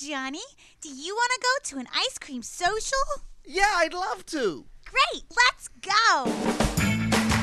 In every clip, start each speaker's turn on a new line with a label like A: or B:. A: Johnny. Do you want to go to an ice cream social?
B: Yeah, I'd love to.
A: Great, let's go.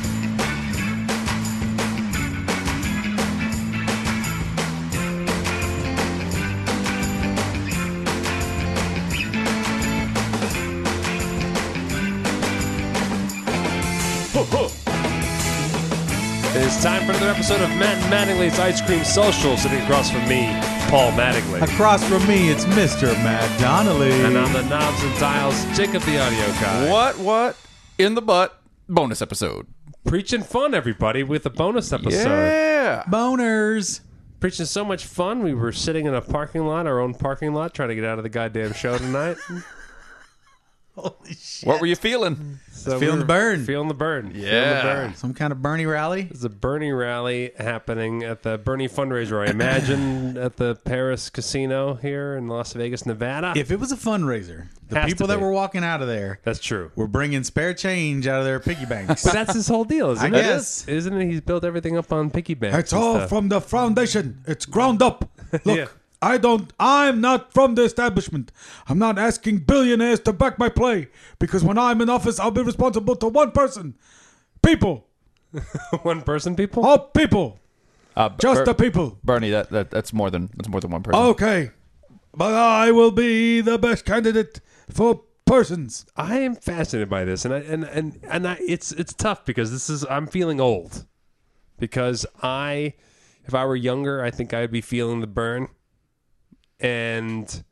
C: It is time for another episode of Matt Mattingly's Ice Cream Social. Sitting across from me, Paul Mattingly.
D: Across from me, it's Mr. Matt Donnelly.
C: And on the knobs and dials, Jacob the Audio Guy.
E: What? What? In the butt. Bonus episode.
C: Preaching fun, everybody, with a bonus episode.
E: Yeah.
D: Boners.
C: Preaching so much fun. We were sitting in a parking lot, our own parking lot, trying to get out of the goddamn show tonight.
E: What were you
B: Mm.
E: feeling?
C: So
D: Feeling
C: we
D: the
C: were
D: burn.
C: Feeling the burn.
E: Yeah.
C: Feeling the burn.
D: Some kind of Bernie rally.
C: There's a Bernie rally happening at the Bernie fundraiser, I imagine, at the Paris Casino here in Las Vegas, Nevada.
D: If it was a fundraiser, the
C: Has to
D: people that
C: be.
D: were walking out of there
C: That's true.
D: were bringing spare change out of their piggy banks.
C: But that's his whole deal, isn't
D: I
C: it?
D: guess.
C: Isn't it? He's built everything up on piggy banks.
D: It's
C: and
D: all
C: stuff.
D: from the foundation. It's ground up. Look,
C: Yeah.
D: I don't. I'm not from the establishment. I'm not asking billionaires to back my play because when I'm in office, I'll be responsible to one person, people,
C: one person people.
D: all people,
E: Uh,
D: just
E: Ber-
D: the Oh, people.
E: Bernie, that, that that's more than that's more than one person.
D: Okay, but I will be the best candidate for persons.
C: I am fascinated by this, and I, and and and I, it's it's tough because this is I'm feeling old, because I, if I were younger, I think I'd be feeling the burn, and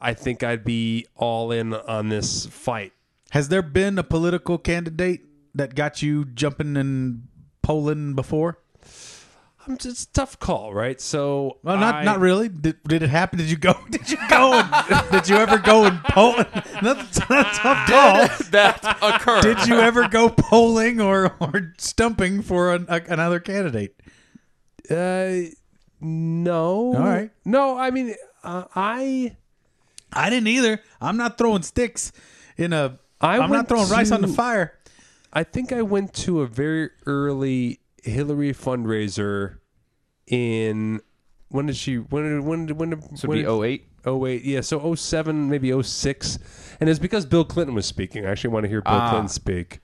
C: I think I'd be all in on this fight.
D: Has there been a political candidate that got you jumping in Poland before?
C: I'm just it's a tough call, right? So
D: Well, not
C: I-
D: not really. Did, did it happen? Did you go? Did you go? and- did you ever go in Poland? That's not a tough call.
E: That occurred.
D: Did you ever go polling or, or stumping for an, a, another candidate?
C: Uh, no, all
D: right.
C: no. I mean, uh, I
D: I didn't either. I'm not throwing sticks in a.
C: I
D: am
C: went
D: not throwing rice on the
C: to-
D: fire.
C: I think I went to a very early Hillary fundraiser in when did she when when when
E: So
C: when
E: it'd be 08?
C: 08 oh, yeah so 07 maybe 06 and it's because Bill Clinton was speaking I actually want to hear Bill
D: Ah.
C: Clinton speak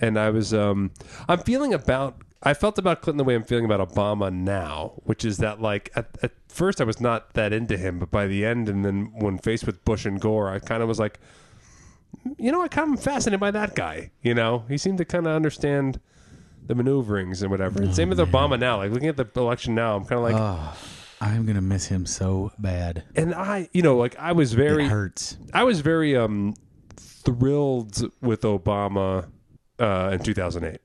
C: and I was um I'm feeling about I felt about Clinton the way I'm feeling about Obama now, which is that like at, at first I was not that into him, but by the end and then when faced with Bush and Gore, I kind of was like, you know, I kind of am fascinated by that guy. You know, he seemed to kind of understand the maneuverings and whatever. And
D: Oh,
C: same with Obama now. Like looking at the election now, I'm kind of like,
D: Ah. I'm gonna miss him so bad.
C: and I, you know, like I was
D: It
C: very
D: hurts.
C: I was very um thrilled with Obama uh, in 2008.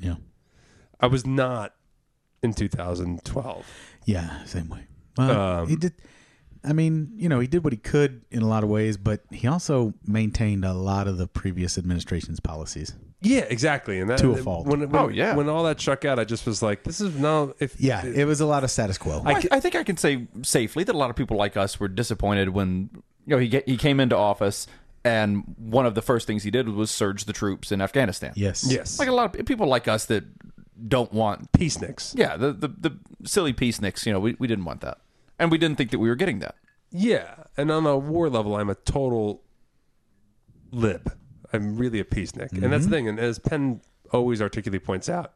D: Yeah,
C: I was not in 2012.
D: yeah, same way.
C: Um,
D: Well, he did. I mean, you know, he did what he could in a lot of ways, but he also maintained a lot of the previous administration's policies.
C: Yeah, exactly. And that
D: To a fault.
C: When, when-
E: Oh, yeah.
C: When all that struck out, I just was like, this is now if
D: Yeah, it was a lot of status quo.
E: I, I think I can say safely that a lot of people like us were disappointed when you know he get, he came into office and one of the first things he did was surge the troops in Afghanistan.
D: yes.
C: yes,
E: Like a lot of people like us that don't want
C: peace nicks.
E: yeah the the, the silly peace nicks. You know we, we didn't want that and we didn't think that we were getting that.
C: Yeah, and on a war level, I'm a total lib. I'm really a peace nick, and that's the thing. And as Penn always articulately points out,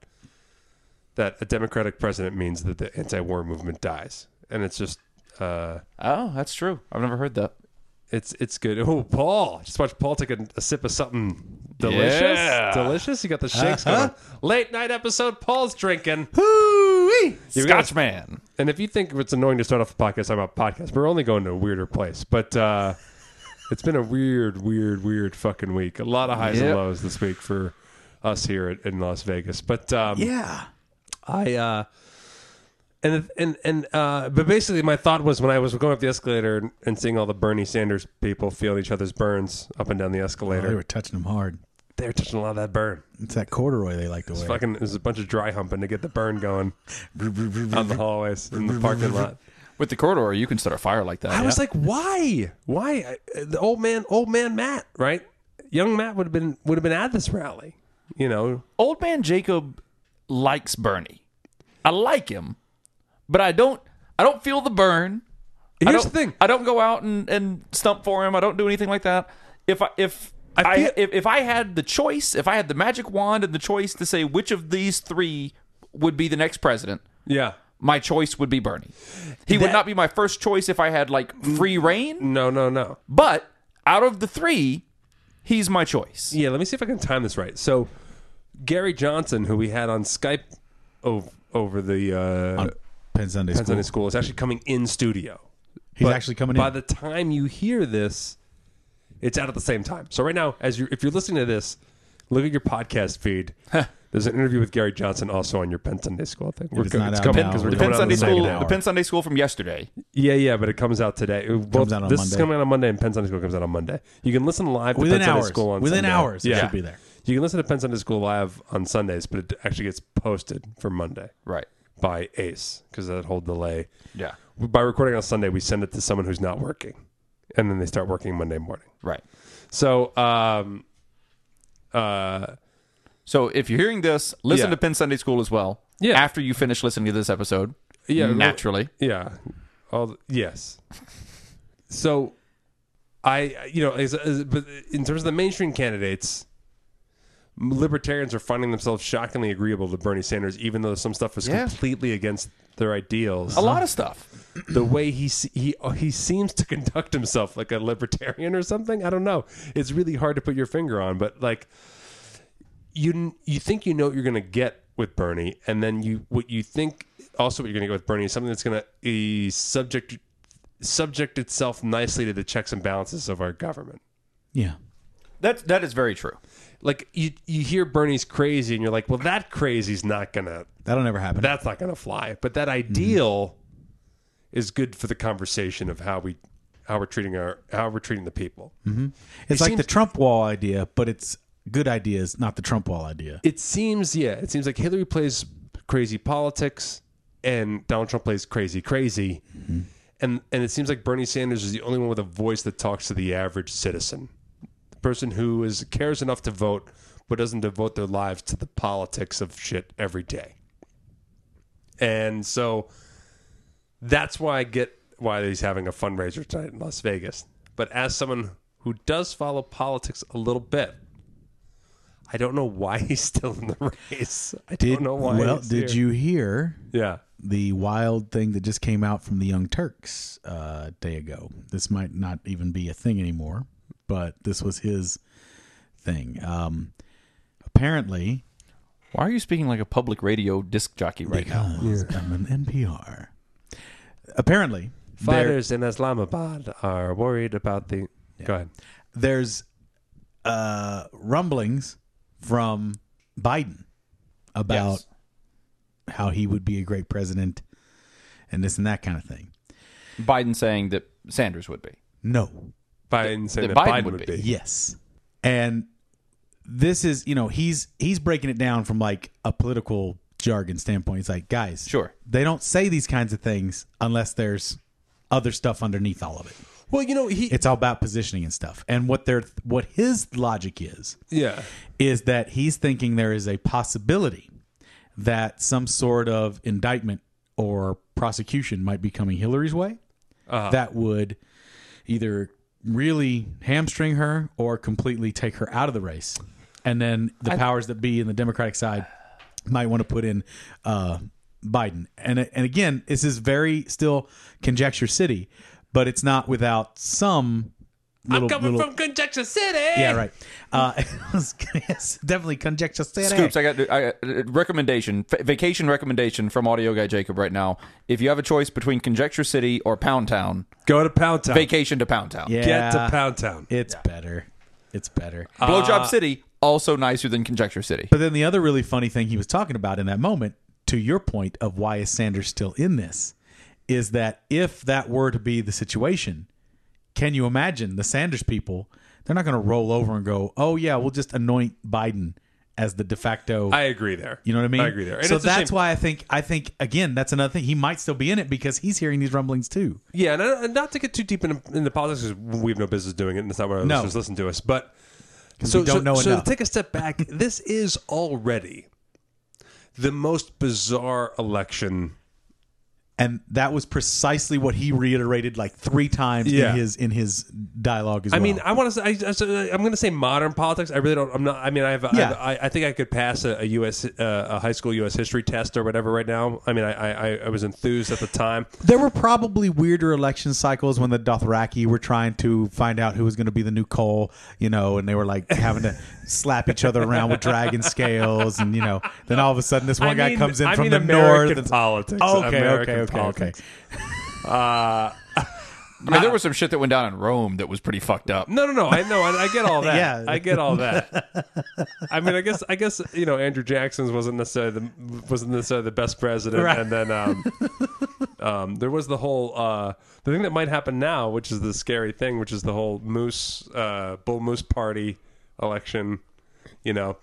C: that a democratic president means that the anti-war movement dies, and it's just uh,
E: Oh, that's true. I've never heard that.
C: it's it's good. Oh, Paul, just watch Paul take a, a sip of something delicious,
E: Yeah.
C: delicious. You got the shakes going. Late night episode. Paul's drinking. You've got-
E: Scotchman.
C: And if you think it's annoying to start off a podcast talking about podcasts, we're only going to a weirder place. But uh, it's been a weird, weird, weird fucking week. A lot of highs and
E: Yep.
C: lows this week for us here at, in Las Vegas. But um,
D: Yeah.
C: I uh, and and and uh, but basically, my thought was when I was going up the escalator and, and seeing all the Bernie Sanders people feeling each other's burns up and down the escalator,
D: Oh, They were touching him hard.
C: they were touching a lot of that burn.
D: It's that corduroy they like to wear.
C: Fucking, there's a bunch of dry humping to get the burn going on the hallways in the parking lot.
E: With the corridor, you can start a fire like that.
C: I was like, why? Why? Uh, The old man, old man Matt, right? Young Matt would have been would have been at this rally, you know.
E: old man Jacob likes Bernie. I like him, but I don't. I don't feel the burn. I
C: Here's the
E: don't-
C: thing.
E: I don't go out and, and stump for him. I don't do anything like that. If I if
C: I
E: I,
C: feel-
E: if, if I had the choice, if I had the magic wand and the choice to say which of these three would be the next president,
C: Yeah.
E: my choice would be Bernie. He would
C: That-
E: not be my first choice if I had like free reign,
C: No, no, no.
E: but out of the three, he's my choice.
C: Yeah, let me see if I can time this right. So, Gary Johnson, who we had on Skype over, over the uh,
D: on Penn Sunday
C: Penn
D: School.
C: Sunday School, is actually coming in studio.
D: He's
C: But
D: actually coming
C: by
D: in.
C: the time you hear this, it's out at the same time. So right now, as you if you're listening to this, look at your podcast feed. There's an interview with Gary Johnson also on your Penn Sunday School thing. We're
D: it's
C: co-
D: not out
C: coming
D: now,
C: because we're
D: The
E: The
C: going
E: Penn
C: out
E: Sunday
C: in the
E: School,
C: second
E: the
C: hour.
E: Penn Sunday School from yesterday.
C: Yeah, yeah, but it comes out today. It both-
D: out on
C: this is
D: Monday.
C: coming out on Monday, and Penn Sunday School comes out on Monday. You can listen live to
D: Within
C: Penn Sunday
D: hours.
C: School on
D: Within
C: Sunday.
D: hours, it should be there.
C: You can listen to Penn Sunday School live on Sundays, but it actually gets posted for Monday
E: Right.
C: by Ace because that whole delay.
E: Yeah.
C: By recording on Sunday, we send it to someone who's not working, and then they start working Monday morning.
E: Right.
C: So, um, uh,
E: So if you're hearing this, listen
C: Yeah.
E: to Penn Sunday School as well.
C: Yeah.
E: After you finish listening to this episode.
C: Yeah, well-
E: Naturally.
C: yeah, all the- yes. So, I you know, as, as, but in terms of the mainstream candidates, libertarians are finding themselves shockingly agreeable to Bernie Sanders, even though some stuff is
E: Yeah.
C: completely against their ideals.
E: A lot of stuff.
C: the way he se- he uh, he seems to conduct himself like a libertarian or something. I don't know. It's really hard to put your finger on, but like you you think you know what you're going to get with Bernie, and then you what you think also what you're going to get with Bernie is something that's going to subject subject itself nicely to the checks and balances of our government.
D: yeah.
E: That that is very true.
C: Like you you hear Bernie's crazy, and you're like, well, that crazy's not going to
D: That'll never happen.
C: that's not going to fly. But that ideal is good for the conversation of how we how we're treating our how we're treating the people.
D: it's like
C: seems-
D: the Trump wall idea, but it's good ideas, not the Trump wall idea.
C: It seems yeah, it seems like Hillary plays crazy politics and Donald Trump plays crazy crazy. And and it seems like Bernie Sanders is the only one with a voice that talks to the average citizen. The person who is cares enough to vote but doesn't devote their lives to the politics of shit every day. And so that's why I get why he's having a fundraiser tonight in Las Vegas. But as someone who does follow politics a little bit, I don't know why he's still in the race. I
D: Did,
C: don't know why.
D: well,
C: he's
D: did
C: here.
D: you hear
C: Yeah.
D: the wild thing that just came out from the Young Turks uh, day ago? This might not even be a thing anymore, but this was his thing. Um, apparently,
E: Why are you speaking like a public radio disc jockey right now?
D: because I'm an NPR. Apparently, there-
C: Fighters in Islamabad are worried about the. Go ahead.
D: there's uh, rumblings from Biden about
E: Yes.
D: how he would be a great president and this and that kind of thing.
E: Biden saying that Sanders would be.
D: No.
C: Biden saying that
E: that
C: Biden,
E: Biden
C: would
E: would
C: be.
D: Yes. And this is, you know, he's he's breaking it down from like a political jargon standpoint. It's like, guys,
E: Sure.
D: They don't say these kinds of things unless there's other stuff underneath all of it.
C: Well, you know he.
D: It's all about positioning and stuff. And what their what his logic is
C: yeah.
D: is that he's thinking there is a possibility that some sort of indictment or prosecution might be coming Hillary's way that would either really hamstring her or completely take her out of the race. And then the powers that be in the Democratic side might want to put in uh, Biden. And and again, this is very still conjecture city, but it's not without some little, little
C: Conjecture City.
D: yeah, right. Uh, yes, definitely conjecture city.
E: Scoops, I got I, uh, recommendation, fa- vacation recommendation from Audio Guy Jacob right now. If you have a choice between Conjecture City or Pound Town,
C: Go to Pound Town.
E: vacation to Pound Town.
D: Yeah,
C: Get to Pound Town.
D: It's better. It's better.
E: Blowjob City also nicer than Conjecture City.
D: but then the other really funny thing he was talking about in that moment, to your point of why is Sanders still in this, is that if that were to be the situation, can you imagine the Sanders people? They're not going to roll over and go, "Oh yeah, we'll just anoint Biden as the de facto."
C: I agree there.
D: You know what I mean?
C: I agree there. And
D: so
C: it's a shame.
D: that's why I think I think again that's another thing. He might still be in it because he's hearing these rumblings too.
C: Yeah, and, uh, and not to get too deep into, into politics because we have no business doing it, and it's not what our
D: No.
C: listeners listen to us. But so,
D: we don't
C: so,
D: know
C: so to
D: enough.
C: take a step back, this is already the most bizarre election
D: and that was precisely what he reiterated like three times
C: Yeah.
D: in his in his dialogue as
C: I
D: well.
C: mean, I want to. I, I, so, uh, I'm going to say modern politics. I really don't. I'm not. I mean, I have. I,
D: Yeah.
C: have- I, I think I could pass a, a U.S. Uh, a high school U.S. history test or whatever right now. I mean, I, I, I- I was enthused at the time.
D: there were probably weirder election cycles when the Dothraki were trying to find out who was going to be the new Cole, you know, and they were like having to slap each other around with dragon scales, and you know, then all of a sudden this one
C: I
D: guy
C: mean-
D: comes in
C: I
D: from
C: mean
D: the
C: American
D: north. and-
C: politics.
D: Okay,
C: American
D: okay, okay,
C: politics.
D: okay.
E: I mean, there was some shit that went down in Rome that was pretty fucked up.
C: No, no, no. I know. I, I get all that.
D: Yeah.
C: I get all that. I mean, I guess, I guess you know, Andrew Jackson's wasn't necessarily the wasn't necessarily the best president,
D: Right.
C: and then um, um, there was the whole uh, the thing that might happen now, which is the scary thing, which is the whole moose uh, bull moose party election. You know,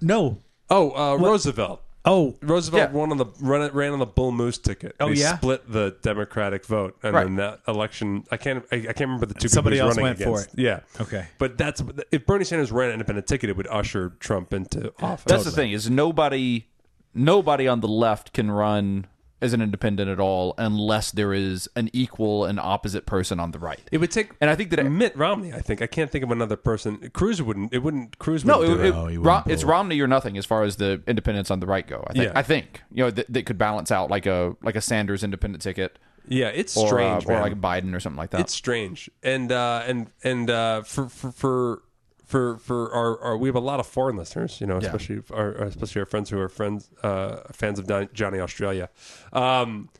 D: No,
C: oh uh, Roosevelt.
D: oh,
C: Roosevelt
E: Yeah.
C: won on the run, ran on the Bull Moose ticket.
D: Oh,
C: They
D: yeah?
C: split the Democratic vote, and
E: Right.
C: then that election. I can't. I, I can't remember the two.
D: Somebody
C: people
D: else
C: he's running
D: went for
C: against. Yeah.
D: Okay.
C: But that's if Bernie Sanders ran an independent ticket, it would usher Trump into office.
E: That's the thing is nobody, nobody on the left can run as an independent at all unless there is an equal and opposite person on the right.
C: It would take.
E: And I think that it-
C: Mitt Romney. I think I can't think of another person. Cruz wouldn't. It wouldn't. Cruz.
E: No,
C: wouldn't
E: it,
C: do
E: it-
D: No, he wouldn't
E: Rom-
D: pull
E: it's
D: it.
E: Romney or nothing as far as the independents on the right go. I think.
C: Yeah.
E: I think you know that, that could balance out like a like a Sanders independent ticket
C: Yeah, it's
E: or, uh,
C: strange.
E: or
C: man.
E: like a Biden or something like that.
C: it's strange. And uh, and and uh, for for. for for for our, our we have a lot of foreign listeners, you know, especially our especially our friends who are friends uh, fans of Don, Johnny Australia, um,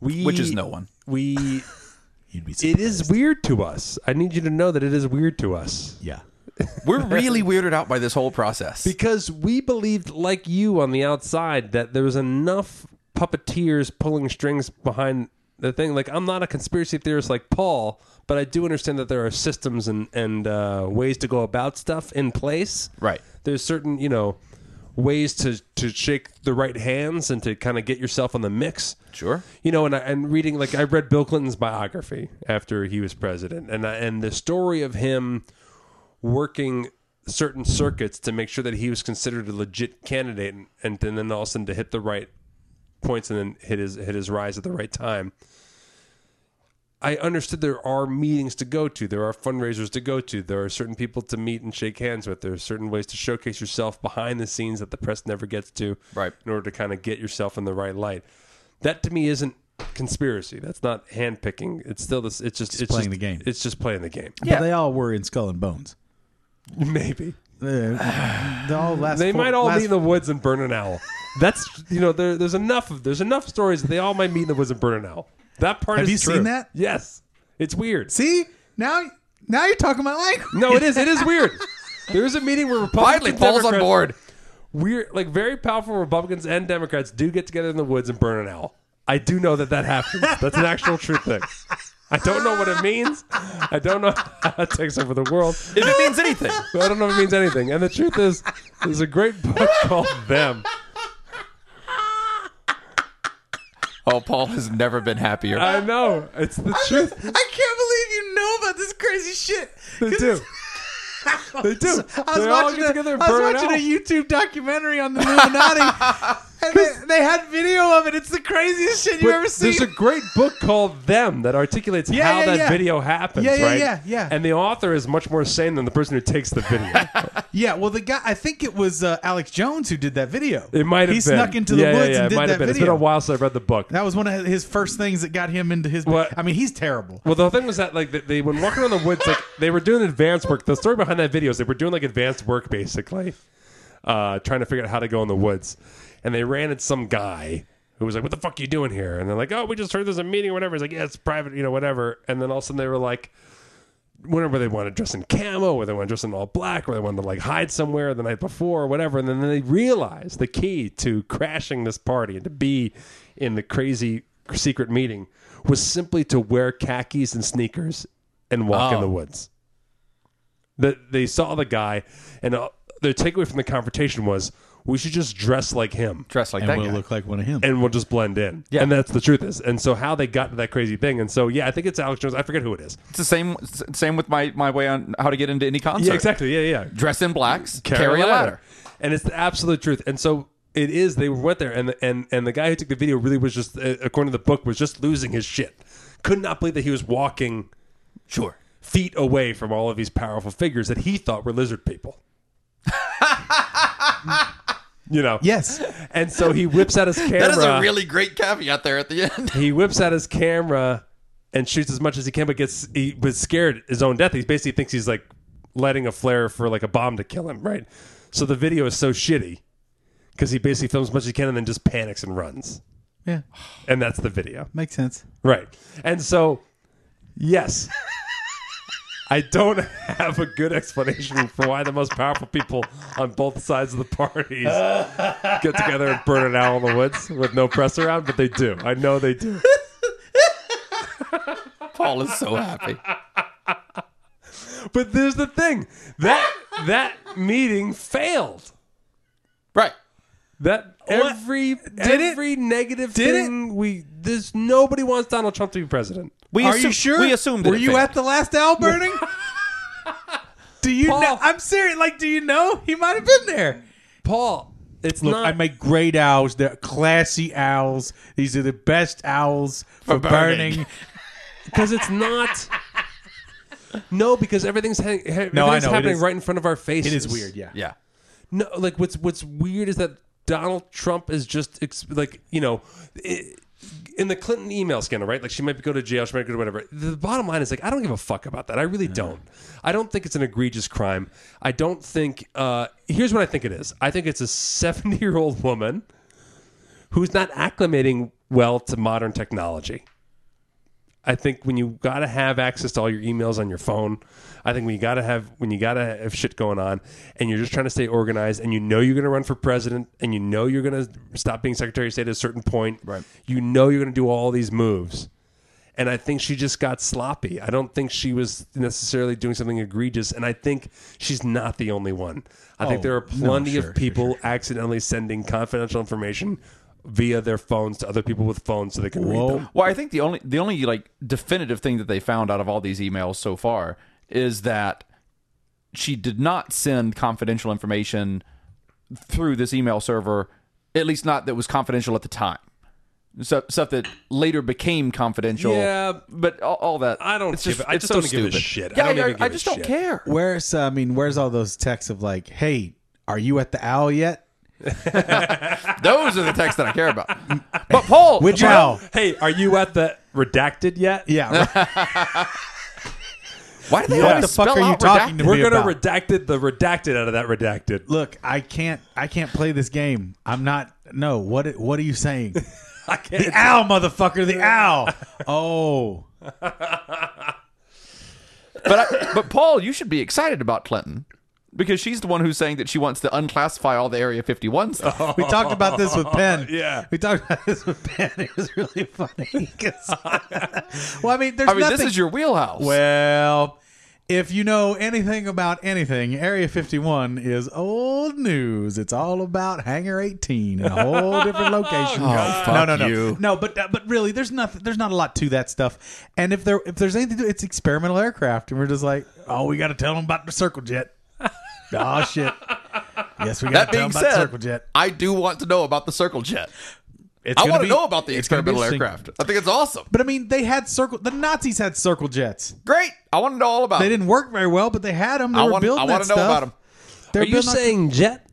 C: we
E: Which is no one.
C: We
D: you'd be.
C: it is weird to us. I need you to know that it is weird to us.
D: yeah.
E: We're really weirded out by this whole process.
C: Because we believed, like you on the outside, that there was enough puppeteers pulling strings behind the thing. Like, I'm not a conspiracy theorist like Paul, but I do understand that there are systems and, and uh, ways to go about stuff in place.
E: Right.
C: There's certain, you know, ways to, to shake the right hands and to kind of get yourself on the mix.
E: Sure.
C: You know, and I, and reading like I read Bill Clinton's biography after he was president, and I, and the story of him working certain circuits to make sure that he was considered a legit candidate, and, and then all of a sudden to hit the right points and then hit his hit his rise at the right time. I understood there are meetings to go to, there are fundraisers to go to, there are certain people to meet and shake hands with, there are certain ways to showcase yourself behind the scenes that the press never gets to,
E: Right.
C: In order to kind of get yourself in the right light. That to me isn't conspiracy. That's not handpicking. It's still this. It's just it's
D: playing
C: just-
D: the game.
C: It's just playing the game.
E: Yeah.
D: But they all were in Skull and Bones.
C: Maybe
D: Uh, they all last.
C: they
D: four-
C: might all
D: last
C: meet in the woods and burn an owl. That's you know there, there's enough of there's enough stories that they all might meet in the woods and burn an owl. That part
D: Have
C: is
D: you
C: true.
D: seen that?
C: Yes, it's weird.
D: See now, now you're talking my language.
C: No, it is it is weird. There is a meeting where Republicans
E: Finally,
C: and
E: Paul's on
C: Democrats-
E: board.
C: Weird, like very powerful Republicans and Democrats do get together in the woods and burn an owl. I do know that that happens. That's an actual true thing. I don't know what it means. I don't know how it takes over the world.
E: If it means anything,
C: But I don't know if it means anything. And the truth is, there's a great book called Them.
E: oh, Paul has never been happier.
C: I know. It's the truth.
D: I can't believe you know about this crazy shit.
C: They do. They do.
D: I was
C: they all
D: watching,
C: get
D: a,
C: together and
D: I was
C: burn it
D: watching
C: out.
D: a YouTube documentary on the Illuminati, and they, they had video of it. It's the craziest shit you've
C: But
D: ever seen.
C: There's a great book called Them that articulates
D: Yeah,
C: how
D: yeah,
C: that
D: yeah.
C: video happens,
D: Yeah, yeah,
C: right?
D: yeah, yeah.
C: And the author is much more sane than the person who takes the video.
D: yeah, well, the guy, I think it was uh, Alex Jones who did that video.
C: It might have been.
D: He snuck into the
C: Yeah, yeah,
D: woods
C: yeah,
D: and
C: it
D: did
C: might
D: that
C: have been.
D: video.
C: It's been a while since I read the book.
D: That was one of his first things that got him into his.
C: What?
D: I mean, he's terrible.
C: Well, the thing was that like they, they when walking around the woods, like they were doing advanced work. The story behind that video is they were doing like advanced work basically, uh, trying to figure out how to go in the woods, and they ran at some guy who was like, "What the fuck you doing here?" And they're like, "Oh, we just heard there's a meeting or whatever." It's like, "Yeah, it's private, you know, whatever." And then all of a sudden they were like. Whenever they want to dress in camo, or they want to dress in all black, or they want to like hide somewhere the night before, or whatever, and then they realize the key to crashing this party and to be in the crazy secret meeting was simply to wear khakis and sneakers and walk in the woods. That they saw the guy, and uh, their takeaway from the confrontation was we should just dress like him
E: Dressed like that guy.
D: like one of him.
C: and we'll just blend in.
E: Yeah.
C: And that's the truth is. And so how they got to that crazy thing. And so yeah, I think it's Alex Jones. I forget who it is.
E: It's the same same with my, my way on how to get into any concert.
C: Yeah, exactly. Yeah, yeah.
E: Dress in blacks, carry, a ladder.
C: And it's the absolute truth. And so It is. They went there, and and and the guy who took the video really was just, uh, according to the book, was just losing his shit. Could not believe that he was walking
E: Sure.
C: feet away from all of these powerful figures that he thought were lizard people. you know.
D: Yes.
C: And so he whips out his camera.
E: That is a really great caveat there at the end.
C: he whips out his camera and shoots as much as he can, but gets he was scared his own death. He basically thinks he's like lighting a flare for like a bomb to kill him, right? So the video is so shitty because he basically films as much as he can and then just panics and runs,
D: Yeah.
C: and that's the video,
D: Makes sense.
C: right? And so, yes. I don't have a good explanation for why the most powerful people on both sides of the parties get together and burn an owl in the woods with no press around, but they do. I know they do.
E: Paul is so happy.
C: But there's the thing that that meeting failed.
E: Right.
C: That every every negative thing we there's nobody wants Donald Trump to be president.
E: We
D: Are
E: assume-
D: you sure?
E: We assumed.
D: Were you at the last owl burning? do you
C: Paul.
D: know? I'm serious. Like, do you know? He might have been there.
C: Paul, it's
D: Look,
C: not.
D: I make great owls. They're classy owls. These are the best owls for, burning.
E: burning.
C: because it's not. No, because everything's, hang, ha-
D: No,
C: everything's
D: I know, it
C: happening
D: is-
C: right in front of our faces.
D: It is weird, yeah.
E: Yeah.
C: No, like what's what's weird is that Donald Trump is just ex- like you know, i in the Clinton email scandal, right? Like she might go to jail, she might go to whatever. The bottom line is like I don't give a fuck about that. I really don't. I don't think it's an egregious crime. I don't think. Uh, here's what I think it is. I think it's a 70 year old woman who's not acclimating well to modern technology. I think when you got to have access to all your emails on your phone, I think when you got to have when you got to have shit going on, and you're just trying to stay organized, and you know you're going to run for president, and you know you're going to stop being Secretary of State at a certain point, right? You know you're going to do all these moves, and I think she just got sloppy. I don't think she was necessarily doing something egregious, and I think she's not the only one. I think there are
D: Oh, no,
C: plenty
D: sure, sure,
C: of people accidentally sending confidential information via their phones to other people with phones so they can read them.
D: Whoa.
E: Well, I think the only the only like definitive thing that they found out of all these emails so far is that she did not send confidential information through this email server, at least not that was confidential at the time. So, stuff that later became confidential.
C: Yeah.
E: but all, all that
C: I don't
E: It's
C: give
E: just,
C: a- I
E: it's
C: just
E: so
C: don't give a
E: stupid.
C: shit. I
E: Yeah,
C: don't
E: I,
C: even
E: I
C: give a
E: just don't
C: shit.
E: care.
D: Where's uh, I mean, where's all those texts of like, hey, are you at the owl yet?
E: Those are the texts that I care about. But Paul,
D: Which
E: Paul-
D: owl?
C: Hey, are you at the redacted yet?
D: Yeah. Right.
E: Why do they
D: What
E: always
D: the fuck
E: spell
D: are you
E: out
D: talking
E: redacted?
D: to me?
C: We're gonna
D: about.
C: redacted the redacted out of that redacted.
D: Look, I can't. I can't play this game. I'm not. No. What? What are you saying?
C: I
D: The
C: can't.
D: owl, motherfucker. The owl. Oh.
E: But I, but Paul, you should be excited about Clinton because she's the one who's saying that she wants to unclassify all the Area 51 stuff.
D: We talked about this with Penn.
C: Yeah.
D: We talked about this with Penn. It was really funny. 'cause- well, I mean, there's
E: I mean,
D: nothing.
E: this is your wheelhouse.
D: well, if you know anything about anything, Area 51 is old news. It's all about Hangar 18 in a whole different location. no,
E: Oh, fuck
D: no, no,
E: you.
D: no. But uh, but really, there's nothing. There's not a lot to that stuff. And if there if there's anything to, it's experimental aircraft, and we're just like, oh, we got to tell them about the circle jet. oh shit. Yes, we
E: that
D: got to tell
E: being
D: them about
E: said,
D: circle jet.
E: I do want to know about the Circle Jet.
D: It's
E: I
D: gonna
E: want to
D: be-
E: know about the
D: it's gonna be
E: experimental
D: interesting.
E: aircraft. I think it's awesome.
D: But I mean, they had circle. The Nazis had circle jets.
E: Great. I want to know all about
D: They
E: it.
D: didn't work very well, but they had them. They
E: Oh. I
D: were
E: want,
D: building
E: I want
D: that
E: to know
D: stuff.
E: about them.
D: They were building that-
C: jet?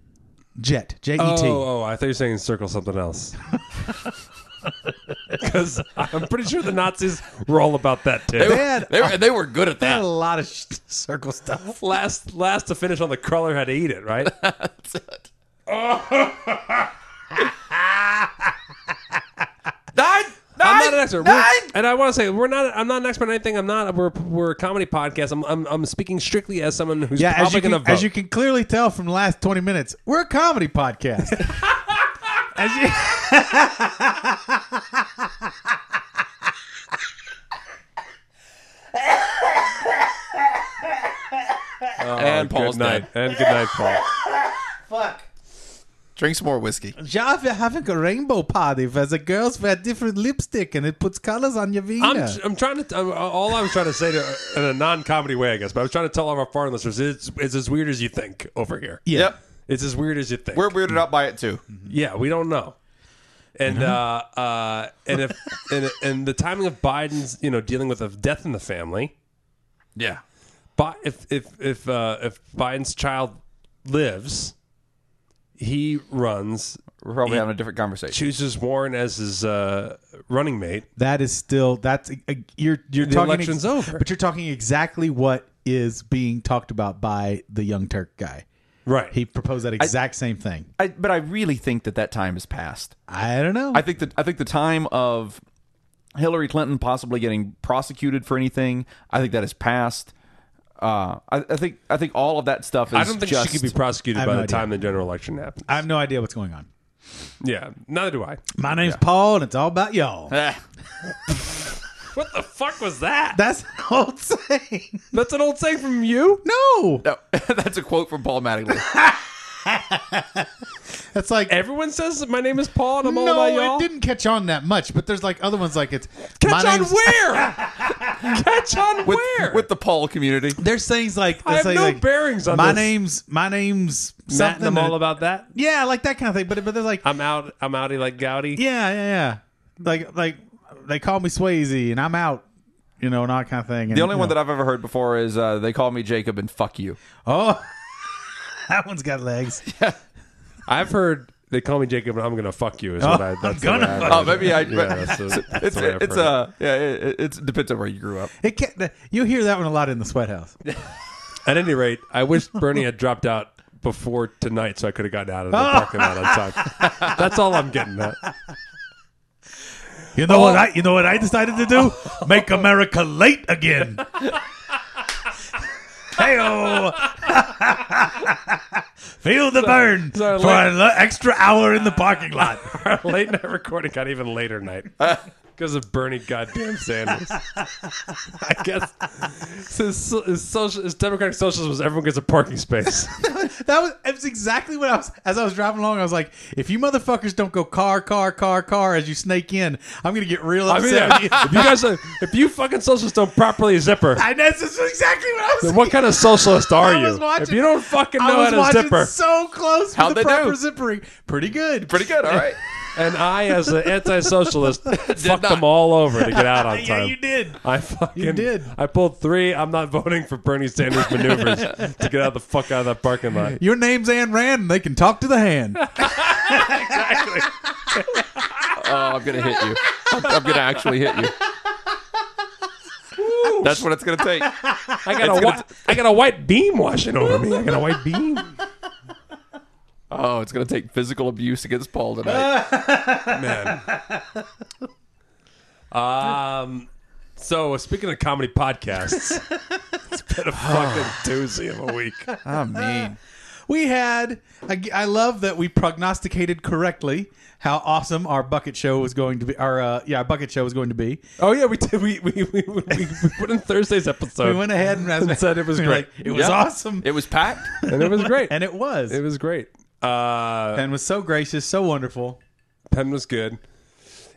D: jet? J E T.
C: Oh, oh, I thought you were saying circle something else. Because I'm pretty sure the Nazis were all about that
E: They
C: too.
E: were,
D: Dad.
E: they, were, they were good at
D: They had a
E: that.
D: lot of sh- circle stuff.
C: Last, last to finish on the crawler had to eat it, right?
E: Nine,
C: I'm
E: nine,
C: not an expert, We're-
E: Nine.
C: and I want to say we're not. I'm not an expert on anything. I'm not. We're, we're a comedy podcast. I'm, I'm I'm speaking strictly as someone who's
D: Yeah, as
C: probably
D: you,
C: going to
D: can,
C: vote.
D: as you can clearly tell from the last twenty minutes, we're a comedy podcast. as you,
E: and
C: Oh, good
E: Paul's
C: night
E: dead.
C: and good night, Paul.
E: Drink some more whiskey.
D: Ja, we're having a rainbow party where the girls wear different lipstick and it puts colors on your
C: I'm,
D: vina.
C: I'm trying to. I'm, all I was trying to say to, in a non-comedy way, I guess, but I was trying to tell all of our foreign listeners, it's, it's as weird as you think over here.
D: yeah.
E: Yep.
C: It's as weird as you think.
B: We're weirded out by it too.
C: yeah, we don't know. And uh, uh, and if and, and the timing of Biden's, you know, dealing with a death in the family.
E: Yeah.
C: Bi- if if if uh, if Biden's child lives, he runs,
E: We're probably having a different conversation.
C: chooses Warren as his uh, running mate.
D: That is still that's uh, you're you're
C: The
D: talking
C: election's over.
D: but you're talking exactly what is being talked about by the Young Turk guy.
C: Right.
D: He proposed that exact same thing.
E: I, but I really think that that time has passed.
D: I don't know.
E: I think that I think the time of Hillary Clinton possibly getting prosecuted for anything, I think that has passed. Uh, I, I think I think all of that stuff is
C: I don't think
E: just,
C: she could be prosecuted
D: I have
C: by
D: no
C: the
D: idea.
C: time the general election happens.
D: I have no idea what's going on.
C: yeah, neither do I.
D: My name's Paul, and it's all about
C: Uh,
D: y'all.
E: Ah,
C: What the fuck was that?
D: That's an old saying.
C: That's an old saying from you.
D: No,
E: no, that's a quote from Paul Mattingly.
D: that's like
C: Everyone says that my name is Paul and I'm all about
D: no.
C: y'all.
D: It didn't catch on that much, but there's like other ones like it's
C: Catch
D: my
C: on
D: name's.
C: where? Catch on
E: with,
C: where?
E: with the Paul community.
D: There's things like
C: I have
D: there's
C: no
D: like,
C: bearings on
D: my
C: this.
D: name's my name's
C: Matt and
D: something.
C: I'm all
D: and-
C: about that.
D: yeah, like that kind of thing. But but they're like
C: I'm out. I'm outy like Gowdy.
D: Yeah, yeah, yeah. Like like they call me Swayze and I'm out, you know, and all that kind of thing.
E: The only one that I've ever heard before is uh, they call me Jacob and fuck you.
D: oh, that one's got legs.
C: I've heard they call me Jacob, and I'm gonna fuck you. Is what I, that's
D: I'm
C: the way
D: gonna
C: I
D: fuck
E: Oh,
C: heard it.
E: maybe I.
C: Yeah, that's the- that's
E: it's
C: the way I've
E: it's
C: heard it.
E: uh yeah it, it's it depends on where you grew up.
D: It can't, you hear that one a lot in the sweat house.
C: At any rate, I wish Bernie had dropped out before tonight, so I could have gotten out of the parking lot on time. That's all I'm getting at.
D: You know
E: Oh.
D: what I? You know what I decided to do? Make America late again. Heyo! Feel the burn
C: sorry, for late-
D: an extra hour in the parking lot.
C: Our late night recording got even later night because of Bernie goddamn Sanders. I guess his, so- his social, his democratic socialism was everyone gets a parking space.
D: That was, that was exactly what I was. As I was driving along, I was like, "If you motherfuckers don't go car, car, car, car as you snake in, I'm gonna get real
C: I mean, yeah,
D: upset." with you."
C: if you guys, are- if you fucking socialists don't properly zipper,
D: I know this is exactly what I was.
C: then what kind of socialist are
D: I
C: you?
D: was watching-
C: if you don't fucking
D: I
C: know
D: was
C: how to
D: watching
C: zipper,
D: so close.
E: How'd
D: How'd the
E: they
D: proper
E: do?
D: zippering? Pretty good.
E: Pretty good, all right.
C: and I, as an anti-socialist, fucked
E: not.
C: them all over to get out on time.
D: yeah, you did.
C: I fucking
D: You did.
C: I pulled three. I'm not voting for Bernie Sanders maneuvers to get out the fuck out of that parking lot.
D: Your name's Anne Rand. and They can talk to the hand.
E: Oh, I'm gonna hit you. I'm, I'm gonna actually hit you. That's what it's gonna take.
C: I got a white, I got a white beam washing over me. I got a white beam.
E: Oh, it's gonna take physical abuse against Paul tonight.
C: Um. So speaking of comedy podcasts, it's been a fucking doozy of a week.
E: I mean,
D: We had. I, I love that we prognosticated correctly how awesome our bucket show was going to be. Our uh, yeah, our bucket show was going to be.
C: Oh yeah, we did. We we we, we, we put in Thursday's episode.
D: We went ahead and,
C: Oh. and said it was
D: we were
C: great.
D: like, it was
E: Yeah.
D: awesome,
E: it was packed.
C: and it was great.
D: and it was.
C: it was great. Uh,
D: and was so gracious, so wonderful.
C: Penn was good.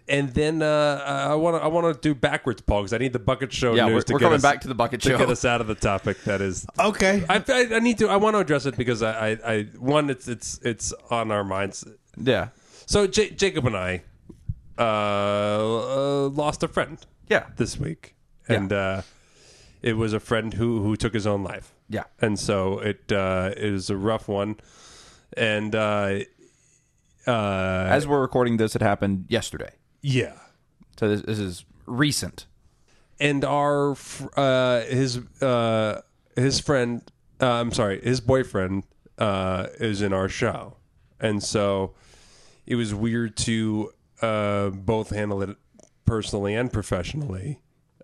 C: And then uh, I want to I want to do backwards, Paul, because I need the bucket show
E: Yeah,
C: news
E: we're,
C: to
E: we're
C: get
E: coming
C: us,
E: back to the bucket
C: to
E: show.
C: get us out of the topic. That is,
D: Okay.
C: I, I, I need to I want to address it because I, I, I one it's it's it's on our minds.
E: Yeah,
C: So J- Jacob and I uh, uh, lost a friend
E: yeah,
C: this week, and uh, it was a friend who who took his own life.
E: Yeah.
C: and so it uh, it is a rough one, and uh, uh,
E: As we're recording this, it happened yesterday.
C: yeah.
E: So this, this is recent.
C: and our fr- uh, his uh, his friend uh, I'm sorry his boyfriend uh, is in our show and so it was weird to uh, both handle it personally and professionally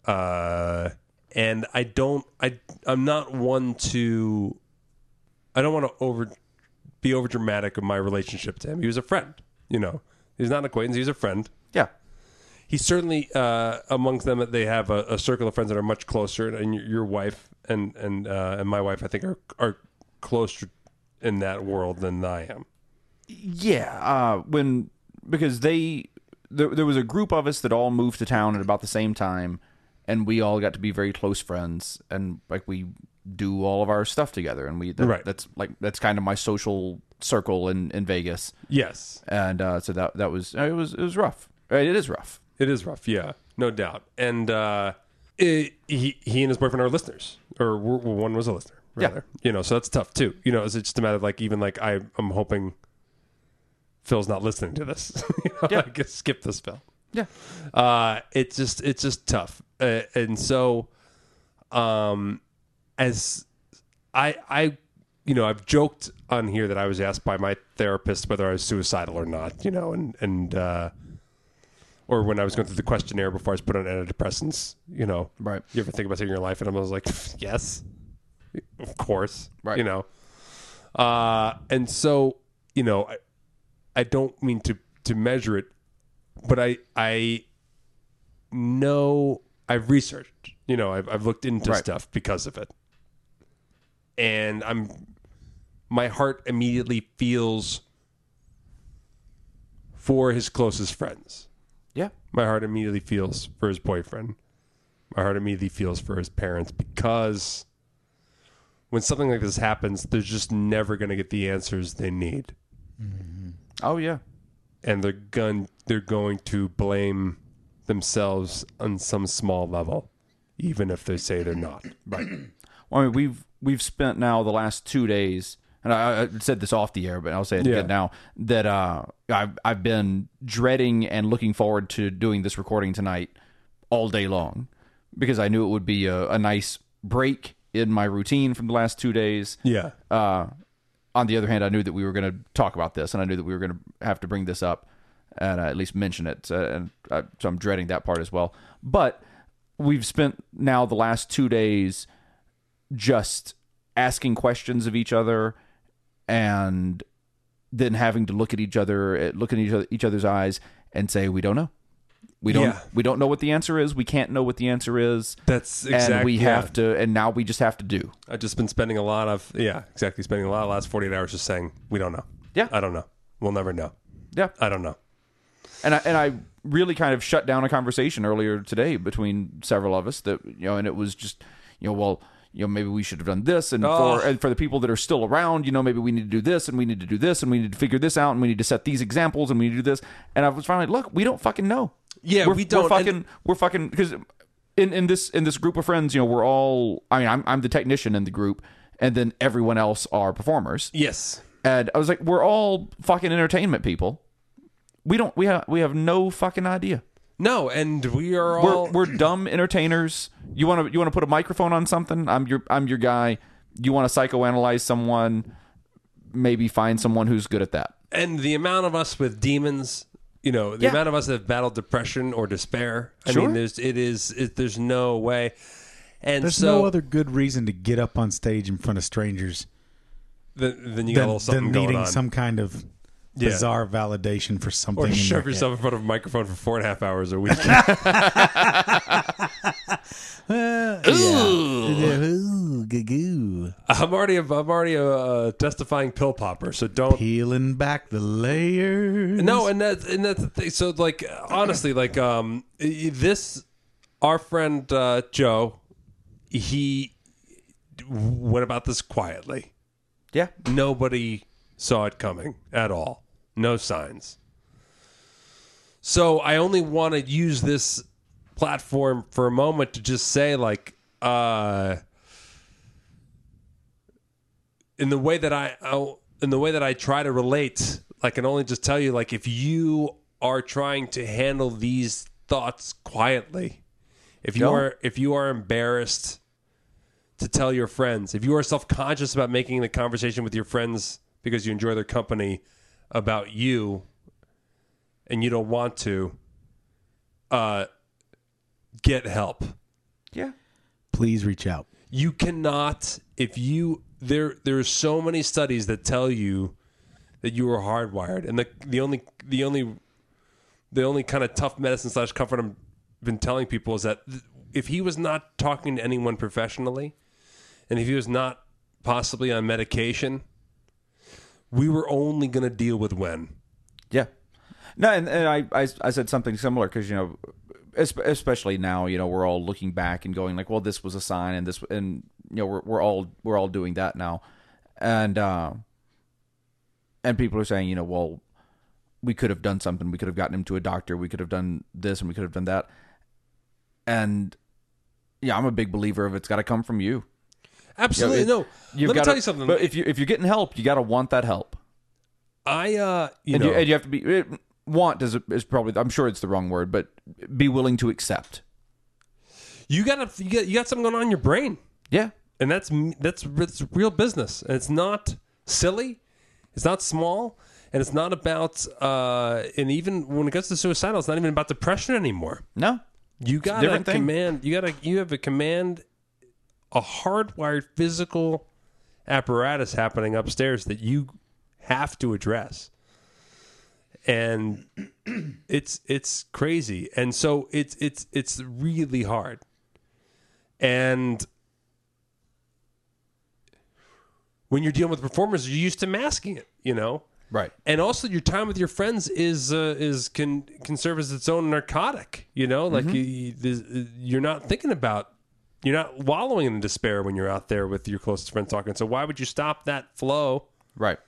C: uh, and I don't I I'm not one to I don't want to over be over dramatic of my relationship to him he was a friend you know he's not an acquaintance he's a friend
E: Yeah,
C: he's certainly uh, amongst them. They have a, a circle of friends that are much closer, and your, your wife and and uh, and my wife, I think, are are closer in that world than I am.
E: yeah. Uh, when because they there, there was a group of us that all moved to town at about the same time, and we all got to be very close friends, and like we do all of our stuff together, and we that,
C: Right.
E: that's like that's kind of my social circle in, in Vegas,
C: Yes,
E: and uh, so that that was it was it was rough. Uh, It is rough.
C: it is rough. Yeah, no doubt. And uh, it, he he and his boyfriend are listeners, or were- well, one was a listener.
E: Yeah.
C: Rather. you know, so that's tough too. You know, it's just a matter of like even like I I'm hoping Phil's not listening to this. you know,
E: Yeah.
C: I could skip this Phil.
E: Yeah,
C: uh, it's just it's just tough, uh, and so, um, as I I you know I've joked on here that I was asked by my therapist whether I was suicidal or not, you know, and and uh, or when I was going through the questionnaire before I was put on antidepressants, you know,
E: Right.
C: You ever think about taking your life? And I was like, yes, of course,
E: Right.
C: You know, uh, and so you know, I, I don't mean to to measure it but I I know I've researched. You know, I've I've looked into
E: Right.
C: stuff because of it, and I'm my heart immediately feels for his closest friends.
E: yeah,
C: My heart immediately feels for his boyfriend. My heart immediately feels for his parents because when something like this happens, they're just never going to get the answers they need.
E: oh yeah,
C: and they're gun they're going to blame themselves on some small level, even if they say they're not. Right.
E: Well, I mean, we've we've spent now the last two days, and I, I said this off the air, but I'll say it
C: Yeah.
E: again now that uh, I've I've been dreading and looking forward to doing this recording tonight all day long because I knew it would be a, a nice break in my routine from the last two days.
C: Yeah.
E: Uh, on the other hand, I knew that we were going to talk about this, and I knew that we were going to have to bring this up and uh, at least mention it. Uh, and I, so I'm dreading that part as well. But we've spent now the last two days just asking questions of each other and then having to look at each other at- look in each, other, each other's eyes and say we don't know we don't
C: Yeah.
E: we don't know what the answer is we can't know what the answer is
C: That's exactly.
E: and we
C: yeah.
E: have to and now we just have to do
C: I've just been spending a lot of yeah, exactly. Spending a lot of the last forty eight hours just saying we don't know.
E: Yeah.
C: I don't know. We'll never know.
E: yeah
C: I don't know.
E: and I, and I really kind of shut down a conversation earlier today between several of us that you know, and it was just you know, well, you know, maybe we should have done this, and
C: Oh.
E: for and for the people that are still around, you know, maybe we need to do this, and we need to do this, and we need to figure this out, and we need to set these examples, and we need to do this, and I was finally like, look, we don't fucking know.
C: Yeah,
E: we're,
C: we don't,
E: We're fucking,
C: and-
E: we're fucking because in in this in this group of friends, you know, we're all. I mean, I'm I'm the technician in the group, and then everyone else are performers.
C: Yes.
E: And I was like, we're all fucking entertainment people. We don't we have we have no fucking idea.
C: No, and we are
E: We're
C: all
E: we're dumb entertainers. You want to you want to put a microphone on something? I'm your I'm your guy. You want to psychoanalyze someone? Maybe find someone who's good at that.
C: and the amount of us with demons, you know, the
E: Yeah.
C: amount of us that have battled depression or despair. I
E: Sure.
C: mean, there's it is it, there's no way. And
D: There's
C: so
D: no other good reason to get up on stage in front of strangers
C: th- then you got a
D: than,
C: little something
D: than
C: going
D: needing
C: on.
D: some kind of
C: Yeah.
D: bizarre validation for something.
C: Or
D: in
C: shove
D: your head.
C: yourself in front of a microphone for four and a half hours a week.
D: Uh, yeah. Ooh, goo.
C: I'm already a, I'm already a uh, testifying pill popper, so don't.
D: Peeling back the layers.
C: no, and that's and that's the thing. So like honestly, like um, this our friend uh, Joe, he went about this quietly.
E: Yeah,
C: Nobody saw it coming at all. No signs. So I only want to use this platform for a moment to just say, like, uh, in the way that I, I in the way that I try to relate, I can only just tell you, like, if you are trying to handle these thoughts quietly, if you
E: Don't.
C: are if you are embarrassed to tell your friends. If you are self conscious about making the conversation with your friends because you enjoy their company about you and you don't want to, uh, get help.
E: yeah,
D: Please reach out.
C: You cannot if you there there are so many studies that tell you that you are hardwired and the the only the only the only kind of tough medicine slash comfort I've been telling people is that th- if he was not talking to anyone professionally, and if he was not possibly on medication, we were only going to deal with when.
E: yeah. No, and, and I, I I said something similar because you know, es- especially now you know we're all looking back and going like, well, this was a sign, and this and you know we're we're all we're all doing that now, and. Uh, and people are saying, you know, well, we could have done something. We could have gotten him to a doctor. We could have done this and we could have done that. And yeah, I'm a big believer of it's got to come from you.
C: Absolutely
E: it-
C: no.
E: You've
C: Let me
E: gotta-
C: tell you something.
E: But if you if you're getting help, you got to want that help,
C: I uh, you
E: and,
C: know,
E: you, and you have to be it, want is is probably I'm sure it's the wrong word, but be willing to accept.
C: you got you got you got something going on in your brain,
E: Yeah,
C: and that's m- that's that's real business. And it's not silly, it's not small, and it's not about. Uh, and even when it comes to suicidal, it's not even about depression anymore.
E: no,
C: You got
E: different
C: to
E: thing.
C: command. You got to. You have a command, a hardwired physical apparatus happening upstairs that you have to address, and it's it's crazy, and so it's it's it's really hard, and when you're dealing with performers, you're used to masking it, you know.
E: right.
C: And also, your time with your friends is uh, is can can serve as its own narcotic. You know, like you- you, this- uh, you're not thinking about, you're not wallowing in despair when you're out there with your closest friends talking. So why would you stop that flow
E: Right.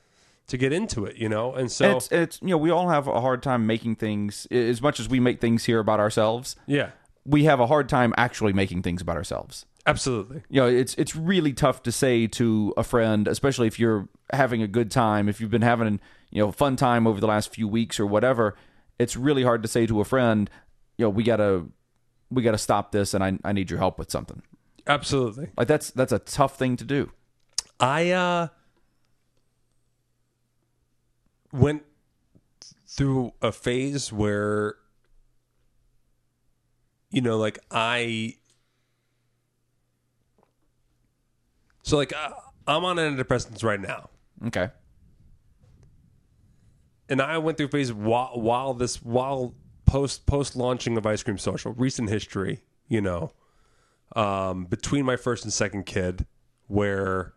C: to get into it? You know, and so
E: And It's it's you know we all have a hard time making things i- as much as we make things here about ourselves.
C: yeah,
E: We have a hard time actually making things about ourselves.
C: absolutely.
E: You know, it's it's really tough to say to a friend, especially if you're having a good time, if you've been having you know a fun time over the last few weeks or whatever. It's really hard to say to a friend, you know, we gotta we gotta stop this, and I I need your help with something.
C: Absolutely.
E: Like that's that's a tough thing to do.
C: I uh went through a phase where you know like I so like uh, I'm on antidepressants right now
E: Okay.
C: and I went through a phase while, while this while post post launching of Ice Cream Social, recent history, you know, um, between my first and second kid, where,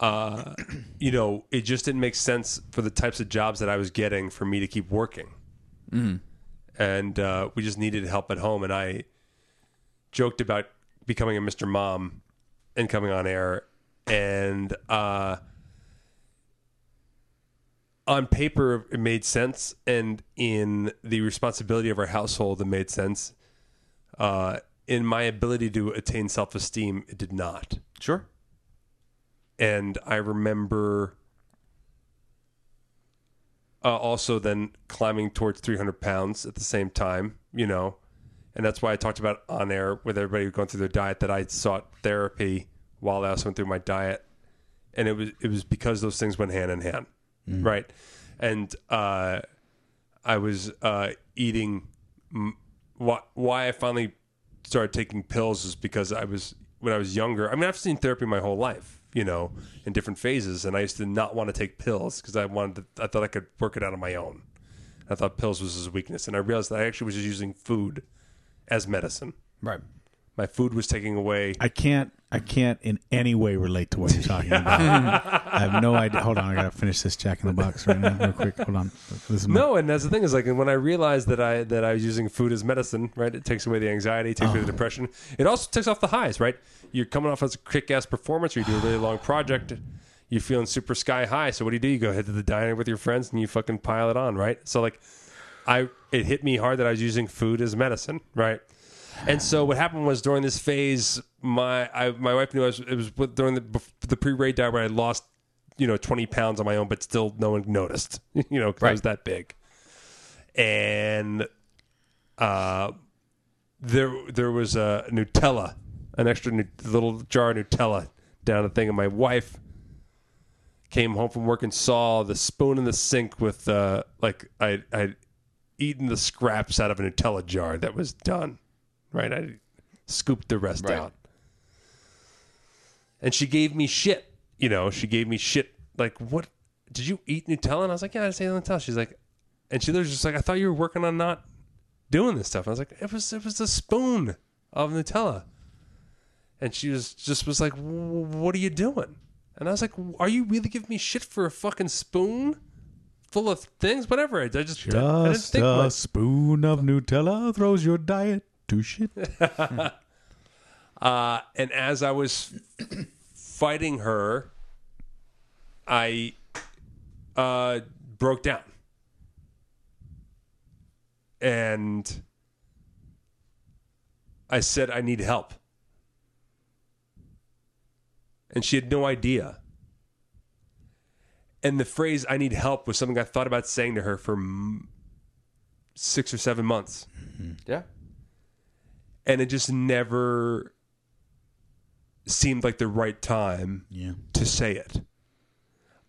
C: uh, you know, it just didn't make sense for the types of jobs that I was getting for me to keep working, and uh, we just needed help at home, and I joked about becoming a Mr. Mom and coming on air, and. Uh, on paper it made sense and in the responsibility of our household it made sense uh, in my ability to attain self-esteem it did not
E: Sure.
C: and i remember uh, also then climbing towards 300 pounds at the same time you know and that's why i talked about on air with everybody going through their diet that i sought therapy while i also went through my diet and it was it was because those things went hand in hand, right? And uh, I was uh, eating. m- Why, why I finally started taking pills is because I was when I was younger. I mean, I've seen therapy my whole life, you know, in different phases, and I used to not want to take pills because I wanted. To, I thought I could work it out on my own. I thought pills was his weakness, and I realized that I actually was just using food as medicine.
E: Right.
C: My food was taking away.
D: I can't. I can't in any way relate to what you're talking about. I have no idea. Hold on, I gotta finish this Jack in the Box right now, real quick. Hold on. This is my-
C: No, and that's the thing is like when I realized that I that I was using food as medicine, right? It takes away the anxiety, takes away the depression. It also takes off the highs, right? You're coming off as a kick ass performance, or you do a really long project, you're feeling super sky high. So what do you do? You go head to the diner with your friends and you fucking pile it on, right? So like I it hit me hard that I was using food as medicine, right? And so what happened was during this phase, my I, my wife knew I was it was with- during the bef- the pre raid diet where I lost you know twenty pounds on my own, but still no one noticed, you know, because I was that big, and uh, there there was a Nutella, an extra nu- little jar of Nutella down the thing, and my wife came home from work and saw the spoon in the sink with uh, like I I eaten the scraps out of a Nutella jar that was done, right? I scooped the rest
E: Right.
C: out, and she gave me shit. You know, she gave me shit. Like, what did you eat Nutella? And I was like, yeah, I just ate Nutella. She's like, and she was just like, I thought you were working on not doing this stuff. And I was like, it was it was a spoon of Nutella. And she was just was like, "W- what are you doing? And I was like, are you really giving me shit for a fucking spoon full of things? Whatever. I, I just I didn't
D: Just
C: think
D: a
C: much.
D: spoon of Nutella throws your diet to shit.
C: Uh, and as I was fighting her, I uh, broke down. And I said, I need help. And she had no idea. And the phrase, I need help, was something I thought about saying to her for m- six or seven months
E: Yeah.
C: and it just never seemed like the right time
D: Yeah.
C: to say it.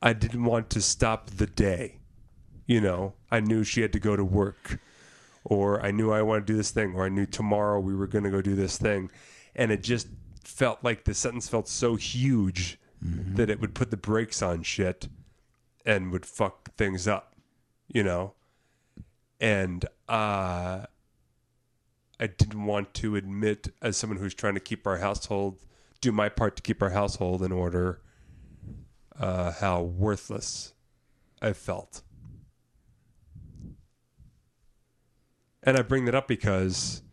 C: I didn't want to stop the day. You know, I knew she had to go to work, or I knew I wanted to do this thing, or I knew tomorrow we were going to go do this thing. And it just felt like the sentence felt so huge that it would put the brakes on shit and would fuck things up, you know? And uh, I didn't want to admit, as someone who's trying to keep our household, do my part to keep our household in order, uh, how worthless I felt. And I bring that up because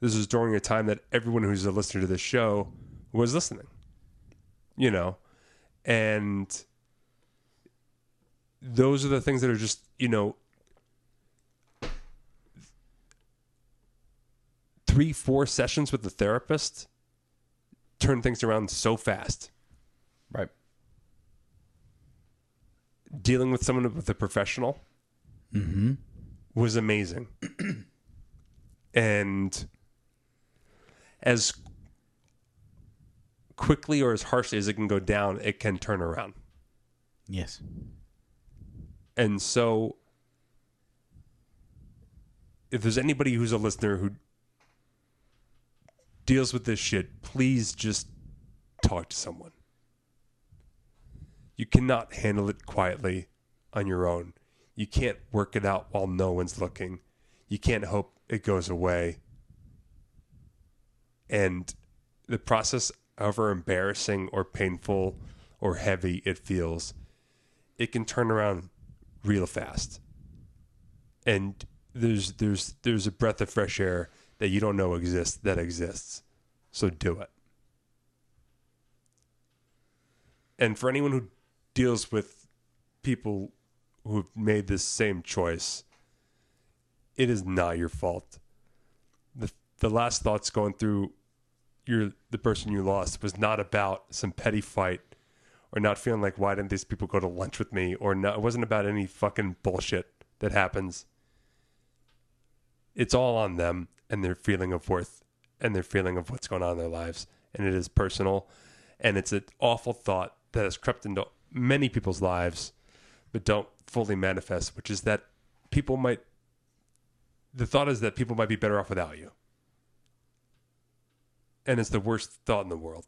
C: this was during a time that everyone who's a listener to this show was listening, you know, and those are the things that are just, you know, three, four sessions with the therapist turn things around so fast.
E: Right.
C: Dealing with someone with a professional was amazing. and as quickly or as harshly as it can go down, it can turn around.
D: Yes.
C: And so, if there's anybody who's a listener who deals with this shit, please just talk to someone. You cannot handle it quietly on your own. You can't work it out while no one's looking. You can't hope it goes away. And the process, however embarrassing or painful or heavy it feels, it can turn around real fast. And there's there's there's a breath of fresh air that you don't know exists that exists. So do it. And for anyone who deals with people who've made this same choice, it is not your fault. The the last thoughts going through your the person you lost was not about some petty fight or not feeling like why didn't these people go to lunch with me or not it wasn't about any fucking bullshit that happens it's all on them and their feeling of worth and their feeling of what's going on in their lives and it is personal and it's an awful thought that has crept into many people's lives but don't fully manifest which is that people might the thought is that people might be better off without you and it's the worst thought in the world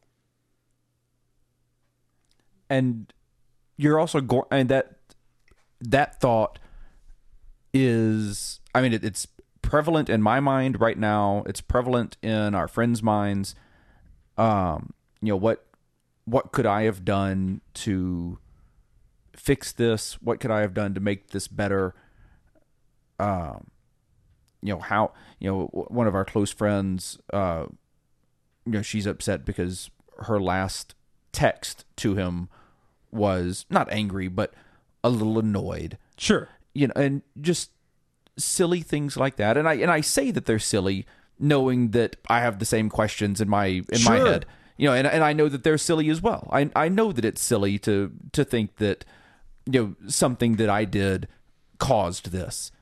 E: and you're also going and that that thought is i mean it, it's prevalent in my mind right now it's prevalent in our friends minds um you know what what could i have done to fix this what could i have done to make this better um you know how you know w- one of our close friends uh you know she's upset because her last text to him was not angry but a little annoyed
C: sure
E: you know and just silly things like that and i and i say that they're silly knowing that i have the same questions in my in my
C: Sure.
E: head you know and, and i know that they're silly as well i i know that it's silly to to think that you know something that i did caused this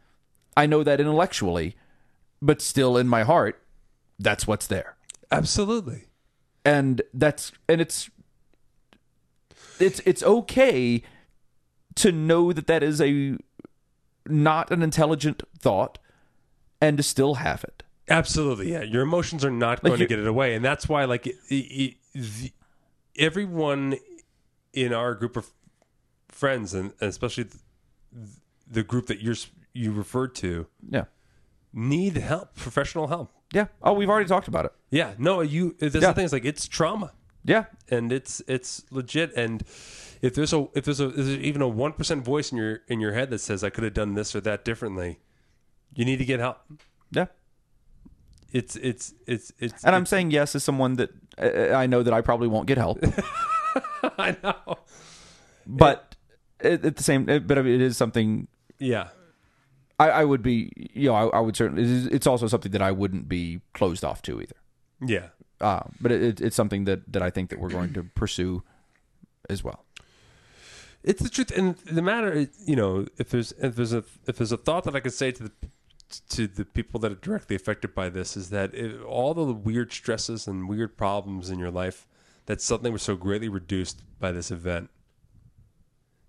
E: i know that intellectually but still in my heart that's what's there
C: absolutely
E: and that's and it's it's it's okay to know that that is a not an intelligent thought and to still have it
C: Absolutely, yeah. Your emotions are not going to
E: you-
C: get it away, and that's why, like, it, it, the, everyone in our group of friends, and, and especially the, the group that you're s- you referred to,
E: yeah
C: need help, professional help.
E: yeah oh we've already talked about it
C: Yeah, no, you. That's
E: Yeah.
C: the thing. It's like it's trauma,
E: yeah
C: and it's it's legit. And if there's a if there's a if there's even a one percent voice in your in your head that says I could have done this or that differently, you need to get help.
E: yeah
C: It's it's it's it's.
E: and i'm saying yes as someone that uh, i know that i probably won't get help
C: I know.
E: but It, it the same, it, but it is something
C: Yeah.
E: I, I would be. You know, I, I would certainly. It's, it's also something that I wouldn't be closed off to either.
C: Yeah.
E: Uh, but it, it, it's something that that I think that we're going to pursue as well.
C: It's the truth, and the matter, is, you know, if there's if there's a if there's a thought that I could say to the to the people that are directly affected by this is that it, all the weird stresses and weird problems in your life that suddenly were so greatly reduced by this event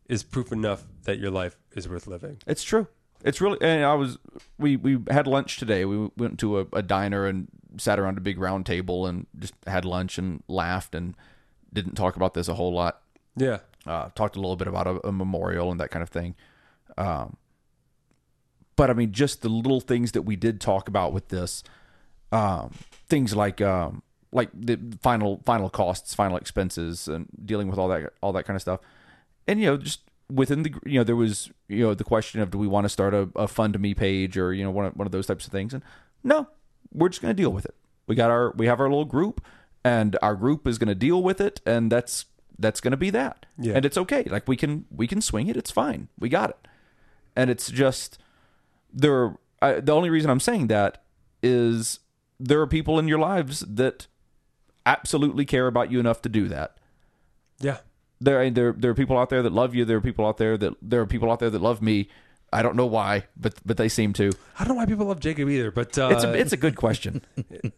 C: is proof enough that your life is worth living.
E: It's true. It's really. And I was. We we had lunch today. We went to a, a diner and sat around a big round table and just had lunch and laughed and didn't talk about this a whole lot.
C: Yeah.
E: Uh, talked a little bit about a, a memorial and that kind of thing. Um, but I mean, just the little things that we did talk about with this, um, things like um, like the final final costs, final expenses, and dealing with all that all that kind of stuff. And you know, just within the you know, there was you know the question of do we want to start a, a fund me page or you know one of, one of those types of things, and no, we're just going to deal with it. We got our we have our little group, and our group is going to deal with it, and that's that's going to be that.
C: Yeah.
E: And it's okay. Like we can we can swing it. It's fine. We got it. And it's just there I, the only reason I'm saying that is there are people in your lives that absolutely care about you enough to do that.
C: Yeah.
E: There, there, there are people out there that love you. There are people out there that there are people out there that love me. I don't know why, but but they seem to.
C: I don't know why people love Jacob either, but uh,
E: It's a, it's a good question.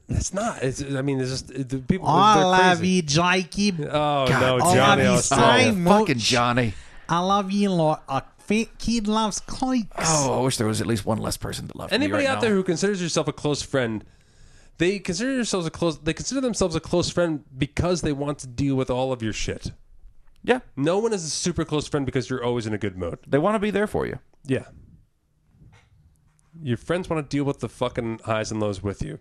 C: it's not. It's, I mean, it's just the people.
B: I
C: they're
B: love
C: crazy.
B: you, Jacob.
C: Oh no,
B: I love
C: Johnny
B: you
C: Australia.
B: so much.
E: Oh, Fucking Johnny.
B: I love you like a fat kid loves cakes.
E: Oh, I wish there was at least one less person that loved me
C: anybody
E: right
C: out
E: now.
C: there who considers yourself a close friend they consider themselves a close they consider themselves a close friend because they want to deal with all of your shit
E: yeah,
C: no one is a super close friend because you're always in a good mood
E: they want to be there for you.
C: yeah your friends want to deal with the fucking highs and lows with you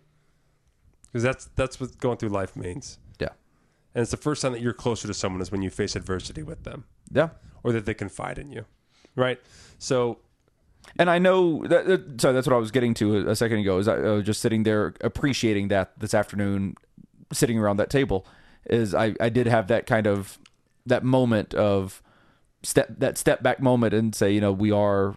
C: because that's that's what going through life means
E: Yeah,
C: and it's the first time that you're closer to someone is when you face adversity with them
E: yeah.
C: or that they confide in you right so
E: And I know that, that sorry, that's what I was getting to a, a second ago. Is I, I was just sitting there appreciating that this afternoon, sitting around that table, is I, I did have that kind of that moment of step that step back moment and say, you know, we are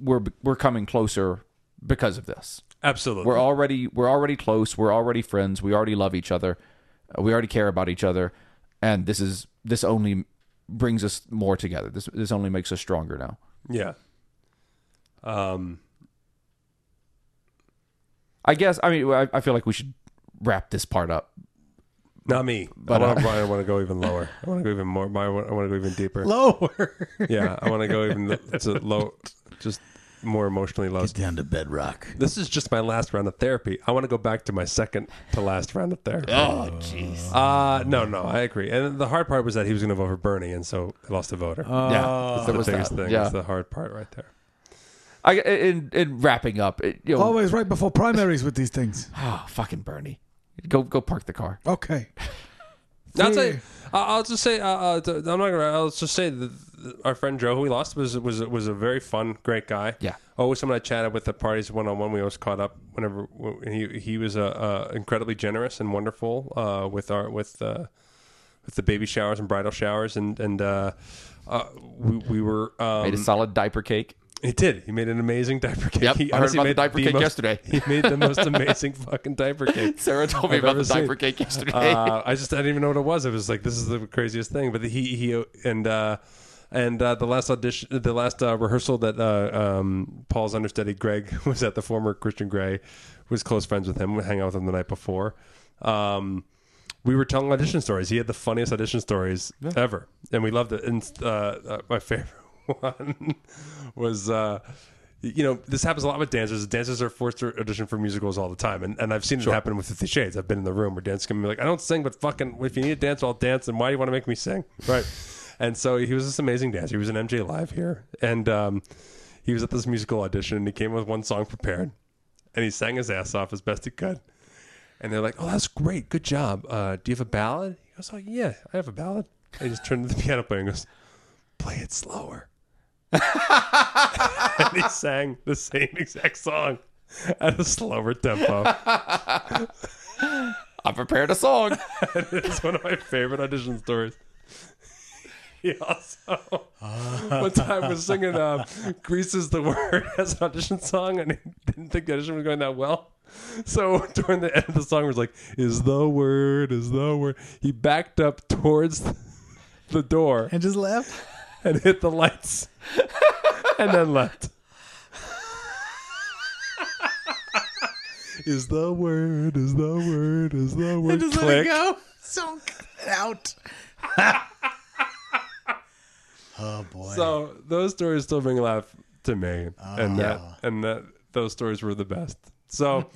E: we're we're coming closer because of this.
C: absolutely
E: We're already we're already close. We're already friends. We already love each other. Uh, We already care about each other, and this is this only brings us more together. This this only makes us stronger now.
C: yeah um
E: I guess I mean I, I feel like we should wrap this part up.
C: Not me.
E: But, uh,
C: I want to. I want to go even lower. I want to go even more. I want, I want to go even deeper.
D: Lower.
C: Yeah, I want to go even th- to low, just more emotionally low.
B: Down to bedrock.
C: This is just my last round of therapy. I want to go back to my second to last round of therapy.
E: Oh jeez.
C: Uh no, no, I agree. And the hard part was that he was going to vote for Bernie, and so I lost a voter.
E: Uh, Yeah,
C: That's the biggest thing.
E: Yeah.
C: That's the hard part right there.
E: I, in in wrapping up, it, you know,
B: Always right before primaries with these things.
E: oh, fucking Bernie, go go park the car.
B: Okay.
C: I'll tell you, I- I'll just say, uh, uh, th- I'm not gonna. I'll just say that our friend Joe, who we lost, was was was a very fun, great guy.
E: Yeah.
C: always someone I chatted with at parties one on one. We always caught up whenever and he he was uh, uh, incredibly generous and wonderful uh, with our with uh, with the baby showers and bridal showers and and uh, uh, we we were um,
E: Made a solid diaper cake.
C: he did. He made an amazing diaper cake.
E: Yep,
C: he
E: I heard
C: honestly
E: about the
C: made
E: diaper cake
C: most-
E: yesterday.
C: He made the most amazing fucking diaper cake.
E: Sarah told me
C: I've
E: about
C: ever
E: the
C: seen.
E: diaper cake yesterday.
C: Uh, I just I didn't even know what it was. It was like this is the craziest thing. But he he and uh, and uh, the last audition, the last uh, rehearsal that uh, um, Paul's understudy Greg was at, the former Christian Grey was close friends with him. We hang out with him the night before. Um, we were telling audition stories. He had the funniest audition stories ever, and we loved it. And uh, uh, my favorite one was. Uh, you know, this happens a lot with dancers. Dancers are forced to audition for musicals all the time, and, and I've seen it happen with Fifty Shades. I've been in the room where dancers can be like, "I don't sing, but fucking if you need to dance, I'll dance." And why do you want to make me sing, right? and so he was this amazing dancer. He was an MJ Live here, and um, he was at this musical audition, and he came with one song prepared, and he sang his ass off as best he could. And they're like, "Oh, that's great, good job. Uh, do you have a ballad?" He goes, "Oh yeah, I have a ballad." And he just turned to the piano player and goes, "Play it slower." and he sang the same exact song at a slower tempo.
E: I prepared a song.
C: it's one of my favorite audition stories. he also one time was singing uh, "Grease is the Word" as an audition song, and he didn't think the audition was going that well. So during the end of the song, he was like, "Is the word? Is the word?" He backed up towards the door
D: and just left.
C: and hit the lights, and then left. Is the word? Is the word? Is the word?
D: Just let it
C: Click.
D: go. Oh, So out. oh boy.
C: So those stories still bring a laugh to me, and that and that those stories were the best. So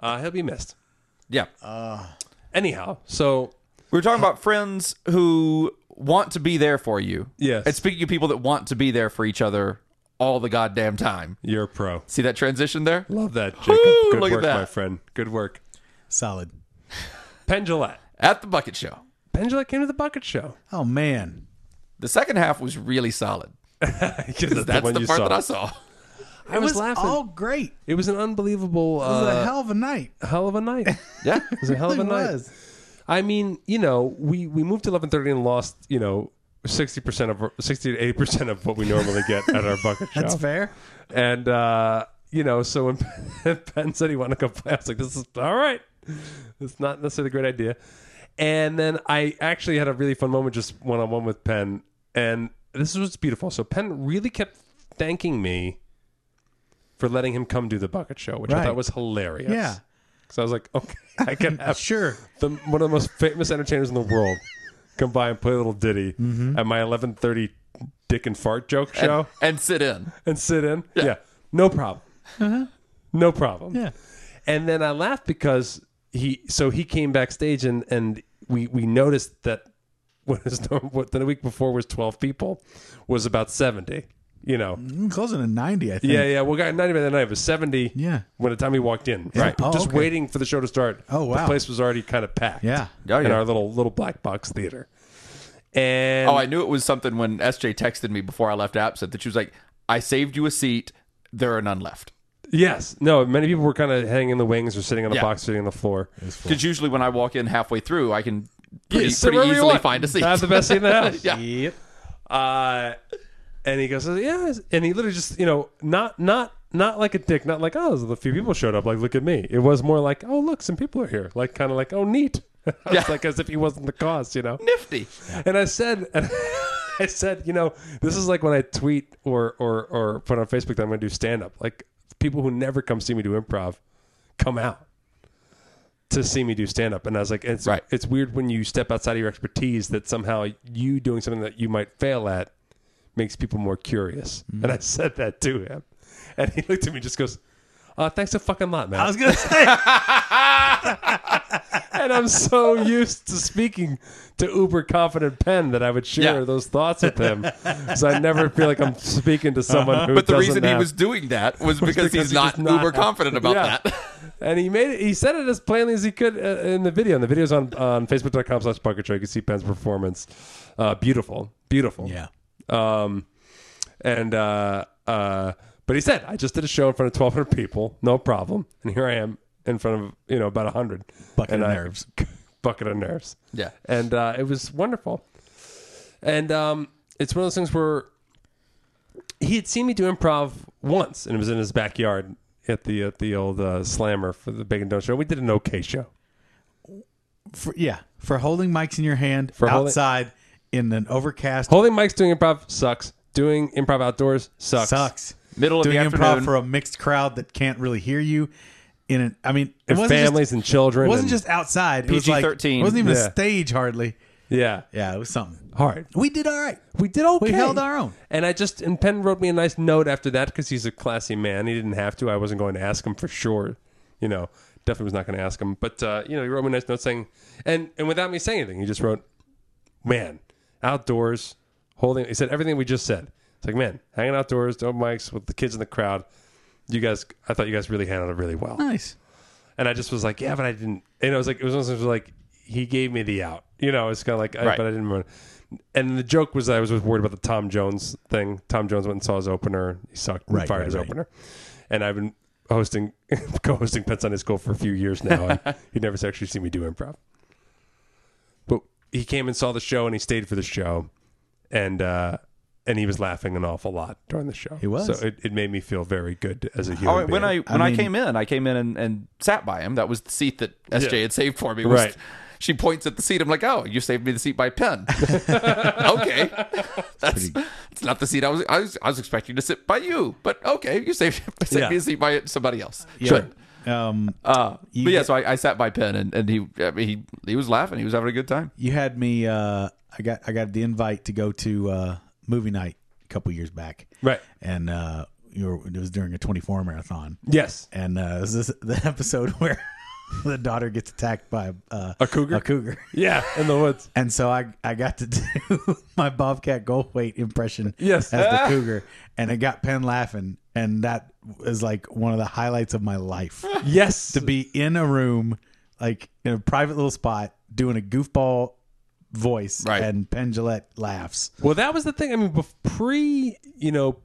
C: uh, he'll be missed.
E: Yeah.
C: Uh, Anyhow, so
E: we were talking about friends who want to be there for you.
C: Yes.
E: And speaking of people that want to be there for each other all the goddamn time.
C: you're a pro.
E: See that transition there?
C: Love that, Jacob.
E: Woo,
C: Good
E: look at
C: work,
E: that.
C: my friend. Good work.
D: Solid.
C: Pendulette.
E: At the bucket show.
C: Pendulette came to the bucket show.
D: Oh man.
E: The second half was really solid.
C: 'Cause that's
E: That's
C: one
E: the
C: you
E: part
C: saw.
E: that I saw.
C: I was, laughing.
D: all great.
C: It was an unbelievable
D: It was
C: uh,
D: a hell of a night.
C: hell of a night. It
E: Yeah.
C: was a hell of a
D: It
C: night.
D: was.
C: I mean, you know, we we moved to eleven thirty and lost, you know, sixty percent of sixty to eighty percent of what we normally get at our bucket show.
D: That's fair.
C: And uh, you know, so when Ben said he wanted to go play, I was like, "This is all right. It's not necessarily a great idea." And then I actually had a really fun moment just one on one with Penn, and this was beautiful. So Penn really kept thanking me for letting him come do the bucket show, which I
D: Right.
C: thought was hilarious.
D: Yeah.
C: So I was like, "Okay, I can have
D: Sure.
C: the, one of the most famous entertainers in the world come by and play a little ditty at my 11:30 dick and fart joke show."
E: and sit in.
C: and sit in. Yeah, no problem. No problem.
D: Yeah.
C: And then I laughed because he. So he came backstage and and we we noticed that what is what the week before was twelve people was about seventy. You know.
D: Mm, Closing to ninety, I think.
C: Yeah, yeah. Well, got ninety by the night. It was seventy.
D: Yeah.
C: When the time he walked in, right?
D: Oh,
C: Just
D: okay.
C: waiting for the show to start.
D: Oh, wow.
C: The place was already kind of packed.
D: Yeah.
E: Oh,
C: In
E: yeah.
C: our little little black box theater. And
E: Oh, I knew it was something when SJ texted me before I left absent that she was like, I saved you a seat. There are none left.
C: yes, no. Many people were kind of hanging in the wings or sitting on a
E: Yeah.
C: box, sitting on the floor.
E: Because usually when I walk in halfway through, I can pretty,
C: Yeah, sit
E: pretty
C: wherever you
E: easily
C: want.
E: find a seat.
C: Have the best seat in the house.
E: yeah.
D: Yep.
C: Uh, and he goes, yeah. And he literally just, you know, not not not like a dick, not like oh, the few people showed up. Like look at me. It was more like oh, look, some people are here. Like kind of like oh, neat.
E: Yeah.
C: It's like as if he wasn't the cause, you know.
E: Nifty.
C: And I said, and I said, you know, this is like when I tweet or or or put on Facebook that I'm going to do stand up. Like people who never come see me do improv come out to see me do stand up. And I was like, it's
E: Right.
C: it's weird when you step outside of your expertise that somehow you doing something that you might fail at makes people more curious. And I said that to him, and he looked at me and just goes. Uh, thanks a fucking lot, man.
D: I was gonna say
C: and I'm so used to speaking to uber confident Penn that I would share
E: Yeah.
C: those thoughts with him. so I never feel like I'm speaking to someone who.
E: Uh-huh. But the
C: doesn't
E: reason he
C: have-
E: was doing that was because,
C: because
E: he's
C: he
E: not,
C: does not
E: uber
C: have-
E: confident about
C: Yeah.
E: that.
C: and he made it. He said it as plainly as he could uh, in the video. And the video's on on Facebook.com/slash Bucket Show. You can see Penn's performance. Uh, beautiful, beautiful.
D: Yeah.
C: Um, and uh, uh, but he said, I just did a show in front of 1,200 people, no problem. And here I am in front of you know about 100
D: Bucket
C: And
D: of
C: I-
D: nerves.
C: bucket of nerves.
E: Yeah.
C: and uh, it was wonderful. And um, it's one of those things where he had seen me do improv once, and it was in his backyard at the at the old uh, Slammer for the Bacon Donut Show. We did an okay show.
D: For, yeah. For holding mics in your hand
C: For holding-
D: outside in an overcast
C: Holding mics doing improv sucks. Doing improv outdoors sucks.
D: sucks.
E: Middle of
D: Doing
E: the afternoon.
D: improv for a mixed crowd that can't really hear you. In an, I mean, it
C: And
D: wasn't just-
C: families and children.
D: It wasn't
C: and-
D: just outside. It was like
E: PG-13.
D: It wasn't even
C: Yeah.
D: a stage hardly.
C: yeah,
D: Yeah, it was something.
C: hard.
D: We did all right.
C: We did okay.
D: We held our own.
C: And I just and Penn wrote me a nice note after that because he's a classy man. He didn't have to. I wasn't going to ask him for sure. You know, definitely was not going to ask him. But uh, you know, he wrote me a nice note saying, and and without me saying anything, he just wrote, "Man, outdoors, holding." He said everything we just said. It's like, man, hanging outdoors, doing mics with the kids in the crowd. You guys, I thought you guys really handled it really well.
D: Nice.
C: And I just was like, yeah, but I didn't. And I was like, it was almost like he gave me the out. You know, it's kind of like, I,
E: Right.
C: but I didn't remember. And the joke was that I was worried about the Tom Jones thing. Tom Jones went and saw his opener. He sucked. and
D: Right,
C: fired
D: right,
C: his
D: right.
C: opener. And I've been hosting, co-hosting Pet Sunday School for a few years now. And he'd never actually seen me do improv. But he came and saw the show, and he stayed for the show. and uh, and he was laughing an awful lot during the show. He
D: was.
C: so it, it made me feel very good as a human.
E: Oh, when I
C: being.
E: when I,
D: mean-
E: came in, I came in and, and sat by him. That was the seat that SJ had saved for me. was-
C: Right.
E: She points at the seat. I'm like, oh, you saved me the seat by pen. okay, that's it's not the seat I was, I was I was expecting to sit by you, but okay, you saved, saved
C: Yeah.
E: me the seat by somebody else.
D: Sure. Um,
E: Uh, but
D: You
E: yeah,
D: get-
E: so I, I sat by Penn and, and he, I mean, he he was laughing. He was having a good time.
D: you had me. Uh, I got I got the invite to go to uh, movie night a couple years back.
C: Right.
D: And uh, you were, it was during a 24 marathon.
C: yes,
D: And uh, this is the episode where the daughter gets attacked by uh,
C: A cougar?
D: A cougar.
C: yeah, in the woods.
D: And so I, I got to do my Bobcat Goldthwait impression
C: Yes.
D: as the cougar, and it got Penn laughing, and that is like one of the highlights of my life
C: Yes,
D: to be in a room, like in a private little spot, doing a goofball voice,
E: Right.
D: and Penn Jillette laughs.
C: Well, that was the thing. I mean, bef- pre you know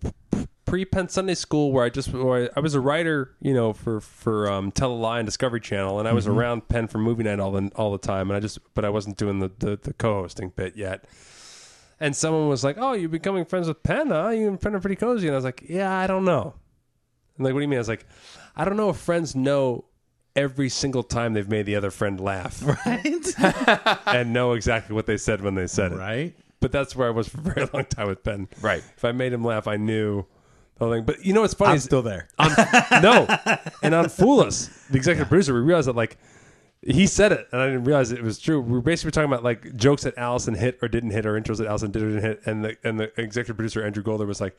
C: pre Penn Sunday School, where I just where I, I was a writer, you know, for for um, Tell a Lie and Discovery Channel, and I was around Penn for movie night all the all the time, and I just but I wasn't doing the the, the co hosting bit yet. And someone was like, "Oh, you're becoming friends with Penn, huh? You and Penn are pretty cozy." And I was like, "Yeah, I don't know." And like, what do you mean? I was like, "I don't know if friends know." Every single time they've made the other friend laugh
D: Right?
C: and know exactly what they said when they said it
D: right?
C: but that's where I was for a very long time with Ben.
E: Right.
C: If I made him laugh, I knew the whole thing. But you know what's funny
D: I'm
C: is
D: still there.
C: on- no, and on Fool Us, the executive producer, we realized that like he said it, and I didn't realize it was true. We were basically talking about like jokes that Allison hit or didn't hit, or intros that Allison did or didn't hit, and the and the executive producer Andrew Golder was like.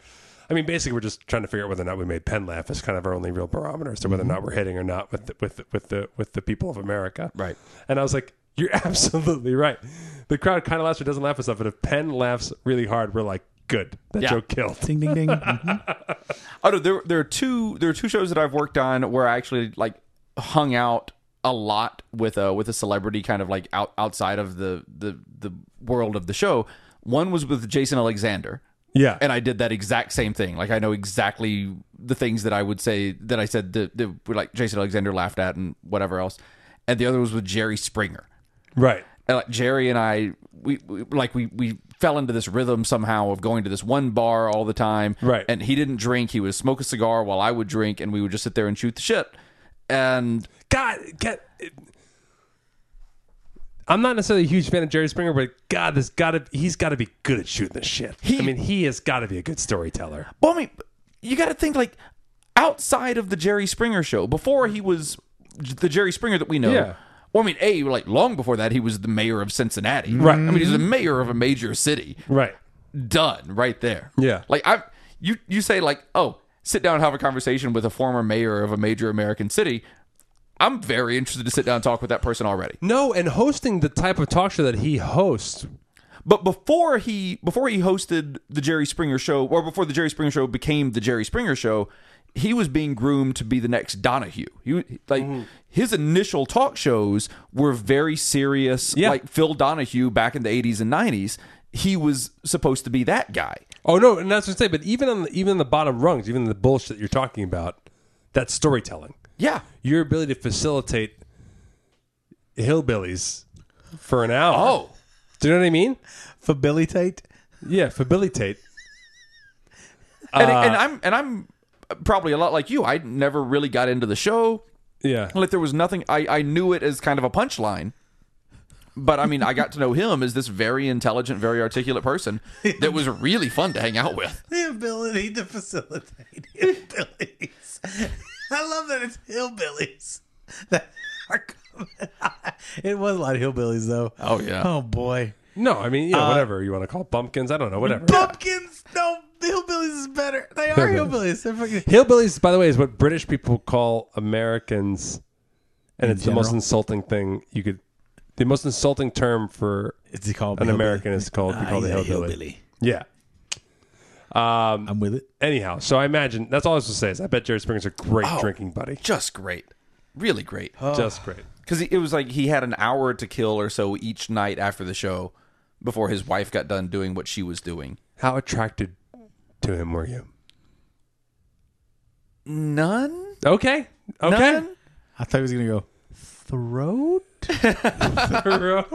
C: I mean, basically, we're just trying to figure out whether or not we made Penn laugh is kind of our only real barometer as to whether or
E: Mm-hmm.
C: not we're hitting or not with the, with the, with the with the people of America.
E: Right.
C: And I was like, "You're absolutely right." The crowd kind of laughs or doesn't laugh at stuff, but if Penn laughs really hard, we're like, "Good, that
E: Yeah.
C: joke killed."
D: Ding ding ding. Mhm.
E: Oh no, there there are two there are two shows that I've worked on where I actually like hung out a lot with a with a celebrity kind of like out outside of the the the world of the show. One was with Jason Alexander.
C: Yeah.
E: And I did that exact same thing. Like I know exactly the things that I would say that I said that, that were like Jason Alexander laughed at and whatever else. And the other was with Jerry Springer
C: Right.
E: and like Jerry and I, we, we like we we fell into this rhythm somehow of going to this one bar all the time.
C: Right.
E: And he didn't drink; he would smoke a cigar while I would drink, and we would just sit there and shoot the shit. And
C: God, get. It, I'm not necessarily a huge fan of Jerry Springer, but God, this got to he's got to be good at shooting this shit. I mean, he has got to be a good storyteller.
E: well, I mean, you got to think like outside of the Jerry Springer show before he was the Jerry Springer that we know.
C: Yeah.
E: Well, I mean, a like long before that, he was the mayor of Cincinnati. Right. I mean, he's the mayor of a major city.
C: Right.
E: done right there.
C: Yeah.
E: Like I you you say like, "Oh, sit down and have a conversation with a former mayor of a major American city." I'm very interested to sit down and talk with that person already.
C: No, and hosting the type of talk show that he hosts.
E: But before he before he hosted the Jerry Springer show or before the Jerry Springer show became the Jerry Springer show, he was being groomed to be the next Donahue. He was- like
C: Mm-hmm.
E: his initial talk shows were very serious
C: Yeah.
E: like Phil Donahue back in the 80s and 90s. He was supposed to be that guy.
C: Oh no, and that's what I say. But even on the, even on the bottom rungs, even the bullshit you're talking about, that's storytelling.
E: Yeah.
C: Your ability to facilitate hillbillies for an hour.
E: Oh.
C: do you know what I mean?
D: Fabilitate.
C: Yeah, fabilitate.
E: and, and I'm and I'm probably a lot like you. I never really got into the show.
C: Yeah,
E: Like there was nothing. I I knew it as kind of a punchline. But I mean, I got to know him as this very intelligent, very articulate person that was really fun to hang out with.
D: The ability to facilitate hillbillies. I love that it's hillbillies that are coming. out. It was a lot of hillbillies though.
E: Oh, yeah.
D: Oh boy.
C: no, I mean, yeah, whatever you want to call it, bumpkins. I don't know, whatever.
D: Pumpkins. No, hillbillies is better. They are hillbillies. They're fucking.
C: Hillbillies, by the way, is what British people call Americans, and it's
D: general?
C: the most insulting thing you could. The most insulting term for
D: It's called
C: an American is called we call it a Ah, hillbilly. Yeah.
D: I'm with it.
C: Anyhow, so I imagine that's all I was going to say is I bet Jerry Springer's a great drinking buddy,
E: Just great, really great.
C: just great.
E: Because it was like he had an hour to kill or so each night after the show before his wife got done doing what she was doing.
C: How attracted to him were you?
E: None.
C: Okay, okay.
E: None?
D: I thought he was gonna go throat.
C: the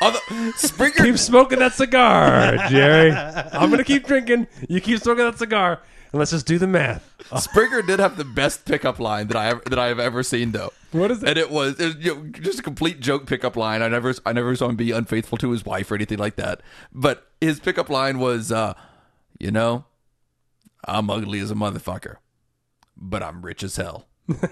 C: road.
E: Springer
C: Keep smoking that cigar, Jerry. I'm gonna keep drinking. You keep smoking that cigar, and let's just do the math.
E: Springer did have the best pickup line that I ever, that I have ever seen though.
C: What is it?
E: And it was, it was, you know, just a complete joke pickup line. I never I never saw him be unfaithful to his wife or anything like that. But his pickup line was, uh, you know, I'm ugly as a motherfucker, but I'm rich as hell.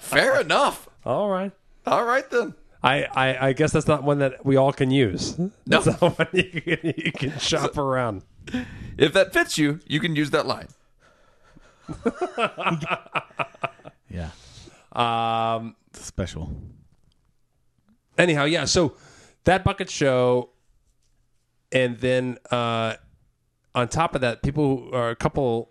E: Fair enough.
C: All right.
E: All right then.
C: I, I, I guess that's not one that we all can use. That's not one you can, you can shop around.
E: If that fits you, you can use that line.
D: Yeah.
C: Um,
D: It's special.
C: anyhow, yeah. So that bucket show, and then uh, on top of that, people are a couple,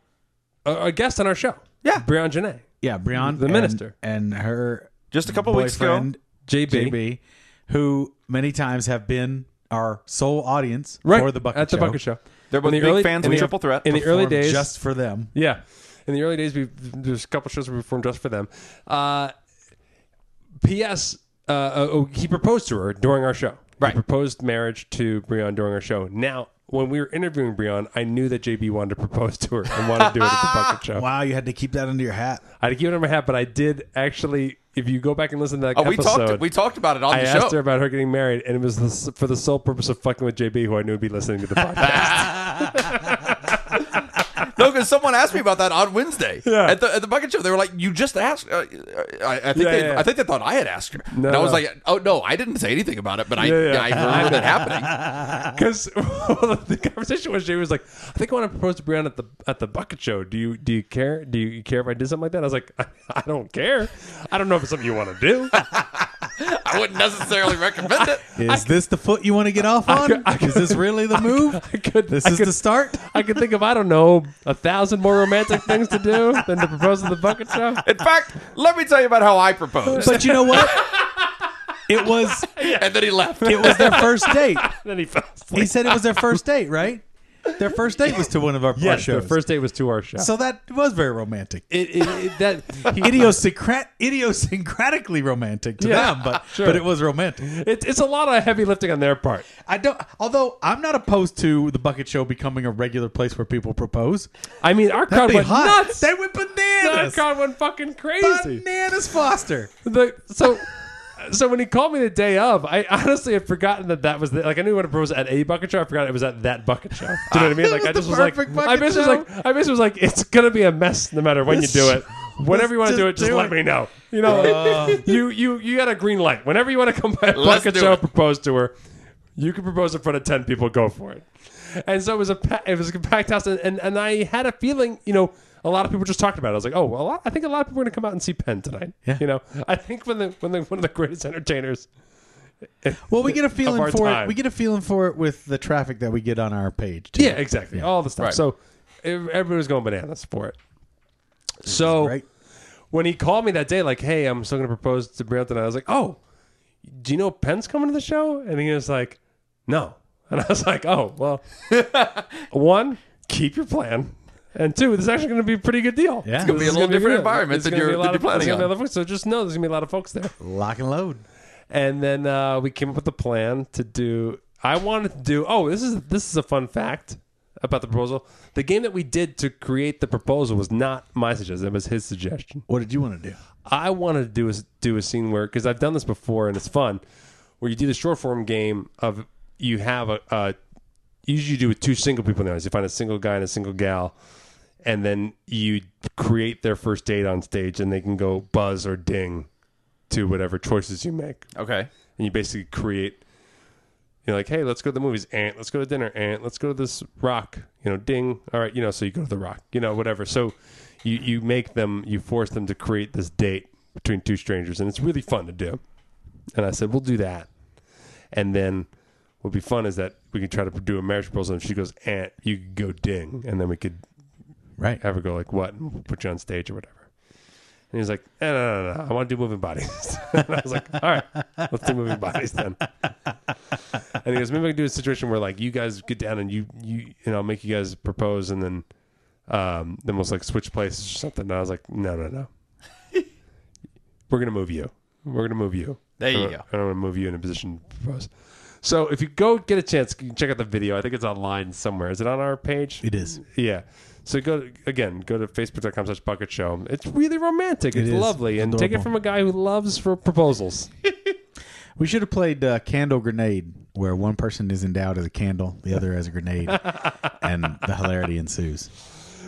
C: a a guest on our show.
E: Yeah.
C: Brian Janae,
D: Yeah, Breon.
C: The
D: and-
C: minister.
D: And her
E: Just a couple weeks ago.
D: boyfriend,
C: JB.
D: JB, who many times have been our sole audience for the Bucket
C: at the
D: Show.
C: bucket show.
E: They're both
C: In the
E: big fans
C: in
E: of
C: the-
E: Triple Threat.
C: In the early
D: Performed
C: days,
D: Just for them.
C: Yeah, in the early days, we there's a couple shows we performed just for them. Uh, P.S. Uh, oh, he proposed to her during our show.
E: Right.
C: He proposed marriage to Breon during our show. Now, when we were interviewing Breon, I knew that JB wanted to propose to her and wanted to do it at the bucket show.
D: Wow, you had to keep that under your hat.
C: I had to keep it in my hat, but I did actually. If you go back and listen to that
E: Oh, we
C: episode,
E: talked we talked about it on
C: I
E: the
C: asked
E: show.
C: her about her getting married, and it was the, s- for the sole purpose of fucking with JB, who I knew would be listening to the podcast.
E: No, because someone asked me about that on Wednesday
C: Yeah.
E: at the at the bucket show. They were like, "You just asked." Uh, I, I think
C: Yeah,
E: they,
C: yeah, yeah.
E: I think they thought I had asked her,
C: No,
E: and I was
C: no.
E: like, "Oh no, I didn't say anything about it." But I
C: Yeah, yeah.
E: I remember that happening.
C: Because the conversation was, she was like, "I think I want to propose to Brianna at the at the bucket show. Do you do you care? Do you care if I did something like that?" I was like, "I, I don't care. I don't know if it's something you want to do.
E: I wouldn't necessarily recommend it.
D: Is this the foot you want to get off on?
C: could- I
D: is this really the move?
C: I could.
D: this
C: I
D: is
C: could,
D: the start?
C: I could think of I don't know a thousand more romantic things to do than to propose at the bucket show.
E: In fact, let me tell you about how I proposed.
D: But you know what? It was
E: And then he left.
D: it was their first date.
C: then he fell asleep.
D: He said it was their first date, right? Their first date was to one of our, our
C: Yes,
D: shows.
C: their first date was to our show.
D: so that was very romantic.
C: it, it, it- that he-
D: Idiosyncrat- idiosyncratically romantic to
C: Yeah,
D: them, but
C: sure.
D: but it was romantic.
C: it, it's a lot of heavy lifting on their part.
D: I don't. Although I'm not opposed to the bucket show becoming a regular place where people propose.
C: I mean, our crowd
D: That'd be
C: went
D: hot.
C: nuts.
D: They went
C: our
D: bananas.
C: crowd went fucking crazy.
D: Bananas, Foster.
C: The, so, so when he called me the day of, I honestly had forgotten that that was the, like I knew when it was at a bucket show. I forgot it was at that bucket show. Do you know what I mean?
D: It
C: Like
D: was
C: I
D: the
C: just was like,
D: perfect
C: I
D: bucket
C: basically was
D: show.
C: like, I basically was like, it's gonna be a mess no matter when you do it. Whenever you want to
D: just
C: do it, just
D: do
C: let
D: it.
C: me know. You know, you you you got a green light. Whenever you want to come by
E: Uh.
C: a
E: Let's
C: bucket
E: do
C: show,
E: it.
C: propose to her. You can propose in front of ten people. Go for it. And so it was a pa- it was a packed house, and, and and I had a feeling, you know, a lot of people just talked about it. I was like, oh, well, a lot, I think a lot of people are going to come out and see Penn tonight.
D: Yeah.
C: You know, I think when the when the one of the greatest entertainers.
D: Well, we get a
C: our
D: feeling for
C: time.
D: it. We get a feeling for it with the traffic that we get on our page. Too.
C: Yeah, exactly. All the stuff.
E: Right.
C: So ev- everybody was going bananas for it. So
D: right.
C: when he called me that day, like, hey, I'm still going to propose to Brianna tonight. I was like, oh, do you know Penn's coming to the show? And he was like, no. And I was like, oh, well, one, keep your plan. And two, this is actually going to be a pretty good deal.
D: Yeah. It's
E: gonna be a
C: This is
E: little
C: gonna
E: different
C: good.
E: environment
C: It's
E: than
C: gonna
E: you're-
C: be a lot
E: than you're
C: of- it's gonna
E: planning
C: be a lot of folks. So just know there's going to be a lot of folks there.
D: Lock and load.
C: and then uh, we came up with a plan to do. I wanted to do. Oh, this is this is a fun fact about the proposal. The game that we did to create the proposal was not my suggestion; it was his suggestion.
D: What did you want to do?
C: I wanted to do is do a scene where because I've done this before and it's fun, where you do the short form game of you have a, a usually you do with two single people in the audience. You find a single guy and a single gal, and then you create their first date on stage, and they can go buzz or ding to whatever choices you make
E: Okay.
C: and you basically create you're like hey let's go to the movies aunt let's go to dinner aunt let's go to this rock you know ding all right you know so you go to the rock you know whatever so you you make them you force them to create this date between two strangers and it's really fun to do and i said we'll do that and then what'd be fun is that we could try to do a marriage proposal and if she goes aunt you could go ding and then we could
D: Right.
C: have her go like what and we'll put you on stage or whatever and he's like eh, no no no no i want to do moving bodies and i was like all right let's do moving bodies then and he goes maybe i can do a situation where like you guys get down and you you and i'll make you guys propose and then um then we'll like switch places or something and i was like no no no we're going to move you. We're going to move you.
E: There you
C: I don't-
E: go.
C: I don't want to move you in a position for us. So if you go get a chance, you can check out the video. I think it's online somewhere. Is it on our page?
D: It is.
C: Yeah. So go to, again, go to facebook.com slash bucket show. It's really romantic. It's
D: is.
C: lovely.
D: It's
C: and take it
D: adorable.
C: from a guy who loves for proposals.
D: We should have played uh, Candle Grenade, where one person is endowed as a candle, the other as a grenade, and the hilarity ensues.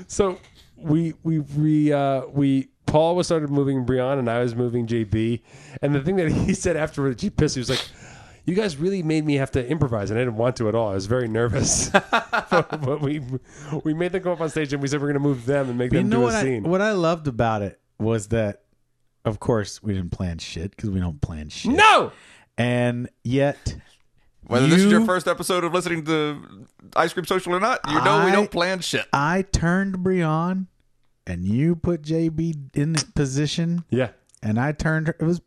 C: so we we we uh, we Paul was started moving Brian and I was moving JB, and the thing that he said afterwards, he pissed. He was like, "You guys really made me have to improvise, and I didn't want to at all. I was very nervous." but, but we we made them go up on stage, and we said we're going to move them and make
D: But you
C: them
D: know
C: do
D: what
C: a
D: I,
C: scene.
D: what I loved about it was that, of course, we didn't plan shit because we don't plan shit.
C: no,
D: And yet,
E: Whether this is your
D: You-
E: first episode of listening to Ice Cream Social or not, you know we
D: I-
E: don't plan shit.
D: I turned Breon, and you put JB in this position,
C: yeah,
D: and I turned her. It was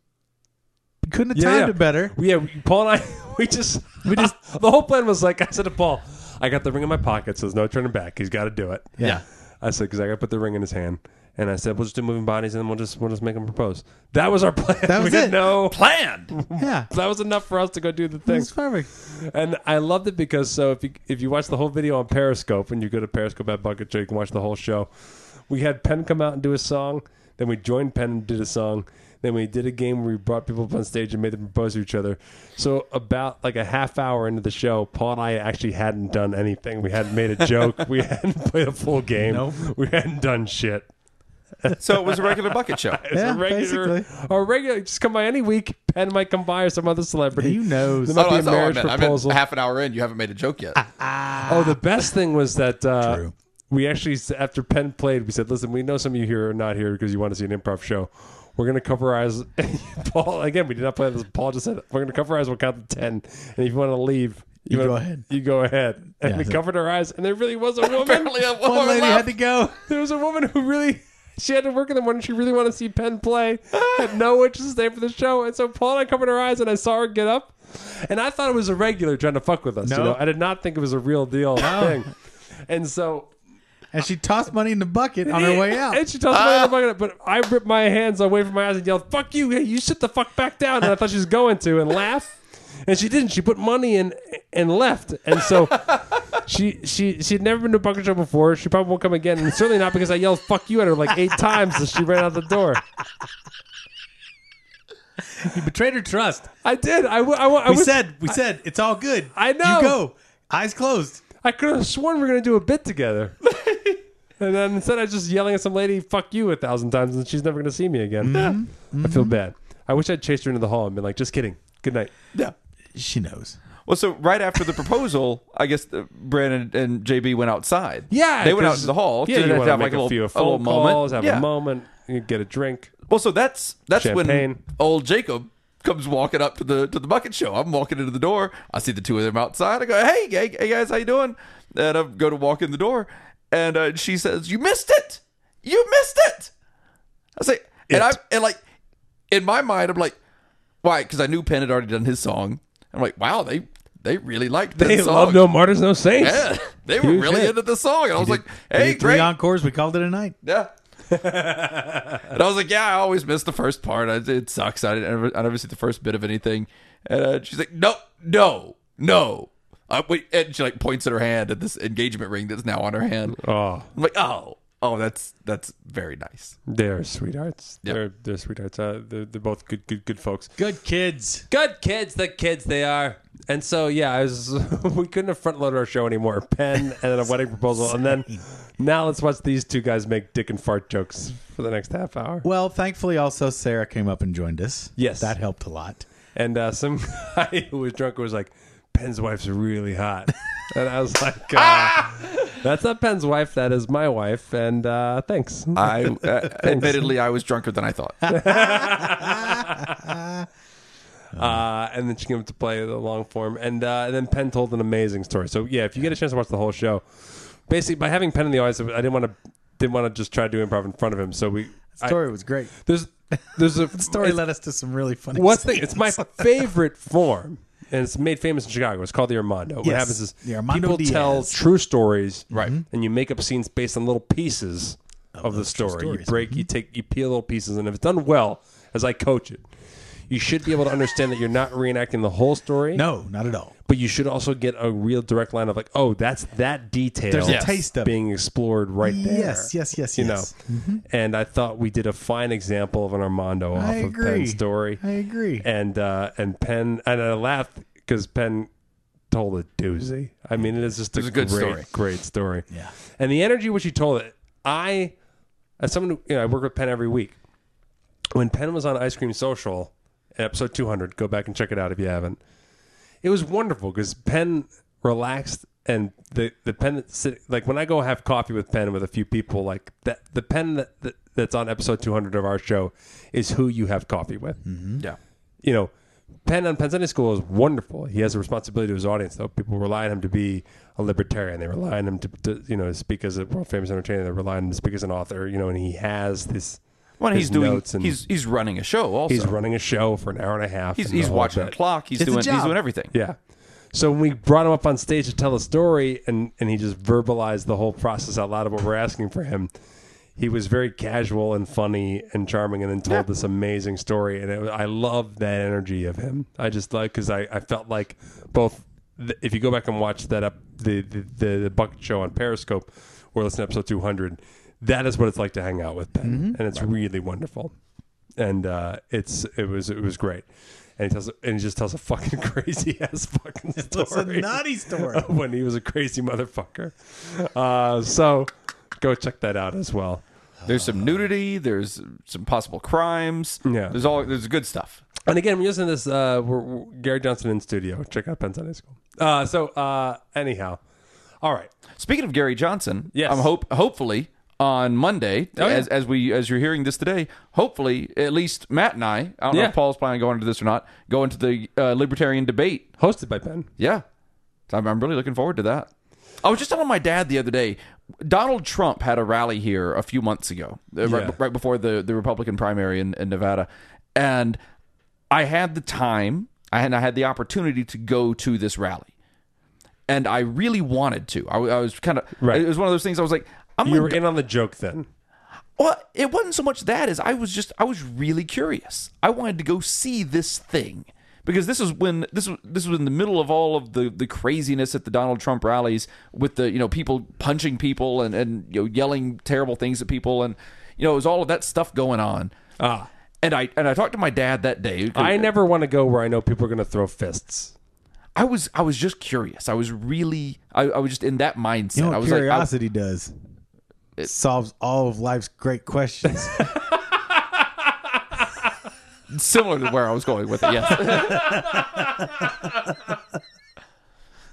D: couldn't have
C: Yeah,
D: timed
C: yeah.
D: it better.
C: yeah. we- Paul and I, we just we just the whole plan was like I said to Paul, "I got the ring in my pocket, so there's no turning back. He's got to do it."
E: Yeah.
C: I said, because I got to put the ring in his hand. And I said, we'll just do moving bodies and then we'll just we'll just make him propose. That was our plan.
D: That
C: we
D: was
C: didn't
D: it.
C: know.
E: Planned.
D: Yeah,
C: That was enough for us to go do the
D: it
C: thing.
D: was perfect.
C: And I loved it because so if you if you watch the whole video on Periscope and you go to Periscope at Bucket Show, you can watch the whole show. We had Penn come out and do a song, then we joined Penn and did a song, then we did a game where we brought people up on stage and made them propose to each other. So about like a half hour into the show, Paul and I actually hadn't done anything. We hadn't made a joke. we hadn't played a full game.
D: Nope.
C: We hadn't done shit.
E: So it was a regular bucket show.
C: It's
D: Yeah,
C: a regular,
D: basically.
C: or regular. Just come by any week. Penn might come by or some other celebrity.
D: Who knows?
C: There might
E: Oh,
C: be a
E: that's all I
C: marriage
E: meant. I meant
C: proposal.
E: half an hour in, you haven't made a joke yet.
C: Oh, the best thing was that uh,
D: True.
C: we actually, s- after Penn played, we said, "Listen, we know some of you here are not here because you want to see an improv show. We're going to cover our eyes." Paul, again, we did not plan this. Paul just said, "We're going to cover our eyes. We'll count to ten, and if you want to leave,
D: You
C: wanna-
D: go ahead."
C: You go ahead." And
D: Yeah,
C: we
D: so-
C: covered our eyes, and there really was a woman.
E: Apparently, a
D: One
E: woman
D: lady
E: left.
D: had to go.
C: there was a woman who really. She had to work in the morning. She really wanted to see Penn play. Had no interest to stay for the show, and so Paul and I covered our eyes, and I saw her get up, and I thought it was a regular trying to fuck with us. You
D: No.
C: know, I did not think it was a real deal thing. And so
D: And she tossed money in the bucket on her way out.
C: and she tells me to fuck it up, but I ripped my hands away from my eyes and yelled, "Fuck you! Hey, you sit the fuck back down!" And I thought she was going to and laugh, and she didn't. She put money in and left. And so she she she had never been to a bucket show before. She probably won't come again, and certainly not because I yelled "fuck you" at her like eight times as she ran out the door.
D: You betrayed her trust.
C: I did. I, w- I, w- I
D: We
C: was,
D: said, we said, it's all good.
C: I know.
D: You go. Eyes closed.
C: I could have sworn we were going to do a bit together. And then instead, I was just yelling at some lady, "Fuck you!" a thousand times, and she's never going to see me again. I feel bad. I wish I'd chased her into the hall and been like, "Just kidding. Good night."
E: Yeah.
D: She knows.
E: Well, so right after the proposal, I guess uh, Brandon and JB went outside.
C: Yeah,
E: they went out
C: 'cause-
E: to the hall.
C: Yeah,
E: to,
C: you
E: to
C: want to
E: have
C: make
E: like
C: a,
E: a, little,
C: few
E: a little
C: phone
E: moment.
C: calls, have
E: yeah.
C: a moment, you get a drink.
E: Well, so that's that's
C: Champagne.
E: when old Jacob comes walking up to the to the bucket show. I'm walking into the door. I see the two of them outside. I go, "Hey, hey, hey guys, how you doing?" And I go to walk in the door, and uh, she says, "You missed it. You missed it." I say, and I and like in my mind, I'm like, why? Because I knew Penn had already done his song. I'm like, wow, they they really liked that
C: They
E: song.
C: love no martyrs, no saints.
E: yeah, they were
C: Huge
E: really
C: hit.
E: into the song. And I was like,
D: We
E: hey,
D: did three
E: great.
D: encores. We called it a night.
E: Yeah. and I was like, yeah, I always miss the first part. I, it sucks. I, didn't ever, I never see the first bit of anything. And uh, she's like, no, no, no. I, wait, and she like points at her hand at this engagement ring that's now on her hand.
C: Oh,
E: I'm like, oh, oh, that's that's very nice.
C: they're sweethearts.
E: Yeah.
C: They're they're sweethearts. Uh, they're, they're both good, good, good folks.
D: Good kids.
C: Good kids, the kids they are. And so yeah, I was, we couldn't have front loaded our show anymore. Pen and then a wedding proposal, and then now let's watch these two guys make dick and fart jokes for the next half hour.
D: Well, thankfully, also Sarah came up and joined us.
C: Yes.
D: that helped a lot.
C: And uh, some guy who was drunk was like, Penn's wife's really hot. And I was like,
E: Ah!
C: uh, that's not Penn's wife. That is my wife. And uh, thanks.
E: I uh, admittedly, I was drunker than I thought.
C: Uh, and then she came up to play the long form. And, uh, and then Penn told an amazing story. So, yeah, if you get a chance to watch the whole show, basically, by having Penn in the audience, I didn't want to didn't want to just try to do improv in front of him. So we. I,
D: Story was great.
C: there's there's a
D: Story
C: it's-
D: led us to some really funny.
C: What's
D: scenes.
C: the? It's my favorite form, and it's made famous in Chicago. It's called the Armando. What
D: Yes,
C: happens is
D: the Armando
C: people
D: Diaz.
C: tell true stories,
E: Right. Mhm.
C: And you make up scenes based on little pieces of the
D: those true
C: story. You
D: stories. Mm-hmm.
C: break, you take, you peel little pieces, and if it's done well, as I coach it. You should be able to understand that you're not reenacting the whole story.
D: No, not at all.
C: But you should also get a real direct line of like, oh, that's that detail.
D: There's a Yes. taste of it.
C: being explored right there.
D: Yes, yes, yes,
C: You
D: yes. Mm-hmm.
C: know, and I thought we did a fine example of an Armando off
D: I
C: of
D: agree.
C: Penn's story.
D: I agree.
C: And uh, and Penn and I laughed because Penn told a doozy. I mean, it is just
E: was
C: a
E: a good
C: great,
E: story.
C: great story.
D: Yeah.
C: And the energy which he told it, I, as someone who you know, I work with Penn every week. When Penn was on Ice Cream Social, episode 200, go back and check it out if you haven't. It was wonderful because Penn relaxed and the the Penn that sit, like when I go have coffee with Penn with a few people like that the Penn that, that that's on episode 200 of our show is who you have coffee with
E: Yeah.
C: you know, Penn on Penn Sunday School is wonderful. He has a responsibility to his audience, though. People rely on him to be a libertarian. They rely on him to, to you know, speak as a world famous entertainer. They rely on him to speak as an author, you know, and he has this.
E: Well, and
C: his
E: he's doing.
C: notes and
E: he's he's running a show. Also,
C: he's running a show for an hour and a half.
E: He's,
C: and
E: he's
C: the whole
E: watching the
C: bit.
E: clock. He's
D: It's a
E: doing. He's
D: job.
E: doing everything.
C: Yeah. So when we brought him up on stage to tell a story, and and he just verbalized the whole process out loud of what we're asking for him. He was very casual and funny and charming, and then told this amazing story. And it, was- I love that energy of him. I just like because I, I felt like both. th if you go back and watch that up the the, the, the bucket show on Periscope, or listen to episode two hundred, that is what it's like to hang out with Ben,
D: Mm-hmm.
C: and it's really wonderful and uh, it's it was it was great. And he tells and he just tells a fucking crazy ass fucking story. Oh.
D: It's a naughty story.
C: of when he was a crazy motherfucker. Uh, so go check that out as well.
E: There's some nudity. There's some possible crimes.
C: Yeah.
E: There's all. There's good stuff.
C: And again, we're using this. Uh, we're, we're- Gary Johnson in studio. Check out Penn Sunday School. Uh, so uh, anyhow, all right.
E: Speaking of Gary Johnson,
C: Yes. Oh,
E: I'm hope hopefully on Monday
C: yeah.
E: as as we as you're hearing this today. Hopefully, at least Matt and I. I don't know
C: Yeah.
E: if Paul's planning on going to this or not. Go into the uh, libertarian debate
C: Hosted by Penn.
E: Yeah. So I'm, I'm really looking forward to that. I was just telling my dad the other day. Donald Trump had a rally here a few months ago, uh,
C: Yeah.
E: right, right before the, the Republican primary in, in Nevada, and I had the time, I had I had the opportunity to go to this rally, and I really wanted to. I, w- I was kind of
C: Right.
E: It was one of those things. I was like, I'm
C: You
E: gonna
C: were
E: go-
C: in on the joke then.
E: well, it wasn't so much that as I was just I was really curious. I wanted to go see this thing because this is when this was this was in the middle of all of the the craziness at the Donald Trump rallies with the you know people punching people and and you know yelling terrible things at people and you know it was all of that stuff going on.
C: Ah.
E: And I and I talked to my dad that day.
C: I never want to go where I know people are going to throw fists.
E: I was I was just curious. I was really I, I was just in that mindset.
D: You know
E: I
D: what
E: was like I-
D: curiosity does? It solves all of life's great questions.
E: similar to where I was going with it. Yes.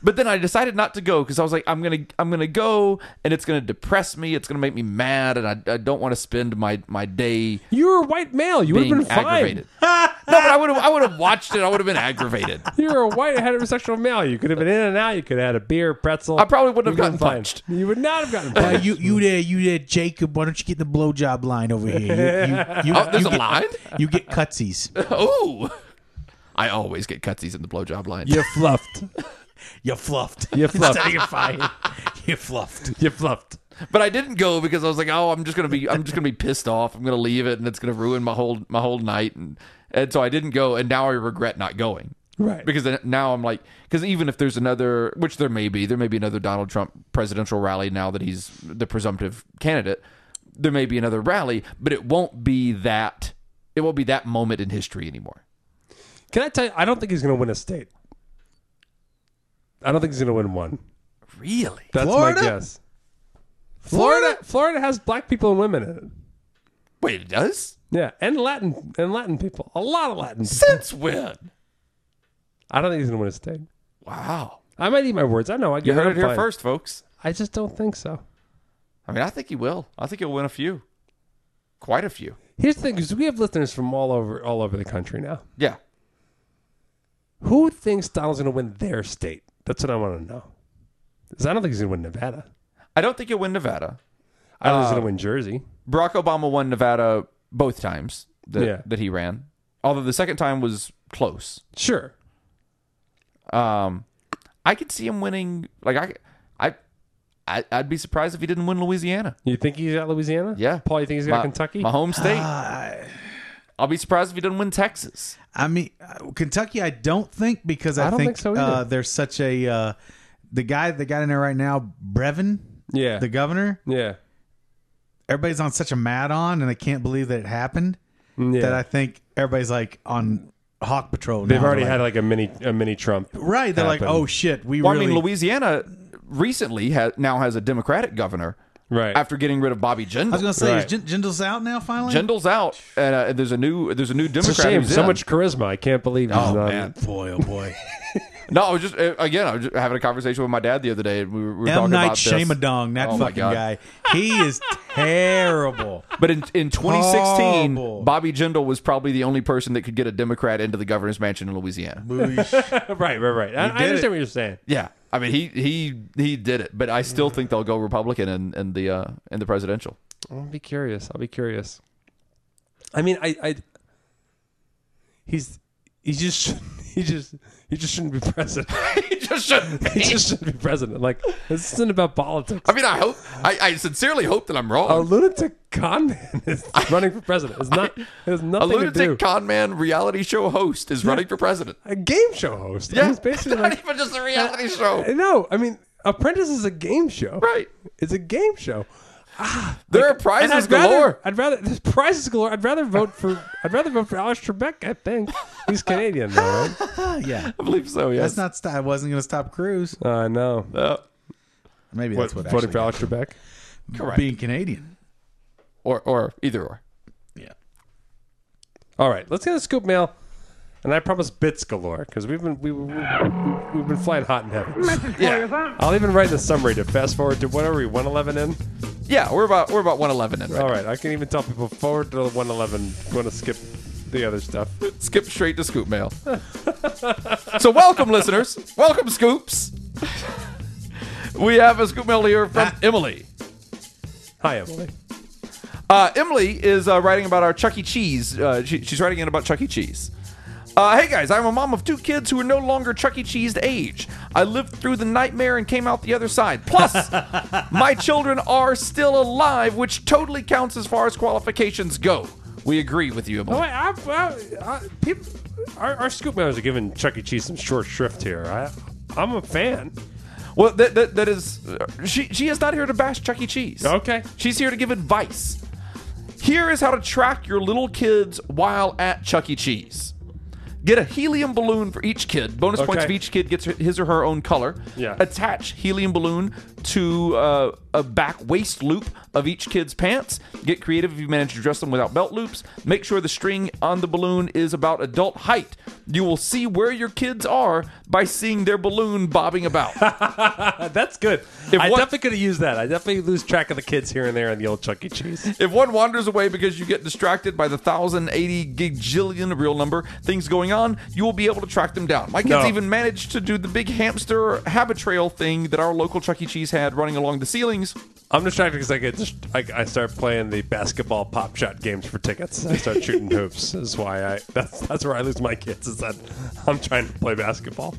E: but then I decided not to go because I was like, I'm gonna, I'm gonna go, and it's gonna depress me. It's gonna make me mad, and I, I don't want to spend my my day
C: You're a white male. You would have
E: being
C: been fine.
E: aggravated. no, but I would have, I would have watched it. I would have been aggravated.
C: You're a white heterosexual male. You could have been in and out. You could have had a beer, pretzel.
E: I probably wouldn't have
C: You would've
E: gotten
C: been fine.
E: punched.
C: You would not have gotten
D: Uh,
C: punched.
D: you, you there, you there, Jacob. Why don't you get the blowjob line over here? You, you, you,
E: Oh, there's
D: you
E: a
D: get,
E: line?
D: You get cutsies.
E: Oh, I always get cutsies in the blowjob line.
C: you fluffed.
D: You fluffed.
C: You fluffed.
D: Instead of you fired. You fluffed.
C: You fluffed.
E: But I didn't go because I was like, oh, I'm just gonna be, I'm just gonna be pissed off. I'm gonna leave it, and it's gonna ruin my whole, my whole night. And and so I didn't go, and now I regret not going.
C: Right.
E: Because then, now I'm like, because even if there's another, which there may be, there may be another Donald Trump presidential rally now that he's the presumptive candidate. There may be another rally, but it won't be that. It won't be that moment in history anymore.
C: Can I tell you? I don't think he's going to win a state. I don't think he's going to win one.
E: Really?
C: That's
D: Florida?
C: my guess. Florida, Florida has black people and women in it.
E: Wait, it does?
C: Yeah, and Latin and Latin people. A lot of Latin. people.
E: Since when?
C: I don't think he's going to win a state.
E: Wow.
C: I might eat my words. I know. I
E: You
C: get
E: heard
C: I'm
E: it here
C: fine.
E: first, folks.
C: I just don't think so.
E: I mean, I think he will. I think he'll win a few, quite a few.
C: Here's the thing: because we have listeners from all over all over the country now.
E: Yeah.
C: Who thinks Donald's going to win their state? That's what I want to know. 'Cause I don't think he's going to win Nevada.
E: I don't think he'll win Nevada.
C: I don't think he's
E: Uh,
C: going to win Jersey.
E: Barack Obama won Nevada both times that,
C: Yeah.
E: that he ran, although the second time was close.
C: Sure.
E: Um, I could see him winning. Like I, I, I I'd be surprised if he didn't win Louisiana.
C: You think he's got Louisiana?
E: Yeah,
C: Paul, you think he's got
E: My-
D: Ah.
C: Kentucky?
E: my home state. I'll be surprised if he doesn't win Texas.
D: I mean, uh, Kentucky, I don't think because I,
C: I don't think
D: think,
C: so either.
D: uh, there's such a uh, the guy that got in there right now, Brevin,
C: Yeah.
D: the governor.
C: yeah.
D: Everybody's on such a mad on, and they can't believe that it happened.
C: Yeah.
D: That I think everybody's like on hawk patrol. Now.
C: They've already
D: They're
C: had
D: like,
C: like a mini a mini Trump.
D: right. They're like,
C: happen.
D: oh shit, we
E: Well,
D: really.
E: I mean, Louisiana recently ha- now has a Democratic governor
C: Right.
E: after getting rid of Bobby
D: I was
E: Jindal.
D: gonna say,
C: Right.
D: is Gen- Gendel's out now finally?
E: Jindal's out, and uh, there's a new there's a new Democrat.
C: It's a shame.
E: who's
C: So
E: in.
C: much charisma. I can't believe he's um,
E: Oh
C: not.
E: man.
D: boy, oh boy.
E: No, I was just uh, again. I was just having a conversation with my dad the other day. and We were, we were
D: M
E: talking
D: Night
E: about this.
D: Shamadong, that
E: Oh my
D: fucking
E: God.
D: guy. He is terrible.
E: But in, in 2016,
C: Oh,
D: Horrible.
E: Bobby Jindal was probably the only person that could get a Democrat into the governor's mansion in Louisiana.
C: Right, right, right. I, I
D: did
C: understand
D: it.
C: what you're saying.
E: Yeah, I mean he he he did it, but I still think they'll go Republican in, in the uh, in the presidential.
C: I'll be curious. I'll be curious. I mean, I, I he's he just he just he just shouldn't be president.
E: he just shouldn't.
C: he just shouldn't be president. Like this isn't about politics.
E: I mean, I hope I, I sincerely hope that I'm
C: A
E: wrong.
C: lunatic con man is running for president. It's not. It has
E: A
C: nothing to do.
E: lunatic con man reality show host is running for president.
C: a game show host.
E: Yeah,
C: it's basically
E: not
C: like
E: even just a reality show.
C: no. I mean, Apprentice is a game show.
E: Right.
C: It's a game show.
E: There are
C: And
E: prizes
C: I'd
E: galore.
C: rather, I'd rather there's prizes galore. I'd rather vote for I'd rather vote for Alex Trebek. I think he's Canadian, though, right?
D: yeah.
E: I believe so. Yes.
D: That's not. St- I wasn't going to stop Cruz.
C: Uh, no,
E: Uh,
D: Maybe that's what,
C: voting for
D: actually
C: Alex Trebek.
E: Correct.
D: being Canadian.
E: or or either or.
D: Yeah.
C: All right, let's get a scoop mail, and I promise bits galore because we've been we, we, we've been flying hot and heavy.
E: Yeah.
C: I'll even write the summary to fast forward to whatever we 111 in.
E: Yeah. We're about we're about 111 in right.
C: All right, I can even tell people forward to 111. Going to skip the other stuff.
E: skip straight to scoop mail. so welcome, listeners. Welcome, scoops. we have a scoop mail here from Emily.
C: Hi, Emily.
E: Uh, Emily is uh, writing about our Chuck E. Cheese. Uh, she, she's writing in about Chuck E. Cheese. Uh, hey guys, I'm a mom of two kids who are no longer Chuck E. Cheese age. I lived through the nightmare and came out the other side. Plus, my children are still alive, which totally counts as far as qualifications go. We agree with you, Emily.
C: Oh, I, I, I, I, people, our, our scoop mailers are giving Chuck E. Cheese some short shrift here. I, I'm a fan.
E: Well, that, that, that is. She, she is not here to bash Chuck E. Cheese.
C: Okay.
E: She's here to give advice. Here is how to track your little kids while at Chuck E. Cheese. Get a helium balloon for each kid. Bonus points if
C: Okay.
E: each kid gets his or her own color.
C: Yeah.
E: Attach helium balloon to uh, a back waist loop of each kid's pants. Get creative if you manage to dress them without belt loops. Make sure the string on the balloon is about adult height. You will see where your kids are by seeing their balloon bobbing about.
C: Uh, that's good. I
E: one-
C: definitely could have used that. I definitely lose track of the kids here and there in the old Chuck E. Cheese.
E: If one wanders away because you get distracted by the 1,080 gigillion real number things going on, you will be able to track them down. My kids
C: No.
E: even managed to do the big hamster habit trail thing that our local Chuck E. Cheese had running along the ceilings.
C: I'm distracted because I get just I, I start playing the basketball pop shot games for tickets. I start shooting hoops. Is why I that's that's where I lose my kids. Is that I'm trying to play basketball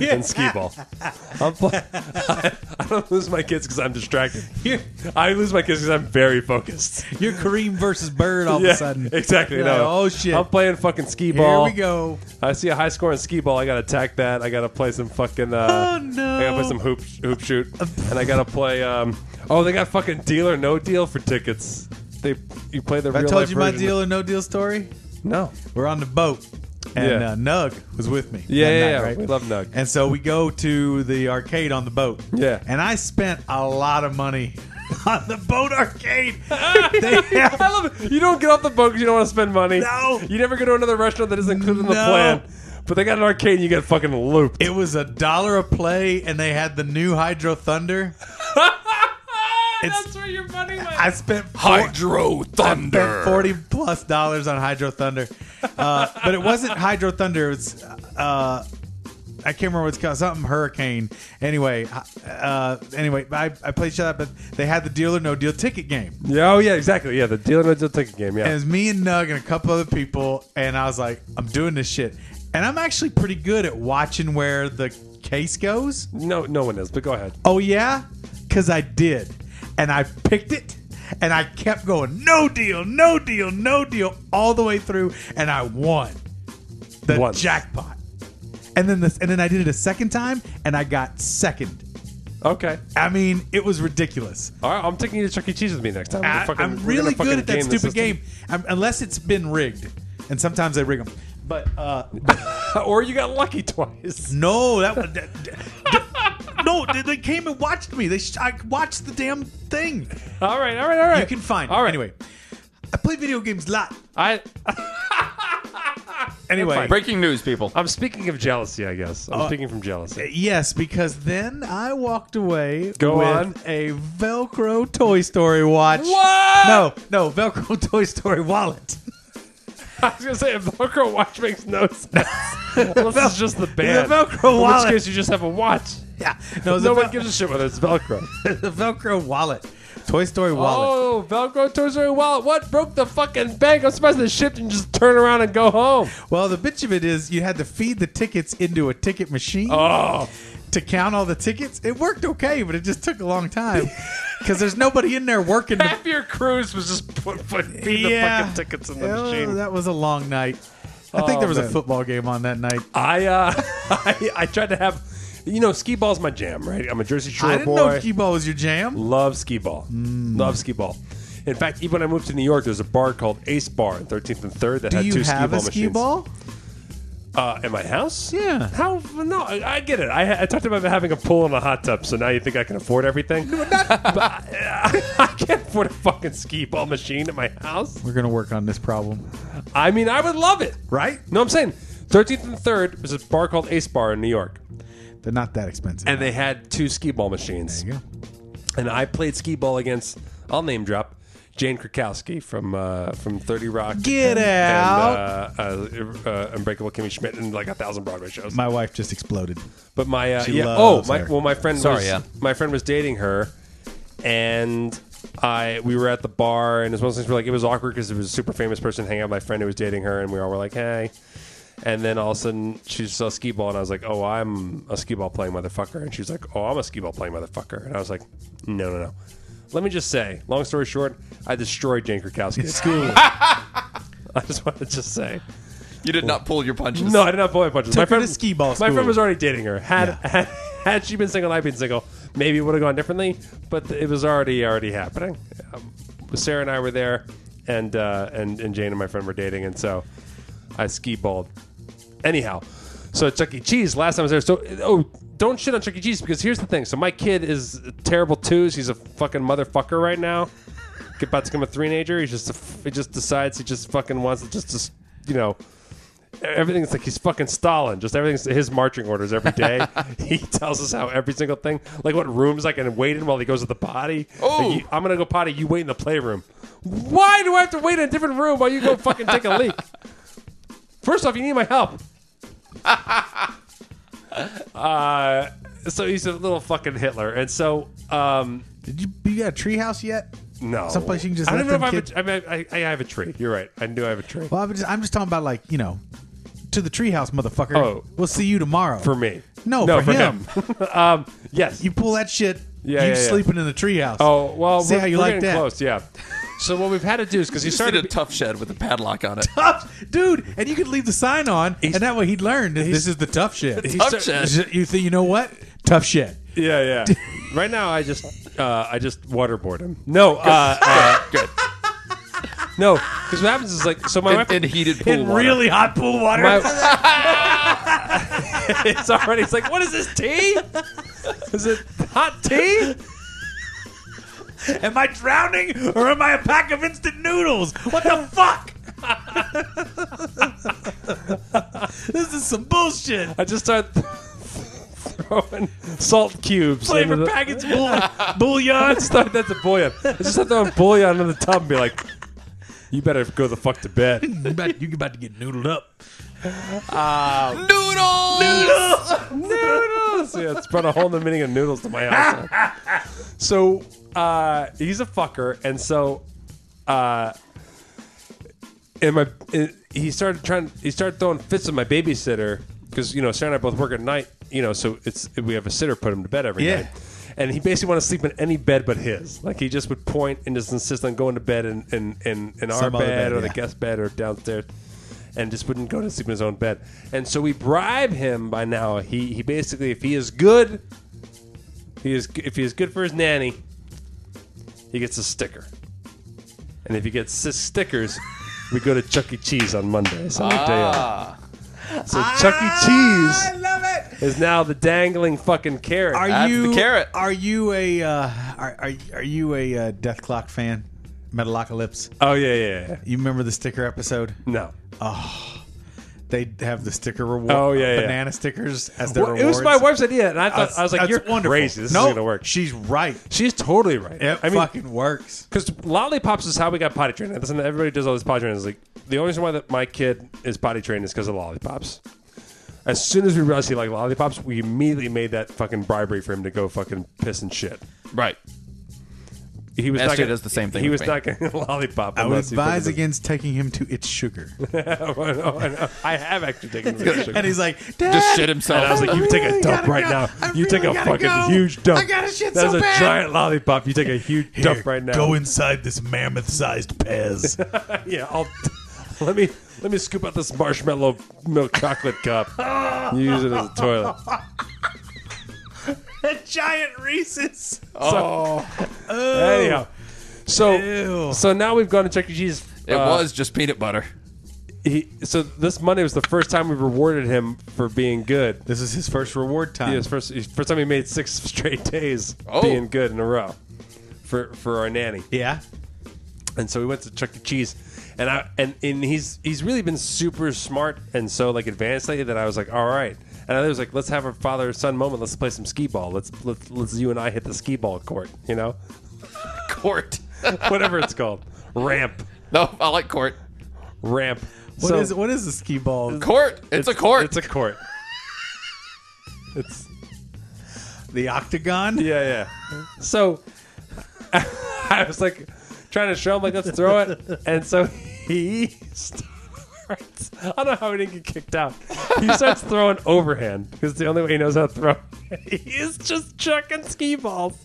C: and skee ball. I'm play, I, I don't lose my kids because I'm distracted. I lose my kids because I'm very focused.
D: You're Kareem versus Bird all of a sudden.
C: Exactly.
D: You're
C: No.
D: like, oh shit.
C: I'm playing fucking skee
D: Here
C: ball.
D: we go.
C: I see a high score in skee ball. I gotta attack that. I gotta play some fucking. Uh,
D: Oh, no.
C: I gotta play some hoop hoop shoot, and I gotta play. Um, oh, they got fucking deal or no deal for tickets. They you play the.
D: I
C: real
D: told
C: life
D: you my
C: version.
D: deal or no deal story.
C: No.
D: We're on the boat, and
C: Yeah.
D: uh, Nug was with me.
C: Yeah,
D: that
C: yeah,
D: night,
C: yeah. We love Nug.
D: And so we go to the arcade on the boat.
C: Yeah.
D: and I spent a lot of money on the boat arcade. they have
C: I love it. You don't get off the boat because you don't want to spend money.
D: No.
C: You never go to another restaurant that isn't included in the
D: No.
C: plan. But they got an arcade and you get fucking looped.
D: It was a dollar a play, and they had the new Hydro Thunder. Oh, That's
C: where your money went.
D: I spent four-
E: Hydro
D: spent forty plus dollars on Hydro Thunder, uh, but it wasn't Hydro Thunder. It was uh, I can't remember what it's called. Something Hurricane. Anyway, uh, anyway, I, I played shut up, but they had the Deal or No Deal ticket game.
C: yeah, oh yeah, exactly. Yeah, the deal or no deal ticket game.
D: And it
C: Yeah.
D: was me and Nug and a couple other people, and I was like, I'm doing this shit, and I'm actually pretty good at watching where the case goes.
C: No, no one is. But go ahead.
D: Oh yeah, because I did, and I picked it, And I kept going, no deal, no deal, no deal, all the way through, and I won the
C: Once.
D: jackpot. And then this, and then I did it a second time, and I got second.
C: Okay.
D: I mean, it was ridiculous.
C: All right. I'm taking you to Chuck E. Cheese with me next time. We're
D: I,
C: gonna fucking-
D: am
C: we're
D: really
C: gonna fucking
D: good at that
C: game the
D: stupid game,
C: system.
D: I'm, unless it's been rigged, and sometimes I rig them. But uh,
C: or you got lucky twice.
D: no, that, was- that, that- no, they, they came and watched me. They sh- I watched the damn thing.
C: All right. All right. All right.
D: You can find. it.
C: All right.
D: Anyway, I play video games a lot.
C: I.
D: Anyway,
E: Breaking news, people.
C: I'm speaking of jealousy. I guess
D: Uh,
C: I'm speaking from jealousy.
D: yes, because then I walked away
C: Go
D: with
C: on.
D: a Velcro Toy Story watch.
C: What?
D: No, no, Velcro Toy Story wallet.
C: I was gonna say a Velcro watch makes no sense. Unless it's just the band.
D: The Velcro
C: In
D: wallet.
C: which case, you just have a watch.
D: Yeah,
C: No,
D: no, it was a
C: one
D: Vel-
C: gives a shit whether it's Velcro.
D: the Velcro wallet, Toy Story wallet.
C: Oh, Velcro Toy Story wallet. What broke the fucking bank? I'm surprised they shipped and just turn around and go home.
D: Well, the bitch of it is you had to feed the tickets into a ticket machine
C: Oh,
D: to count all the tickets. It worked okay, but it just took a long time because there's nobody in there working. The-
C: half your cruise was just put, put feeding the fucking tickets in the
D: Oh,
C: machine.
D: That was a long night. I
C: Oh,
D: think there was a
C: man.
D: football game on that night.
C: I, uh, I I tried to have, you know, skee ball's my jam, right? I'm a Jersey Shore
D: I didn't
C: boy.
D: know Mm. Keyball was your jam.
C: Love skee ball. Love skee ball. In fact, even when I moved to New York, there was a bar called Ace Bar in 13th and 3rd that
D: Do
C: had
D: you
C: two
D: have
C: skee ball
D: a skee
C: machines.
D: ball?
C: Uh, in my house?
D: Yeah.
C: How? No, I, I get it. I, I talked about having a pool and a hot tub, so now you think I can afford everything? No, not. I can't afford a fucking skee ball machine at my house.
D: We're gonna work on this problem,
C: I mean, I would love it.
D: right?
C: No, I'm saying 13th and 3rd was a bar called Ace Bar in New York,
D: They're not that expensive.
C: and they had two skee ball machines.
D: there you go.
C: And I played skee ball against, I'll name drop, Jane Krakowski from uh, from 30 Rock.
D: Get
C: and,
D: out.
C: And, uh, uh, uh, Unbreakable Kimmy Schmidt and like a thousand Broadway shows.
D: My wife just exploded.
C: But my uh,
D: She
C: yeah, oh
D: loves
C: my,
D: her.
C: well my friend
E: Sorry,
C: was,
E: yeah.
C: my friend was dating her, and I we were at the bar and it was one of those things where like it was awkward because it was a super famous person hanging out with my friend who was dating her and we all were like hey, and then all of a sudden she saw skee ball and I was like oh I'm a skee ball playing motherfucker and she's like oh I'm a skee ball playing motherfucker and I was like no no no. Let me just say, long story short, I destroyed Jane Krakowski at school. I just want to just say.
E: You did not pull your punches.
C: No, I did not pull my punches. my
D: her
C: friend
D: to skee ball
C: My
D: school.
C: friend was already dating her. Had had, had she been single, and I'd been single. Maybe it would have gone differently, but th- it was already already happening. Um, Sarah and I were there, and uh, and and Jane and my friend were dating, and so I ski balled. Anyhow, so Chuck E. Cheese last time I was there. So oh, don't shit on Chuck E. Cheese because here's the thing. So my kid is terrible twos. He's a fucking motherfucker right now. About to become a three-nager. He just he just decides he just fucking wants to just just you know everything's like he's fucking Stalin. Just everything's his marching orders every day. he tells us how every single thing, like what rooms I can wait in while he goes to the potty.
E: Oh.
C: Like, you- I'm gonna go potty. You wait in the playroom. Why do I have to wait in a different room while you go fucking take a leak? First off, you need my help. uh, so he's a little fucking Hitler, and so um,
D: Did you? You got a treehouse yet?
C: no,
D: Someplace you can just
C: I don't
D: let
C: even know
D: them
C: if I have. A, I, mean, I, I have a tree. You're right. I do have a tree.
D: Well, I'm just, I'm just talking about like you know, to the treehouse, motherfucker.
C: Oh.
D: we'll see you tomorrow.
C: for me,
D: No,
C: no,
D: for him.
C: um, yes,
D: you pull that shit.
C: Yeah,
D: you
C: yeah, yeah.
D: sleeping in the treehouse.
C: Oh well,
D: see
C: we're,
D: how you
C: we're
D: like
C: getting
D: that,
C: close. Yeah. So what we've had to do is because he
E: You started
C: started.
E: a tough shed with a padlock on it.
D: dude. And you could leave the sign on, and that way he'd learn that this is the tough shit.
C: he
E: tough
C: start-
E: shed.
D: you think you know what? Tough shit.
C: yeah, yeah. right now, I just uh, I just waterboard him. No, uh, uh,
E: Good.
C: no. Because what happens is like so my
E: In,
C: wife
E: in heated pool water.
D: hot pool water.
C: my, it's already. It's like what is this tea? Is it hot tea?
D: am I drowning or am I a pack of instant noodles? What the fuck? this is some bullshit.
C: I just start throwing salt cubes. into
D: Flavor
C: the-
D: packets, bull, bouillon.
C: Start that's a bouillon. I just start throwing bouillon in the tub and be like, "You better go the fuck to bed."
D: you about, you about to get noodled up.
E: Noodles!
C: noodles. Yeah, it's brought a whole new meaning of noodles to my household. so uh, he's a fucker, and so uh, and my and he started trying. He started throwing fits with my babysitter because you know Sarah and I both work at night. You know, so it's we have a sitter put him to bed every
D: Yeah.
C: night. and he basically wanted to sleep in any bed but his. Like he just would point and just insist on going to bed in in, in, in our
D: Some
C: bed,
D: other bed,
C: or the
D: yeah.
C: guest bed or downstairs, and just wouldn't go to sleep in his own bed. And so we bribe him by now. He he basically if he is good, he is if he is good for his nanny, he gets a sticker. And if he gets six stickers, we go to Chuck E. Cheese on Monday. So ah. Ah. day off. So Chuck E. Cheese.
D: love it.
C: is now the dangling fucking carrot.
D: Are
E: That's the
D: you
E: carrot.
D: Are you a uh, are, are are you a uh, Death Clock fan? Metalocalypse.
C: oh yeah, yeah, yeah.
D: You remember the sticker episode?
C: No.
D: They have the sticker reward.
C: Oh, yeah, yeah.
D: banana stickers as their
C: Well,
D: reward.
C: it was my wife's idea, and I thought I was like, "You're
D: wonderful.
C: crazy. This
D: no,
C: isn't gonna work."
D: She's right.
C: She's totally right.
D: It
C: I mean,
D: fucking works.
C: because lollipops is how we got potty trained. Listen, everybody does all this potty training. It's like the only reason why that my kid is potty trained is because of lollipops. As soon as we realized he liked lollipops, we immediately made that fucking bribery for him to go fucking piss and shit.
E: Right.
C: He was
E: Esther
C: not gonna-
E: does the same thing
C: He
E: with
C: was
E: me.
C: not going to lollipop.
D: I would
C: unless he fucking
D: advise
C: does-
D: against taking him to its sugar.
C: I know, I know. I have actually taken. the picture.
D: and he's like, Dad,
E: Just shit himself.
C: And I was like, you take a
D: really
C: dump
D: gotta
C: right
D: go.
C: now.
D: I
C: you take
D: really
C: a
D: gotta
C: fucking
D: go.
C: huge dump.
D: I gotta shit
C: That's
D: so
C: a
D: bad.
C: giant lollipop. You take a huge
D: "Here,
C: dump right now.
D: Go inside this mammoth-sized Pez.
C: Yeah, I'll let me let me scoop out this marshmallow milk chocolate cup. Use it as a toilet.
D: a giant Reese's.
C: Anyhow, so
D: Ew.
C: so now we've gone to Chuck E. Cheese.
E: It
C: uh,
E: was just peanut butter.
C: he, so. This Monday was the first time we rewarded him for being good.
D: This is his first reward time.
C: Yeah, his first his first time he made six straight days
E: Oh.
C: being good in a row for for our nanny.
D: Yeah.
C: and so we went to Chuck E. Cheese, and I and, and he's he's really been super smart and so like advanced lately that I was like, all right, and I was like, let's have a father son moment. Let's play some skee ball. Let's let's let's you and I hit the skee ball court. You know,
E: Court.
C: whatever it's called, ramp,
E: no, I like court.
C: ramp.
D: What is what is the ski ball?
E: Court. It's, a court.
C: It's a court. it's
D: The octagon?
C: Yeah, yeah. So I was like trying to show him like let's throw it, and so he starts. I don't know how he didn't get kicked out. He starts throwing overhand because it's the only way he knows how to throw. He is just chucking ski balls.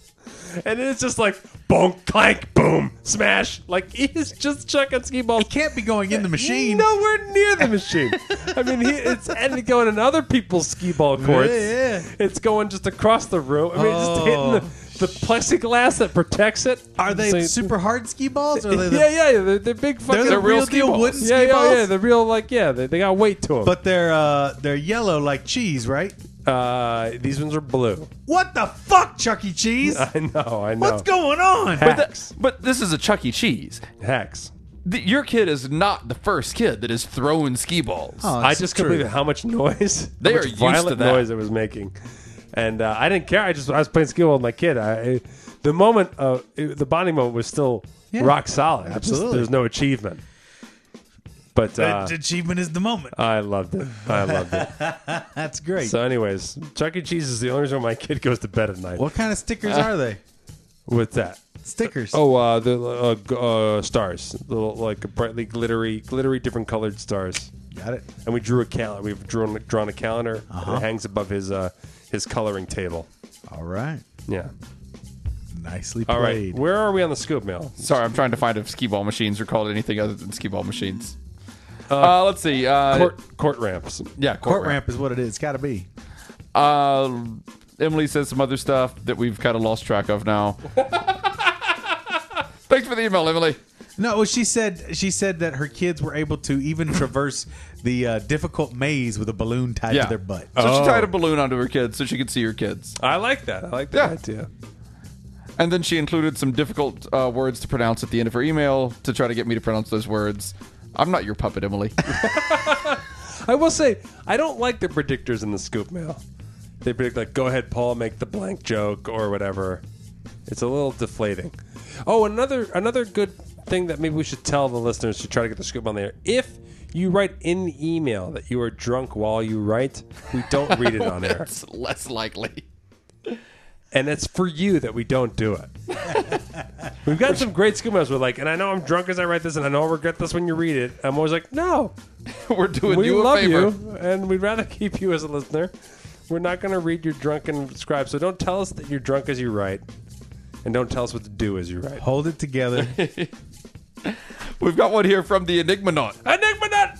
C: And it's just like bonk, clank, boom, smash. Like he's just chucking ski balls.
D: It can't be going in the machine.
C: Nowhere near the machine. I mean, he, it's and going in other people's skee ball courts.
D: Yeah, yeah.
C: It's going just across the room. I mean, just hitting the, the plexiglass that protects it.
D: Are they
C: So-
D: super hard ski balls? Or are they the,
C: yeah, yeah, yeah. They're, they're big fucking.
D: the real deal
C: balls.
D: wooden
C: yeah,
D: skee
C: yeah,
D: balls?
C: yeah. They're real, like yeah. They, they got weight to them.
D: But they're uh, they're yellow like cheese, right?
C: uh, these ones are blue.
D: What the fuck, Chuck E. Cheese?
C: I know, I know.
D: What's going on?
C: Hacks,
E: but this is a Chuck E. Cheese.
C: hacks.
E: Th- your kid is not the first kid that is throwing skee balls.
D: Oh,
C: I
D: it's
C: just
D: true.
C: couldn't believe how much noise,
E: They
C: how
E: are
C: much
E: used to
C: violent
E: that.
C: noise it was making, and uh, I didn't care. I just I was playing skee ball with my kid. I, I- the moment, uh, it- the bonding moment was still
D: Yeah.
C: rock solid. It's just-
D: Absolutely.
C: there's no achievement, but uh,
D: The achievement is the moment.
C: I loved it. I loved it.
D: That's great.
C: so, anyways, Chuck E. Cheese is the only reason my kid goes to bed at night.
D: what kind of stickers are they?
C: With that.
D: Uh, Stickers.
C: Oh, uh, the uh, g- uh, stars, little like brightly glittery, glittery, different colored stars.
D: got it.
C: and we drew a calendar. We've drawn drawn a calendar. and It hangs above his uh, his coloring table.
D: All right.
C: Yeah.
D: Nicely played.
C: All right. Where are we on the scoop mail?
E: Sorry, I'm trying to find if skee ball machines are called anything other than skee ball machines. Uh, let's see. Uh,
C: Court court ramps.
E: yeah, court,
D: Court ramp is what it is. It's got to be.
E: Uh, Emily says some other stuff that we've kind of lost track of now. Thanks for the email, Emily.
D: No, well, she said she said that her kids were able to even traverse the uh, difficult maze with a balloon tied
E: Yeah.
D: to their butt.
E: So
C: Oh.
E: she tied a balloon onto her kids so she could see her kids.
C: I like that. I like that idea.
E: And then she included some difficult uh, words to pronounce at the end of her email to try to get me to pronounce those words. I'm not your puppet, Emily.
C: I will say I don't like the predictors in the scoop mail. They predict like, "Go ahead, Paul, make the blank joke or whatever." It's a little deflating. Oh, another another good thing that maybe we should tell the listeners to try to get the scoop on there. If you write in the email that you are drunk while you write, we don't read it on air.
E: That's less likely.
C: and it's for you that we don't do it. We've got some great scoop mails. We're like, and I know I'm drunk as I write this, and I know I'll regret this when you read it. I'm always like, no,
E: We're doing
C: we
E: you a
C: love
E: favor.
C: you, and we'd rather keep you as a listener. We're not going to read your drunken scribe. So don't tell us that you're drunk as you write, and don't tell us what to do as you write.
D: Hold it together.
E: We've got one here from the Enigma Knot. Enigma Knot!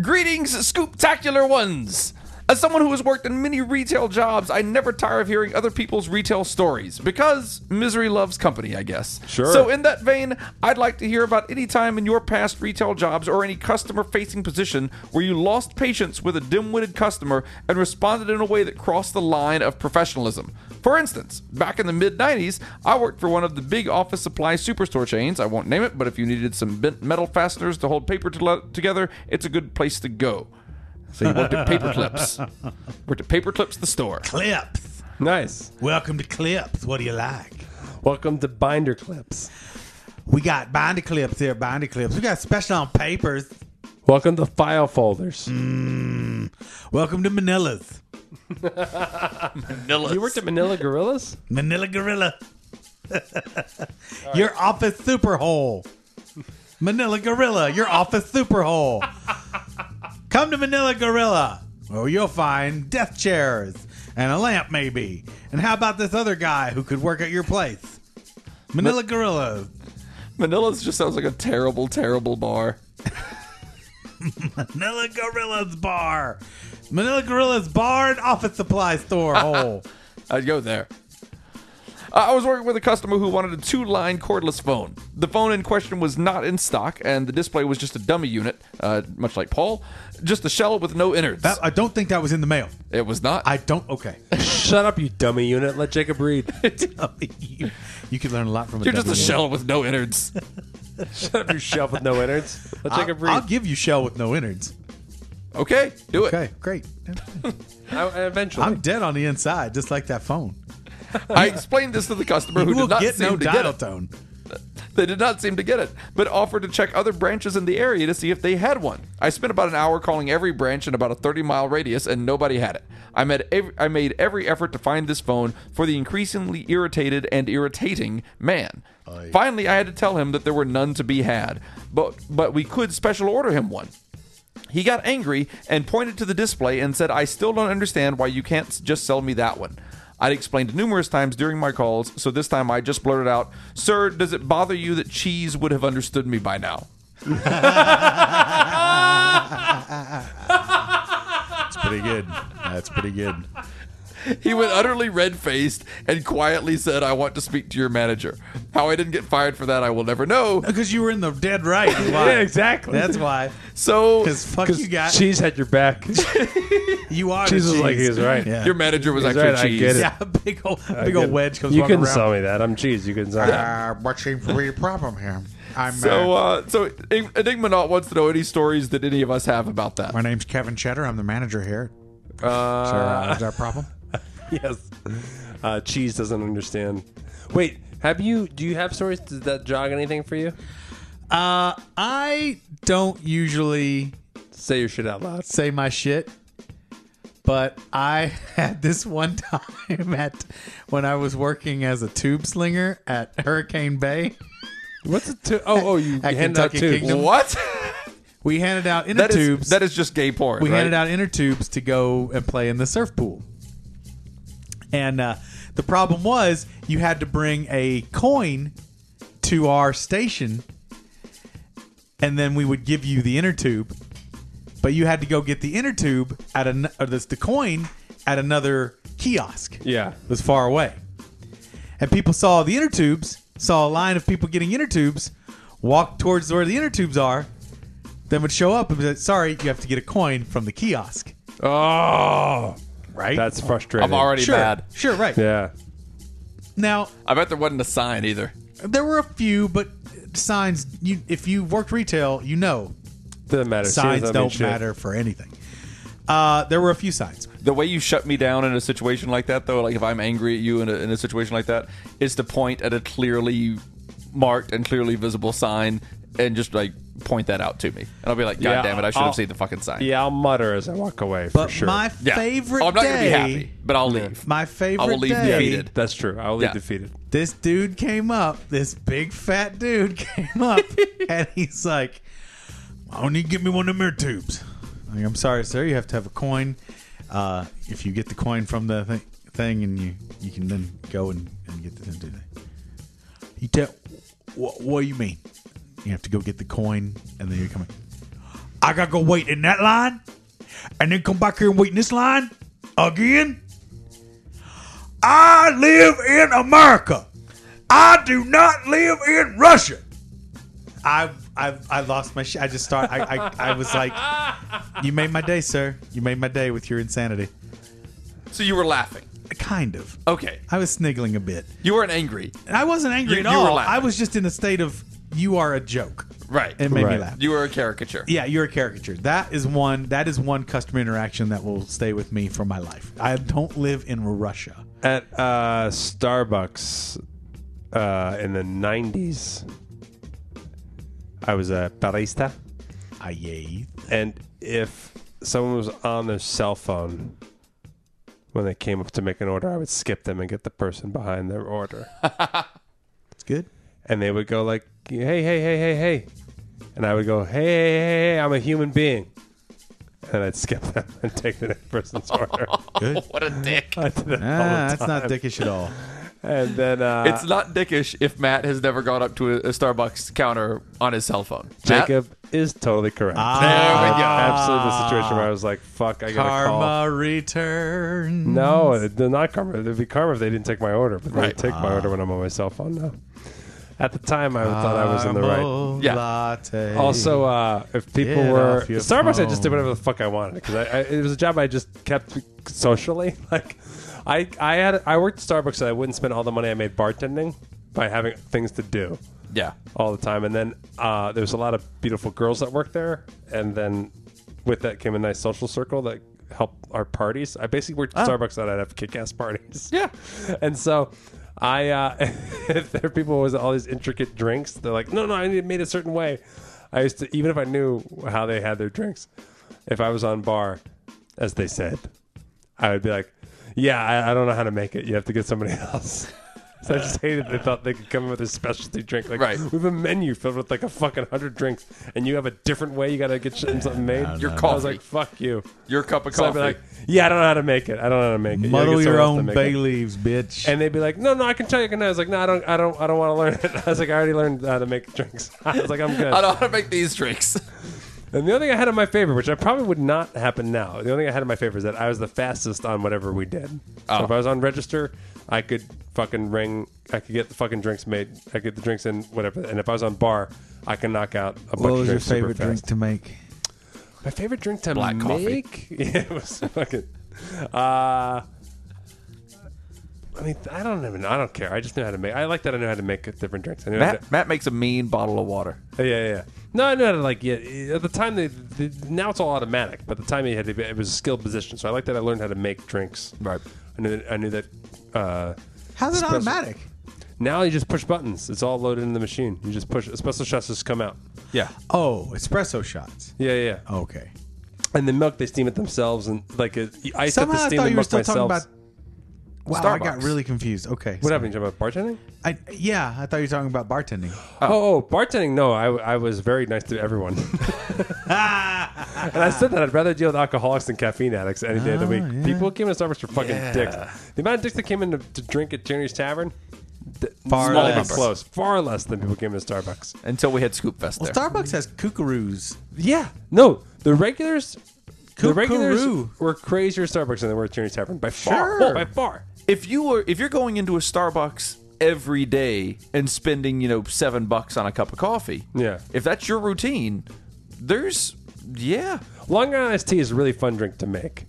E: Greetings, scooptacular ones! As someone who has worked in many retail jobs, I never tire of hearing other people's retail stories because misery loves company, I guess.
C: Sure.
E: So, in that vein, I'd like to hear about any time in your past retail jobs or any customer facing position where you lost patience with a dim witted customer and responded in a way that crossed the line of professionalism. For instance, back in the mid 90s, I worked for one of the big office supply superstore chains. I won't name it, but if you needed some bent metal fasteners to hold paper to- together, it's a good place to go. So you worked at Paper Clips. Worked at Paper Clips, the store.
D: Clip.
C: Nice.
D: Welcome to Clip. What do you like?
C: Welcome to Binder Clips.
D: We got binder clips here, binder clips. We got special on papers.
C: Welcome to File Folders.
D: Welcome to Manila's.
C: You worked at Manila Gorillas?
D: Manila Gorilla. Your office super hole. Manila Gorilla, your office super hole. Come to Manila Gorilla, where you'll find death chairs and a lamp, maybe. And how about this other guy who could work at your place? Manila Gorilla.
E: Manila's just sounds like a terrible, terrible bar.
D: Manila Gorilla's Bar. Manila Gorilla's Bar and Office Supply Store hole.
E: I'd go there. Uh, I I was working with a customer who wanted a two line cordless phone. The phone in question was not in stock, and the display was just a dummy unit, uh, much like Paul, just a shell with no innards.
D: That- I don't think that was in the mail.
E: it was not.
D: I don't. Okay.
C: Shut up, you dummy unit. Let Jacob read.
D: you, you could learn a lot from
E: You're just a
D: dummy.
E: shell with no innards.
C: Shut up, you shelf with no innards. Let
D: I'll,
C: Jacob
D: I'll
C: read.
D: give you shell with no innards.
E: Okay, do it.
D: Okay, great.
C: I- eventually.
D: I'm dead on the inside, just like that phone.
E: I explained this to the customer who
D: You will
E: did not
D: get
E: seem
D: no
E: to get
D: dial
E: it.
D: tone.
E: They did not seem to get it, but offered to check other branches in the area to see if they had one. I spent about an hour calling every branch in about a 30 mile radius, and nobody had it. I made every, I made every effort to find this phone for the increasingly irritated and irritating man. Finally, I had to tell him that there were none to be had, but but we could special order him one. He got angry and pointed to the display and said, I still don't understand why you can't s- just sell me that one. I'd explained numerous times during my calls, so this time I just blurted out, Sir, does it bother you that cheese would have understood me by now?
D: That's pretty good. That's pretty good.
E: He went utterly red faced and quietly said, I want to speak to your manager. How I didn't get fired for that, I will never know.
D: Because you were in the dead right. is why.
C: Yeah, exactly.
D: That's why.
E: So,
D: Because fuck you got.
C: Cheese had your back.
D: you are. the
C: Cheese was like,
D: cheese.
C: he was right.
D: Yeah.
E: your manager was
C: He's
E: actually
C: right, I
E: cheese.
C: get it.
D: Yeah, big old, big old wedge comes
C: You
D: walking
C: couldn't
D: around.
C: sell me that. I'm cheese. You couldn't sell me that.
D: Uh, what seems to be the problem here? I'm.
E: So,
D: uh,
E: uh, so En- Enigma Not wants to know any stories that any of us have about that.
D: my name's Kevin Cheddar. I'm the manager here. Uh, is there a problem? Ah.
C: yes. Uh, cheese doesn't understand. Wait, have you? Do you have stories? Did that jog anything for you?
D: Uh, I don't usually
C: Say your shit out loud.
D: say my shit, but I had this one time at when I was working as a tube slinger at Hurricane Bay.
C: What's it? To, oh, oh, you
D: At
C: hand out
D: Kentucky
C: tubes.
D: Kingdom.
E: What?
D: We handed out inner
E: that is
D: tubes.
E: that is just gay porn.
D: we
E: right?
D: handed out inner tubes to go and play in the surf pool. And uh, the problem was you had to bring a coin to our station, and then we would give you the inner tube. But you had to go get the inner tube at an or this, the coin at another kiosk.
C: Yeah.
D: It was far away. And people saw the inner tubes, saw a line of people getting inner tubes, walked towards where the inner tubes are, then would show up and be like, sorry, you have to get a coin from the kiosk.
C: Oh,
D: Right?
C: that's frustrating.
E: I'm already
D: sure.
E: mad.
D: Sure, right.
C: Yeah.
D: Now,
E: I bet there wasn't a sign either.
D: there were a few, but signs, you, if you worked retail, you know
C: Doesn't matter. Cheese
D: signs
C: mean
D: don't
C: shit.
D: matter for anything. Uh, there were a few signs.
E: The way you shut me down in a situation like that, though, like if I'm angry at you in a, in a situation like that, is to point at a clearly marked and clearly visible sign and just like point that out to me, and I'll be like, God
C: Yeah,
E: damn it, I should
C: I'll-
E: have seen the fucking sign.
C: Yeah, I'll mutter as I walk away
D: But
C: for sure.
D: my
E: Yeah.
D: favorite
E: Oh, I'm not gonna
D: day,
E: be happy, but I'll leave.
D: my favorite
E: I will leave
D: day,
E: defeated.
C: That's true. I'll leave
E: Yeah.
C: defeated.
D: this dude came up, this big fat dude came up, and he's like, "Why don't you give me one of them air tubes?" I'm like, I'm sorry, sir. You have to have a coin Uh, if you get the coin from the thing, thing and you, you can then go and, and get the thing. do that. You tell, wh- what do you mean? You have to go get the coin and then you come in. I gotta go wait in that line and then come back here and wait in this line again. I live in America. I do not live in Russia. I I, I lost my shit. I just start. I, I I was like, you made my day, sir. You made my day with your insanity.
E: So you were laughing.
D: Kind of.
E: Okay.
D: I was sniggling a bit.
E: You weren't angry.
D: And I wasn't angry
E: You-
D: at
E: you were
D: all.
E: laughing.
D: I was just in a state of you are a joke.
E: Right.
D: It made me
C: Right.
D: laugh.
E: You were a caricature.
D: Yeah, you're a caricature. That is one. That is one customer interaction that will stay with me for my life. I don't live in Russia.
C: At uh, Starbucks uh, in the 90s, I was a barista.
D: I yay.
C: And if someone was on their cell phone when they came up to make an order, I would skip them and get the person behind their order.
D: It's good.
C: and they would go like, "Hey, hey, hey, hey, hey," and I would go, "Hey, hey, hey, hey I'm a human being," and I'd skip them and take the next person's order.
D: Good.
E: Oh, What a dick.
C: I did that all the
D: Ah, that's not
C: time.
D: dickish at all.
C: And then uh,
E: It's not dickish if Matt has never gone up to a, a Starbucks counter on his cell phone. Matt?
C: Jacob is totally correct.
D: Ah.
E: There we go.
C: Absolutely, the situation where I was like, "Fuck, I got to call."
D: Karma return.
C: No, they're not karma. It'd be karma if they didn't take my order, but
E: Right.
C: they take my order when I'm on my cell phone now. At the time, I thought I was in the right.
E: Yeah.
D: Latte.
C: Also, uh, if people
D: Get
C: were
D: off your
C: Starbucks, I just did
D: phone.
C: whatever the fuck I wanted because I, I, it was a job I just kept socially. Like, I I had I worked at Starbucks so I wouldn't spend all the money I made bartending by having things to do
E: Yeah.
C: all the time. And then uh, there was a lot of beautiful girls that worked there, and then with that came a nice social circle that helped our parties. I basically worked at Starbucks that I'd have kick-ass parties.
E: Yeah.
C: and so. I uh, if there are people with all these intricate drinks, they're like, no, no, I need it made a certain way. I used to even if I knew how they had their drinks, if I was on bar, as they said, I would be like, yeah, I, I don't know how to make it. You have to get somebody else. So I just hated they thought they could come up with a specialty drink. Like
E: Uh, Right.
C: we have a menu filled with like a fucking hundred drinks, and you have a different way you got to get something made.
E: Your
C: I was
E: coffee.
C: like, fuck you.
E: Your cup of
C: So I'd
E: coffee.
C: be like, yeah, I don't know how to make it. I don't know how to make it. You gotta
D: muddle
C: get
D: your
C: someone else to
D: own
C: make
D: bay
C: it."
D: leaves, bitch.
C: And they'd be like, no, no, I can tell you. I can. I was like, no, I don't, I don't, I don't want to learn it. I was like, I already learned how to make drinks. I was like, I'm good.
E: I don't know how to make these drinks.
C: And the only thing I had in my favor, which I probably would not happen now, the only thing I had in my favor is that I was the fastest on whatever we did. So
E: Oh.
C: if I was on register, I could fucking ring, I could get the fucking drinks made, I could get the drinks in, whatever. And if I was on bar, I could knock out a bunch
D: what
C: of
D: was your
C: drinks super
D: favorite drink
C: fast.
D: to make?
C: My favorite drink to
E: Black coffee.
C: make? Yeah, it was fucking. Uh, I mean, I don't even. I don't care. I just knew how to make. I like that I knew how to make different drinks. I knew how to-
E: Matt, Matt makes a mean bottle of water.
C: yeah, yeah, yeah. No, I knew how to like. Yeah, at the time, they, they, now it's all automatic. But at the time, you had to be, it was a skilled position. So I like that I learned how to make drinks.
E: Right.
C: I knew that. I knew that uh,
D: How's it
C: Espresso.
D: automatic?
C: now you just push buttons. It's all loaded in the machine. You just push. Espresso shots just come out.
E: Yeah.
D: Oh, espresso shots.
C: Yeah, yeah. yeah.
D: Okay.
C: And the milk, they steam it themselves, and like it, I used to have
D: Somehow
C: to
D: I
C: steam
D: thought
C: the
D: you were
C: milk
D: still talking
C: myself.
D: about. Wow, I got
E: Starbucks.
D: really confused. Okay.
C: what happened? You talking about bartending?
D: I, yeah, I thought you were talking about bartending.
C: Oh, oh, bartending? No, I, I was very nice to everyone. and I said that I'd rather deal with alcoholics than caffeine addicts any day of the week.
D: Ah, yeah.
C: People came into Starbucks for fucking dicks. The amount of dicks that came in to, to drink at Tierney's Tavern, th-
D: Far
C: small
D: less.
C: but close, far less than people came to Starbucks.
E: Until we had Scoop Fest
D: Well,
E: there.
D: Starbucks has kookaroos.
C: Yeah, no, the regulars. The
D: Kookaroo.
C: regulars were crazier at Starbucks than they were at Tierney's Tavern by far.
D: Sure.
C: Oh, by far.
E: if you were if you're going into a Starbucks every day and spending you know seven bucks on a cup of coffee,
C: Yeah.
E: if that's your routine, there's yeah,
C: Long Island iced tea is a really fun drink to make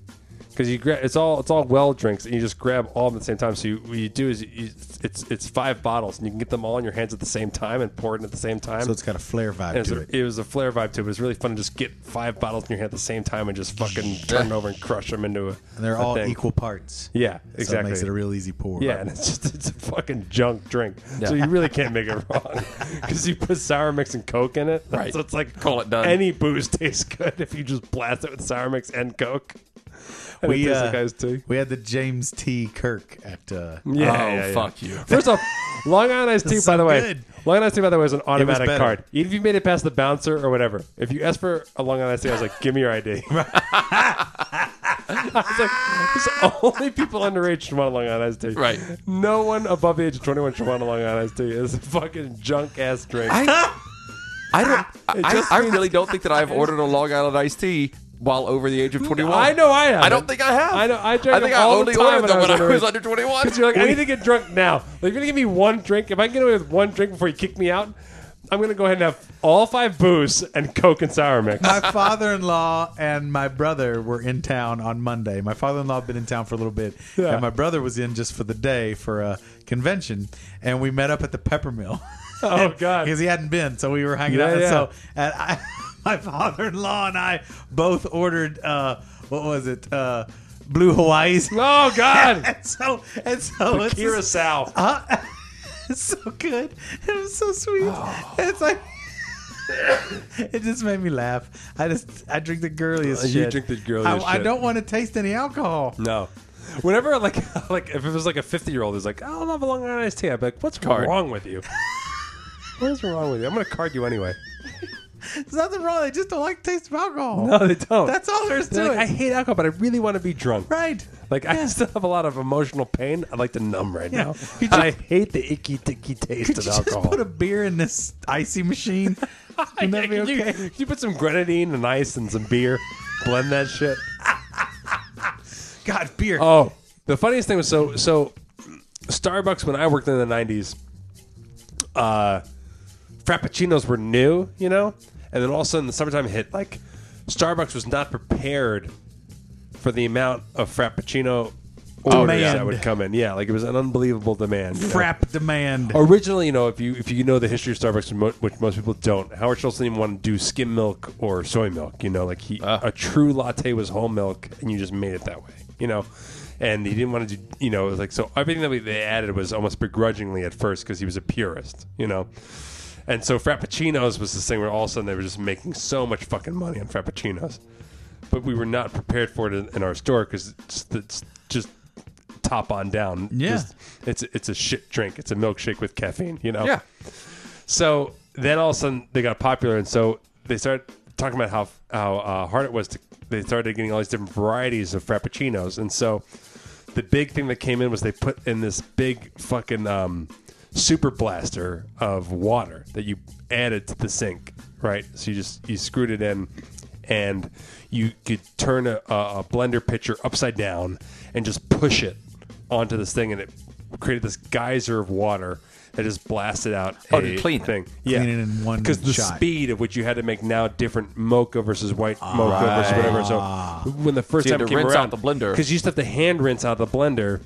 C: because you grab it's all it's all well drinks and you just grab all of them at the same time. So you, what you do is you- you, it's it's five bottles and you can get them all in your hands at the same time and pour it in at the same time.
D: So it's got a flair vibe
C: And it's
D: to
C: a-
D: it.
C: it was a flair vibe to it. It was really fun to just get five bottles in your hand at the same time and just fucking turn them over and crush them into a.
D: and they're
C: a
D: all
C: thing.
D: equal parts.
C: Yeah,
D: So it
C: exactly.
D: makes it a real easy pour.
C: Yeah, and it's just it's a fucking junk drink. So you really can't make it wrong because you put sour mix and coke in it.
E: Right.
C: So it's like
E: Call it done.
C: Any booze tastes good if you just blast it with sour mix and coke. And it
D: we,
C: tastes
D: uh,
C: like iced tea.
D: we had the James T. Kirk at. Uh,
C: Yeah,
E: oh
C: yeah, yeah.
E: fuck you.
C: First off, Long Island iced tea.
D: That's
C: by
D: so
C: the way,
D: good.
C: Long Island iced tea. By the way, is an automatic
D: better.
C: card. Even if you made it past the bouncer or whatever, if you asked for a Long Island iced tea, I was like, "Give me your ID." It's only people under age should want Long Island iced tea.
E: Right.
C: No one above the age of 21 should want a Long Island iced tea. It's a fucking junk ass drink.
E: I, I don't. I,
C: Ah. just
E: I really don't think that I've ordered a Long Island iced tea while over the age of twenty one.
C: I know I have.
E: I don't think I have.
C: I know. I drank
E: I think
C: them
E: I
C: all
E: only
C: the time
E: ordered them when I
C: underage.
E: was under twenty one.
C: Because you're like, I need to get drunk now. Like, if you're gonna give me one drink, if I can get away with one drink before you kick me out, I'm gonna go ahead and have all five booze and Coke and sour mix.
D: my father-in-law and my brother were in town on Monday. My father-in-law had been in town for a little bit,
C: Yeah.
D: and my brother was in just for the day for a convention, and we met up at the Peppermill.
C: Oh God.
D: because he hadn't been, so we were hanging
C: Yeah,
D: out. And
C: yeah.
D: So and I, my father-in-law and I both ordered uh, what was it, uh, Blue Hawaii's.
C: Oh God.
D: And so and so it's just-
C: Curacao.
D: it's so good. It was so sweet.
C: Oh.
D: And It's like it just made me laugh. I just I drink the girliest
C: You
D: shit.
C: drink the girliest
D: I, I
C: shit.
D: don't want to taste any alcohol.
C: No. Whenever like like if it was like a fifty year old is like, I'll have a Long Island iced tea, I'd be like, What's
E: Card.
C: wrong with you? what is wrong with you? I'm gonna card you anyway.
D: There's nothing wrong. I just don't like the taste of alcohol.
C: No, they don't.
D: That's all there is
C: They're
D: to
C: like, I
D: it.
C: hate alcohol, but I really want to be drunk.
D: right.
C: Like I still have a lot of emotional pain. I'd like to numb right now.
D: Could
C: And I hate the icky ticky taste
D: Could
C: of
D: you
C: alcohol.
D: just put a beer in this icy machine? Wouldn't that be
C: Could you-
D: okay?
C: could You, put some grenadine and ice and some beer, blend that shit.
D: God, beer.
C: Oh, the funniest thing was so so Starbucks when I worked in the nineties, uh, frappuccinos were new, you know, and then all of a sudden the summertime hit. Like Starbucks was not prepared for the amount of frappuccino orders that
D: Demand.
C: would come in. Yeah, like it was an unbelievable demand. you know?
D: Frap demand.
C: Originally, you know, if you if you know the history of Starbucks, mo- which most people don't, Howard Schultz didn't even want to do skim milk or soy milk. You know, like he a true latte was whole milk, and you just made it that way. You know, and he didn't want to do. You know, it was like so everything that we, they added was almost begrudgingly at first because he was a purist. You know. And so Frappuccinos was this thing where all of a sudden they were just making so much fucking money on Frappuccinos, but we were not prepared for it in, in our store because it's, it's just top on down.
D: Yeah.
C: Just- it's it's a shit drink. It's a milkshake with caffeine. You know.
E: Yeah.
C: So then all of a sudden they got popular, and so they started talking about how how uh, hard it was to. They started getting all these different varieties of frappuccinos, and so the big thing that came in was they put in this big fucking um, super blaster of water that you added to the sink, right? So you just you screwed it in, and you could turn a, a a blender pitcher upside down and just push it onto this thing, and it created this geyser of water that just blasted out.
E: Oh,
C: a
E: to clean it.
C: thing, yeah,
D: Clean it in one
C: because the
D: shot. Ah.
C: speed at which you had to make now different mocha versus white mocha versus whatever. So when the first
E: So you had
C: time
E: to
C: came
E: rinse out
C: around,
E: the blender.
C: because you used to have to hand rinse out the blender.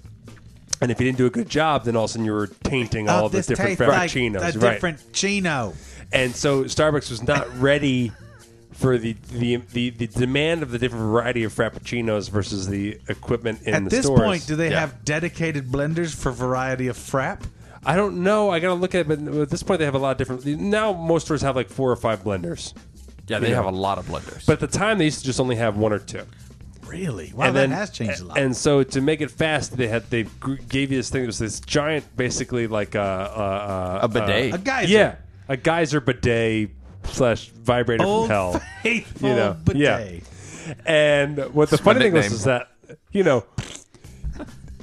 C: And if you didn't do a good job, then all of a sudden you were tainting all the
D: Oh, this
C: different
D: tastes like
C: frappuccinos,
D: a
C: right?
D: different chino.
C: and so Starbucks was not ready for the, the the the demand of the different variety of frappuccinos versus the equipment in
D: At
C: the
D: this
C: stores.
D: point, do they
E: Yeah.
D: have dedicated blenders for variety of frap?
C: I don't know. I gotta look at it, but at this point, they have a lot of different. Now most stores have like four or five blenders,
E: yeah, they
C: Yeah.
E: have a lot of blenders.
C: but at the time they used to just only have one or two.
D: Really? Wow, that has changed a lot.
C: And so to make it fast, they had they gr- gave you this thing. It was this giant, basically like a uh, uh,
E: a bidet.
D: a geyser.
C: yeah, a geyser bidet slash vibrator
D: Old
C: from hell.
D: faithful
C: You know,
D: bidet.
C: And what the
E: my
C: funny thing was
E: nickname.
C: is that you know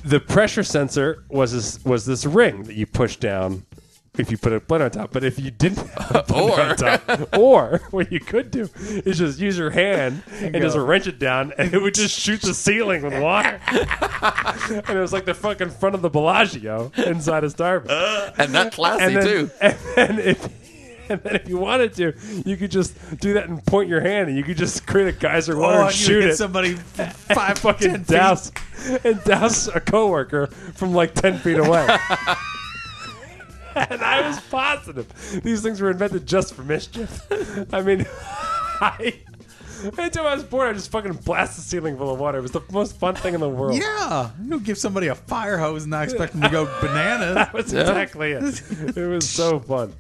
C: the pressure sensor was this was this ring that you push down if you put a blender on top. But if you didn't have a blender
E: Or-
C: on top, or what you could do is just use your hand and just wrench it down, and it would just shoot the ceiling with water. and it was like the fucking front of the Bellagio inside a Starbucks
E: and that's classy
C: and then,
E: too.
C: And then if and then if you wanted to, you could just do that and point your hand, and you could just create a geyser of water
D: Oh,
C: and
D: you
C: shoot
D: hit
C: it.
D: somebody f- five fucking
C: fucking
D: ten
C: douse
D: feet.
C: and douse a coworker from like ten feet away. and I was positive these things were invented just for mischief. I mean, I. Anytime I was bored, I just fucking blast the ceiling full of water. It was the most fun thing in the world.
D: Yeah, you don't give somebody a fire hose and not expect them to go bananas.
C: That was exactly it. It was so fun.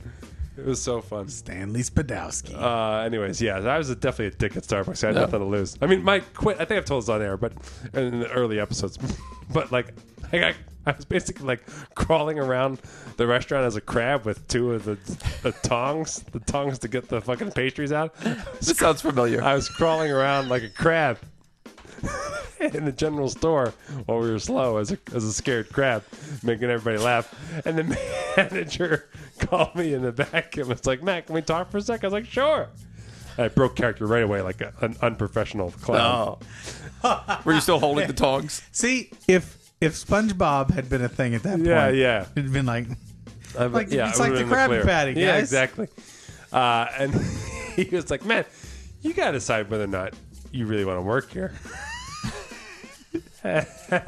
C: It was so fun.
D: Stanley Spadowski.
C: Uh, anyways, yeah, I was definitely a dick at Starbucks. I had
E: Yeah.
C: nothing to lose. I mean, my quit. I think I've told this on air, but in the early episodes, but like, I got. I was basically like crawling around the restaurant as a crab with two of the, the tongs, the tongs to get the fucking pastries out.
E: This sounds familiar.
C: I was crawling around like a crab in the general store while we were slow as a, as a scared crab, making everybody laugh. And the manager called me in the back and was like, Matt, can we talk for a sec? I was like, sure. I broke character right away like a, an unprofessional
E: Oh.
C: clown.
E: Were you still holding the tongs?
D: See, if if SpongeBob had been a thing at that
C: Yeah,
D: point,
C: yeah.
D: it'd been like,
C: I've-
D: like
C: Uh, yeah,
D: it's
C: I
D: like the
C: would've been in
D: Krabby
C: clear.
D: Patty, guys.
C: Yeah, exactly. Uh, and he was like, "Man, you got to decide whether or not you really want to work here." I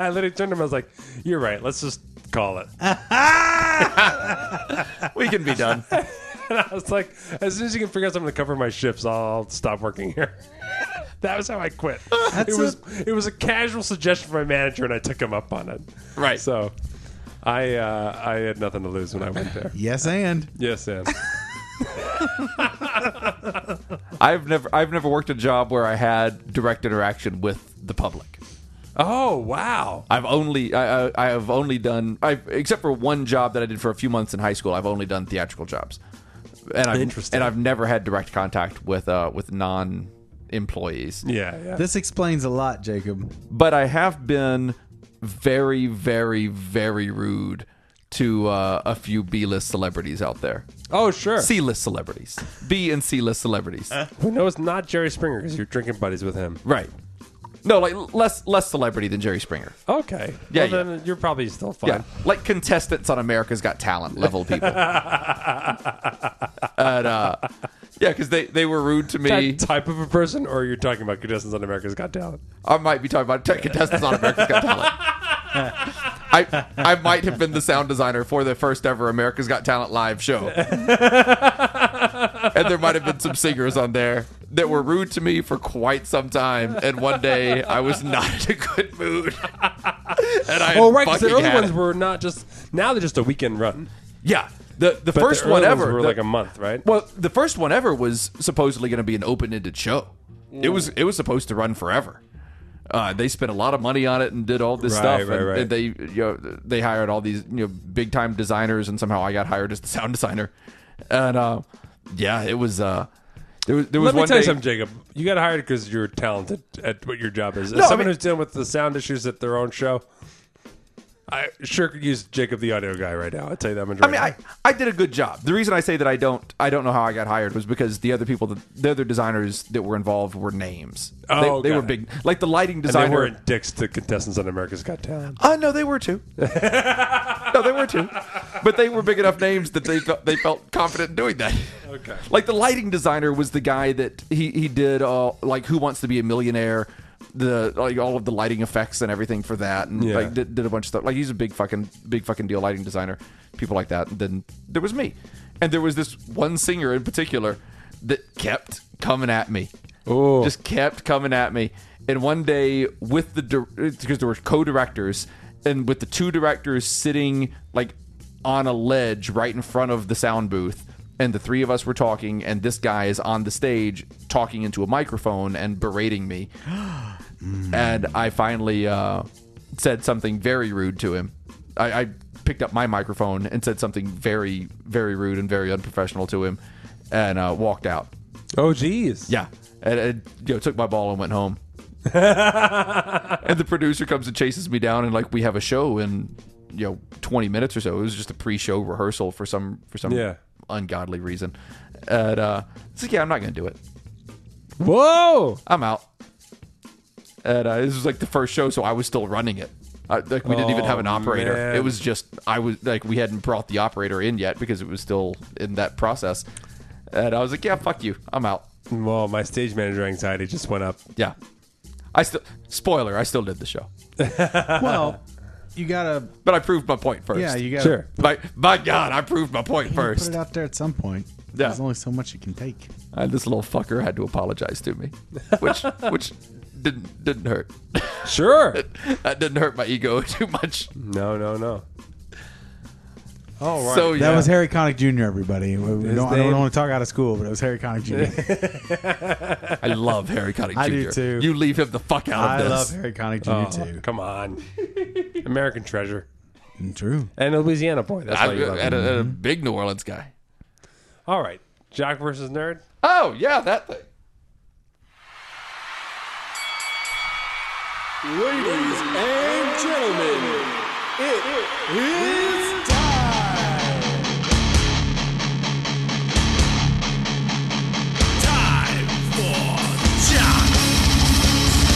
C: literally turned to him. I was like, "You're right. Let's just call it." And
E: We can be done.
C: I was like, "As soon as you can figure out something to cover my shifts, I'll stop working here." That was how I quit. it was it was a casual suggestion from my manager, and I took him up on it.
E: Right.
C: So, I uh, I had nothing to lose when I went there.
D: Yes, and
C: Yes, and
E: I've never I've never worked a job where I had direct interaction with the public.
C: oh wow.
E: I've only I, I I have only done I've except for one job that I did for a few months in high school. I've only done theatrical jobs, and I've
C: Interesting.
E: and I've never had direct contact with uh with non employees.
C: Yeah, yeah.
D: this explains a lot, Jacob.
E: But I have been very very very rude to uh, a few B list celebrities out there.
C: Oh, sure.
E: C list celebrities, B and C list celebrities.
C: we know it's not Jerry Springer because you're drinking buddies with him.
E: Right. No, like less less celebrity than Jerry Springer.
C: Okay.
E: Yeah,
C: Well, then you're probably still fine.
E: Yeah, like contestants on America's Got Talent level people. and uh, yeah, because they they were rude to me.
C: That type of a person, or you're talking about contestants on America's Got Talent?
E: I might be talking about t- contestants on America's Got Talent. I I might have been the sound designer for the first ever America's Got Talent live show, and there might have been some singers on there that were rude to me for quite some time. And one day I was not in a good mood, and I
C: Oh, right. Because
E: fucking
C: the early
E: had
C: ones
E: it.
C: were not just now; they're just a weekend run.
E: yeah the the
C: But
E: first
C: the early
E: one
C: ones
E: ever
C: were
E: the-
C: like a month, right?
E: Well, the first one ever was supposedly going to be an open-ended show. It was
C: Mm.
E: it was supposed to run forever. Uh, they spent a lot of money on it and did all this
C: Right,
E: stuff.
C: right,
E: and,
C: right.
E: and they you know, they hired all these you know big time designers, and somehow I got hired as the sound designer. And uh, yeah, it was. Uh, there was, there was
C: Let me
E: one
C: tell you
E: day-
C: something, Jacob. You got hired because you're talented at what your job is. As
E: I
C: someone
E: mean-
C: who's dealing with the sound issues at their own show, I sure could use Jacob, the audio guy, right now. I tell you that much.
E: I mean, I, I did a good job. The reason I say that I don't I don't know how I got hired was because the other people, that, the other designers that were involved were names.
C: Oh,
E: they, they
C: got
E: were
C: it.
E: big, like the lighting
C: and they
E: designer.
C: weren't dicks to contestants on America's Got Talent.
E: Uh, no, they were too. no, they were too. But they were big enough names that they felt, they felt confident in doing that.
C: Okay.
E: Like the lighting designer was the guy that he he did all like Who Wants to Be a Millionaire, the like all of the lighting effects and everything for that, and
C: Yeah.
E: like did, did a bunch of stuff. Like he's a big fucking big fucking deal lighting designer, people like that. And then there was me, and there was this one singer in particular that kept coming at me.
C: Ooh.
E: Just kept coming at me. And one day, with the dir- because there were co-directors, and with the two directors sitting like on a ledge right in front of the sound booth, and the three of us were talking, and this guy is on the stage talking into a microphone and berating me, and I finally uh, said something very rude to him. I, I picked up my microphone and said something very, very rude and very unprofessional to him, and uh, walked out.
C: Oh, geez.
E: Yeah. And, and you know, took my ball and went home. and the producer comes and chases me down and like we have a show in you know 20 minutes or so. It was just a pre-show rehearsal for some for some
C: Yeah.
E: ungodly reason. And uh it's like yeah, I'm not going to do it.
C: Whoa.
E: I'm out. And uh, this was like the first show so I was still running it. I, like we didn't even have an
C: Oh,
E: operator.
C: man.
E: It was just I was like we hadn't brought the operator in yet because it was still in that process. And I was like, yeah, fuck you. I'm out.
C: Well, my stage manager anxiety just went up.
E: Yeah. I still spoiler, I still did the show.
D: Well, you gotta,
E: But I proved my point first.
D: yeah, you gotta
C: Sure.
E: by, by God, I proved my point
D: put
E: first.
D: it out there at some point.
E: Yeah.
D: There's only so much you can take.
E: And this little fucker had to apologize to me, which which didn't didn't hurt.
C: Sure.
E: that didn't hurt my ego too much.
C: no, no, no. Oh, right.
E: So
D: That
E: yeah.
D: was Harry Connick Jr. Everybody, we, we
C: His
D: don't, I don't
C: name-
D: want to talk out of school, but it was Harry Connick Jr.
E: I love Harry Connick Jr.
D: I do too.
E: You leave him the fuck out
D: I
E: of this.
D: love Harry Connick Jr. too. Mm,
C: come on. American treasure.
D: True.
C: And a Louisiana boy. That's
E: I,
C: why you love
E: and
C: him.
E: a, and a big New Orleans guy.
C: All right. Jock versus nerd.
E: Oh yeah, that thing.
F: Ladies and gentlemen, it is time. Time for Jock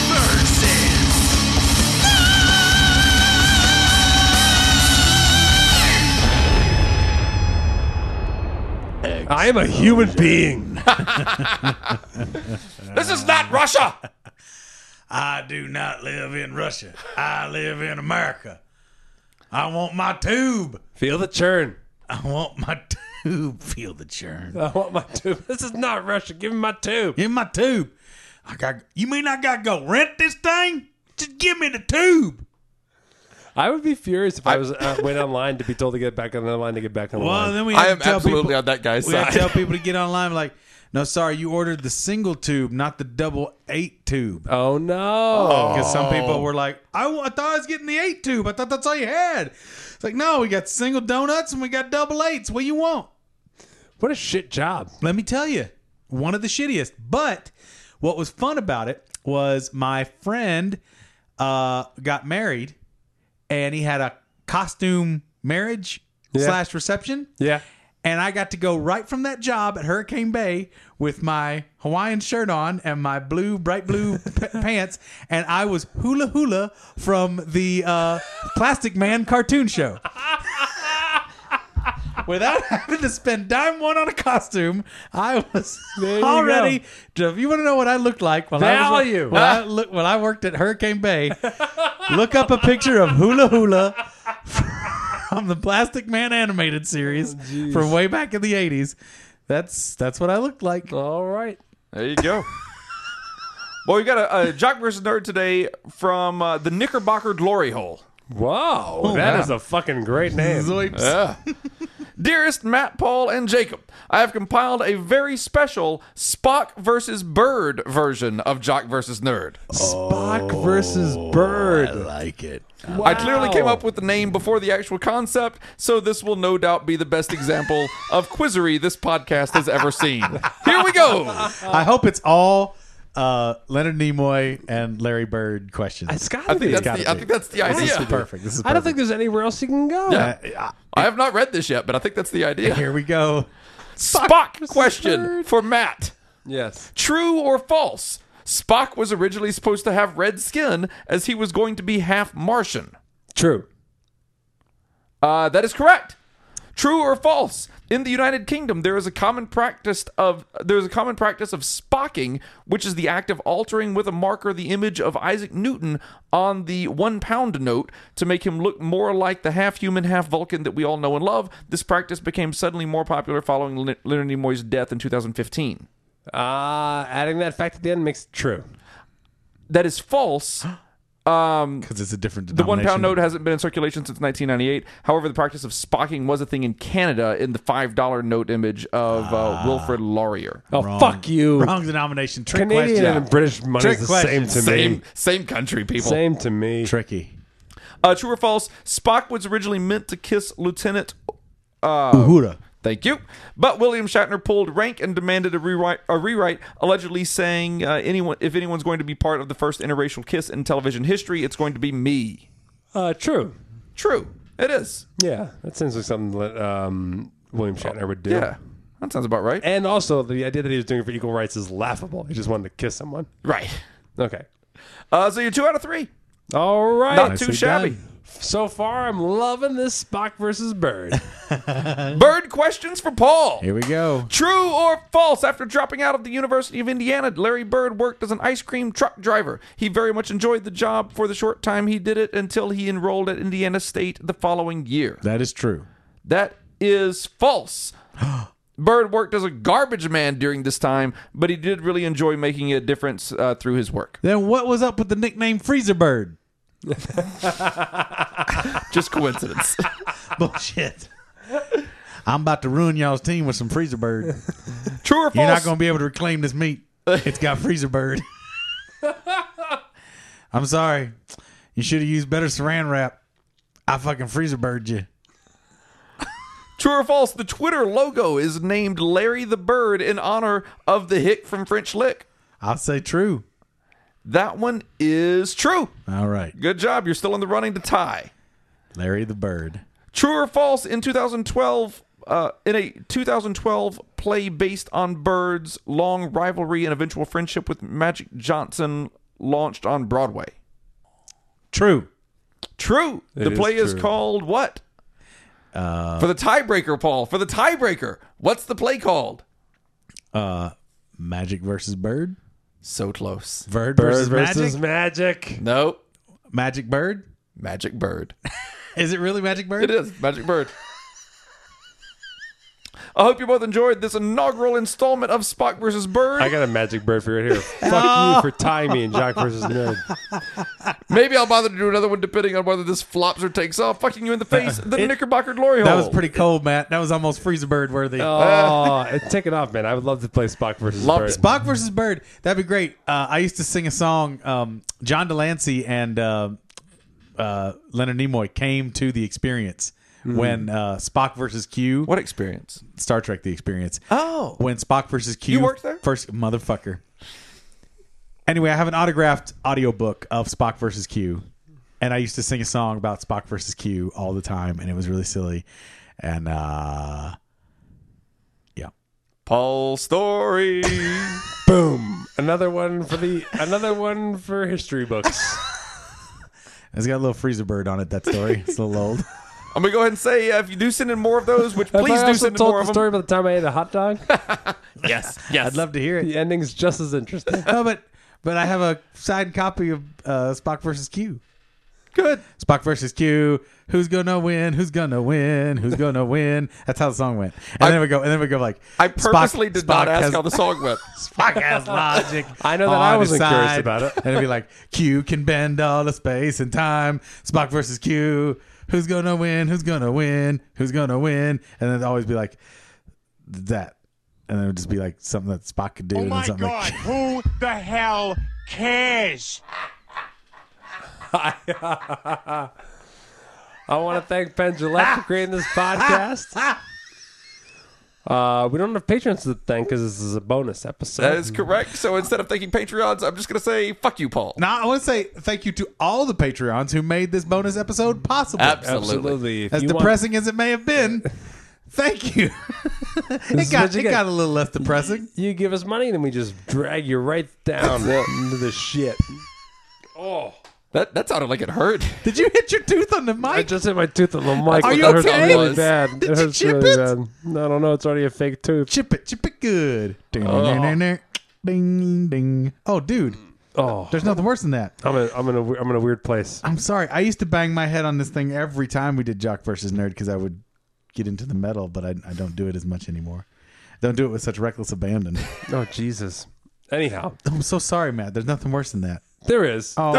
F: versus.
C: I am a human being.
E: This is not Russia.
D: I do not live in Russia. I live in America. I want my tube.
C: Feel the churn.
D: I want my tube. Feel the churn.
C: I want my tube. This is not Russia. Give me my tube.
D: In my tube. I got. You mean I gotta go rent this thing? Just give me the tube.
C: I would be furious if I, was uh, went online to be told to get back on the line to get back on the
D: Well,
C: line.
D: then we. Have
E: I am
D: to tell
E: absolutely
D: people,
E: on that guy's
D: We
E: side.
D: have to tell people to get online. Like, no, sorry, you ordered the single tube, not the double eight tube.
C: oh no!
D: Because some people were like, I, wa- I thought I was getting the eight tube. I thought that's all you had. It's like, no, we got single donuts and we got double eights. What do you want?
C: What a shit job.
D: Let me tell you, one of the shittiest. But what was fun about it was my friend uh, got married, and he had a costume marriage slash reception,
C: Yeah.
D: and I got to go right from that job at Hurricane Bay with my Hawaiian shirt on and my blue, bright blue p- pants, and I was hula hula from the uh, Plastic Man cartoon show. Without having to spend dime one on a costume, I was
C: you go.
D: already. If you want to know what I looked like, while I
C: Value.
D: was, when I, look, when I worked at Hurricane Bay, look up a picture of Hula Hula from the Plastic Man animated series from way back in the '80s. That's that's what I looked like.
C: All right.
E: There you go. well, we got a, a Jock versus Nerd today from uh, the Knickerbocker Glory Hole.
C: Wow, that is a fucking great name.
E: Dearest Matt, Paul, and Jacob, I have compiled a very special Spock versus Bird version of Jock versus Nerd.
C: Spock versus Bird.
D: like it.
E: I clearly came
C: Wow.
E: up with the name before the actual concept, so this will no doubt be the best example of quizzery this podcast has ever seen. Here we go.
D: I hope it's all uh, Leonard Nimoy and Larry Bird questions.
C: It's gotta
E: I think
C: be.
E: that's
D: gotta
E: the, I
D: be.
E: think that's the
D: This is
E: idea.
D: perfect. This is. Perfect.
C: I don't think there's anywhere else you can go.
E: Yeah. I have not read this yet, but I think that's the idea.
D: Here we go.
E: Spock question for Matt.
C: Yes.
E: True or false? Spock was originally supposed to have red skin as he was going to be half Martian.
C: True.
E: Uh, that is correct. True or false? In the United Kingdom, there is a common practice of there is a common practice of spocking, which is the act of altering with a marker the image of Isaac Newton on the one pound note to make him look more like the half human, half Vulcan that we all know and love. This practice became suddenly more popular following Le- Leonard Nimoy's death in 2015.
C: Uh, adding that fact at the end makes it true.
E: That is false. Um,
D: Because it's a different.
E: The one pound note hasn't been in circulation since 1998. However, the practice of spocking was a thing in Canada in the five dollar note image of uh, Wilfred Laurier.
C: Ah. Oh, fuck you.
D: Wrong denomination. Trick
C: Canadian
D: question.
C: and British money
D: Trick
C: is the
D: question.
C: same to me.
E: Same, same country, people.
C: Same to me.
D: Tricky.
E: Uh, true or false? Spock was originally meant to kiss Lieutenant. uh,
D: Uhura.
E: Thank you. But William Shatner pulled rank and demanded a rewrite, a rewrite allegedly saying, uh, "Anyone, if anyone's going to be part of the first interracial kiss in television history, it's going to be me."
C: Uh, true.
E: True, it is.
C: Yeah, that sounds like something that um, William Shatner would do.
E: Yeah, that sounds about right.
C: And also, the idea that he was doing it for equal rights is laughable. He just wanted to kiss someone.
E: Right.
C: Okay.
E: Uh, so you're two out of three.
C: All right.
E: Not too shabby.
C: so far, I'm loving this Spock versus Bird.
E: Bird questions for Paul.
D: Here we go.
E: True or false? After dropping out of the University of Indiana, Larry Bird worked as an ice cream truck driver. He very much enjoyed the job for the short time he did it until he enrolled at Indiana State the following year.
D: That is true.
E: That is false. Bird worked as a garbage man during this time, but he did really enjoy making a difference uh, through his work.
D: Then what was up with the nickname Freezer Bird?
E: Just coincidence.
D: Bullshit. I'm about to ruin y'all's team with some Freezer Bird.
E: True or false?
D: You're not going to be able to reclaim this meat. It's got Freezer Bird. I'm sorry. You should have used better saran wrap. I fucking Freezer Bird you.
E: True or false? The Twitter logo is named Larry the Bird in honor of the hick from French Lick.
D: I'll say true.
E: That one is true.
D: All right.
E: Good job. You're still in the running to tie.
D: Larry the Bird.
E: True or false? In 2012, uh, in a 2012 play based on birds, long rivalry and eventual friendship with Magic Johnson launched on Broadway.
D: True.
E: True. the
C: is
E: play is
C: true.
E: called what? for the tiebreaker, Paul. For the tiebreaker, what's the play called?
D: Uh, Magic versus Bird.
E: So close.
D: Bird,
C: Bird
D: versus,
C: versus
D: Magic.
C: magic.
E: No,
D: Magic Bird.
E: Magic Bird.
D: Is it really Magic Bird?
E: It is Magic Bird. I hope you both enjoyed this inaugural installment of Spock versus Bird.
C: I got a magic bird for right here. Fuck you for tying me in Jock versus Nerd.
E: Maybe I'll bother to do another one depending on whether this flops or takes off. Fucking you in the face, the Knickerbocker glory hole.
D: That was pretty cold, Matt. That was almost freezer bird worthy.
C: Oh, and take it off, man. I would love to play Spock versus
E: Love
C: Bird.
E: it.
D: Spock versus Bird. That'd be great. Uh, I used to sing a song. Um, John Delancey and uh, uh, Leonard Nimoy came to the experience when uh, Spock versus Q.
E: Mm-hmm. What experience?
D: Star Trek: The Experience.
E: Oh.
D: when Spock versus Q.
E: You worked there?
D: First motherfucker. Anyway, I have an autographed audiobook of Spock versus Q, and I used to sing a song about Spock versus Q all the time, and it was really silly. And uh, yeah,
E: Paul's story.
C: Boom. Another one for the another one for history books.
D: it's got a little freezer bird on it. That story. It's a little old.
E: I'm gonna go ahead and say uh, if you do send in more of those, which
C: Have
E: please
C: I
E: do
C: also
E: send in
C: told
E: more
C: the
E: of them.
C: story about the time I ate a hot dog.
E: Yes, yes.
D: I'd love to hear it.
C: the ending's just as interesting.
D: No, but but I have a signed copy of uh, Spock versus Q.
E: Good.
D: Spock versus Q. Who's gonna win? Who's gonna win? Who's gonna win? That's how the song went. And then we go. And then we go like.
E: I
D: Spock-
E: purposely did not
D: Spock
E: ask
D: has-
E: how the song went.
D: Spock has logic.
C: I know that I
D: on his
C: wasn't curious
D: side.
C: about it.
D: And it'd be like Q can bend all the space and time. Spock versus Q. Who's gonna win? Who's gonna win? Who's gonna win? And then it'd always be like that. And then it would just be like something that Spock could do. and then something like-
F: who the hell cares?
C: I want to thank Ben Gillette for creating this podcast. Uh, we don't have patrons to thank because this is a bonus episode.
E: That is correct. So instead of thanking Patreons, I'm just gonna say fuck you, Paul.
D: Now I want to say thank you to all the Patreons who made this bonus episode possible.
E: Absolutely.
C: absolutely. If
D: As
C: you want-
D: depressing as it may have been, thank you. it
C: is
D: got
C: what you
D: it
C: get.
D: got a little less depressing.
C: you give us money, then we just drag you right down into the shit.
E: That that sounded like it hurt.
D: Did you hit your tooth on the
C: I
D: mic?
C: just hit my tooth on the mic.
D: Are
C: It
D: you
C: hurts
D: okay?
C: really bad.
D: Did
C: it
D: you
C: hurts
D: chip
C: really
D: it?
C: bad. I don't know. It's already a fake tooth.
D: chip it, chip it good. Ding, ding, ding, ding, ding. Oh, dude,
C: Oh,
D: there's nothing worse than that.
C: I'm in, I'm in a we- I'm in a weird place.
D: I'm sorry. I used to bang my head on this thing every time we did Jock versus Nerd because I would get into the metal, but I, I don't do it as much anymore. Don't do it with such reckless abandon.
C: Oh Jesus. Anyhow,
D: I'm so sorry, Matt. There's nothing worse than that.
C: there is. Oh,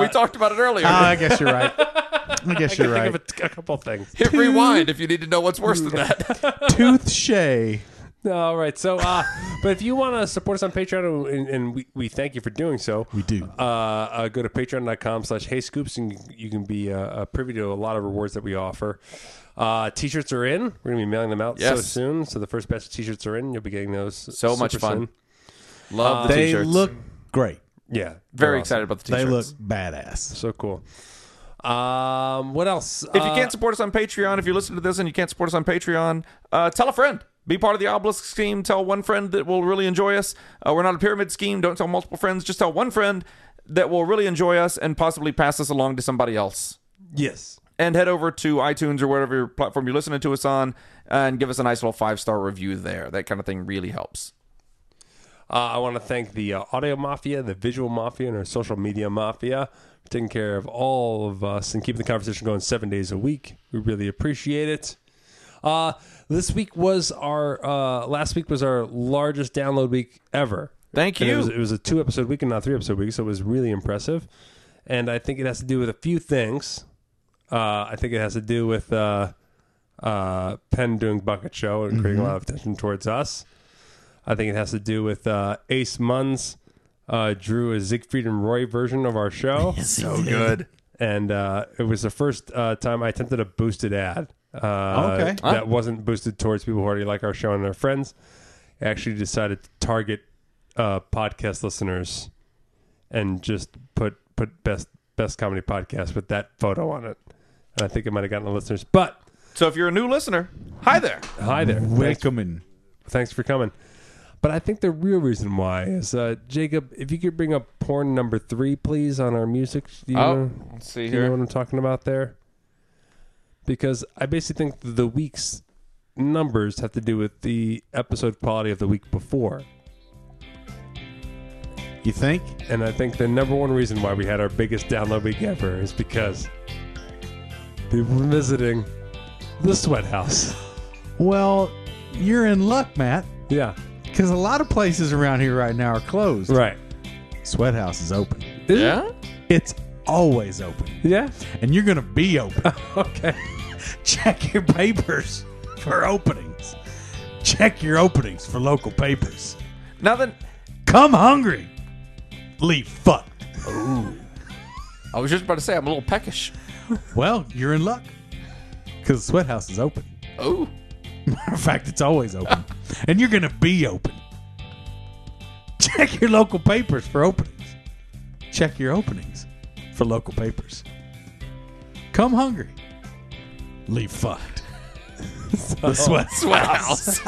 E: we talked about it earlier.
D: Oh, I guess you're right. I guess you're
C: I
D: right.
C: think of a, a couple things.
E: Hit rewind if you need to know what's worse than that.
D: Tooth Shay.
C: All right. So, uh, but if you want to support us on Patreon, and, and we, we thank you for doing so, we
D: do.
C: Uh, uh, go to patreon.com slash hey scoops, and you, you can be uh, uh, privy to a lot of rewards that we offer. Uh, t shirts are in. We're going to be mailing them out so
E: Yes.
C: soon. So, the first batch of t shirts are in. You'll be getting those.
E: So much fun. Love the
D: They
E: Uh, t-shirts.
D: look great.
C: Yeah. they're
E: very
C: awesome.
E: excited about the
D: They
E: t-shirts.
D: look badass.
C: So cool. Um, what else?
E: If you can't support us on Patreon, if you listen to this and you can't support us on Patreon, uh, tell a friend. Be part of the Obelisk scheme. Tell one friend that will really enjoy us. Uh, we're not a pyramid scheme. Don't tell multiple friends. Just tell one friend that will really enjoy us and possibly pass us along to somebody else.
C: Uh, yes.
E: And head over to iTunes or whatever platform you're listening to us on and give us a nice little five star review there. That kind of thing really helps.
C: Uh, I want to thank the uh, audio mafia, the visual mafia, and our social media mafia for taking care of all of us and keeping the conversation going seven days a week. We really appreciate it. Uh, this week was our uh, last week was our largest download week ever.
E: Thank
C: And it
E: you.
C: was, it was a two episode week and not three episode week, so it was really impressive. And I think it has to do with a few things. Uh, I think it has to do with uh, uh, Penn doing Bucket Show and creating a lot of attention towards us. I think it has to do with uh, Ace Munns uh, drew a Siegfried and Roy version of our show.
D: So good.
C: And uh, it was the first uh, time I attempted a boosted ad. Uh,
D: Okay.
C: That wasn't boosted towards people who already like our show and their friends. I actually decided to target uh, podcast listeners and just put put best best comedy podcast with that photo on it. And I think it might have gotten the listeners. But
E: So if you're a new listener, hi there.
C: hi there, Thanks-
D: Welcome in.
C: thanks for coming. But I think the real reason why is uh, Jacob. If you could bring up porn number three, please, on our music. Do you
E: Oh,
C: know-
E: let's see
C: do you know what
E: here.
C: I'm talking about there? Because I basically think the week's numbers have to do with the episode quality of the week before.
D: You think?
C: And I think the number one reason why we had our biggest download week ever is because we were visiting the sweat house.
D: Well, you're in luck, Matt,
C: Yeah.
D: because a lot of places around here right now are closed.
C: Right.
D: Sweat house is open.
C: Is it?
E: Yeah?
D: It's always open,
C: Yeah.
D: and you're gonna be open.
C: Oh. Okay.
D: Check your papers for openings. Check your openings for local papers.
E: Now then,
D: Come hungry, leave fucked.
E: I was just about to say I'm a little peckish.
D: Well, you're in luck, because the sweat house is open.
E: Oh,
D: Matter of fact, it's always open, and you're gonna be open. Check your local papers for openings. Check your openings for local papers. Come hungry, leave fucked. The sweat.
E: sweat house.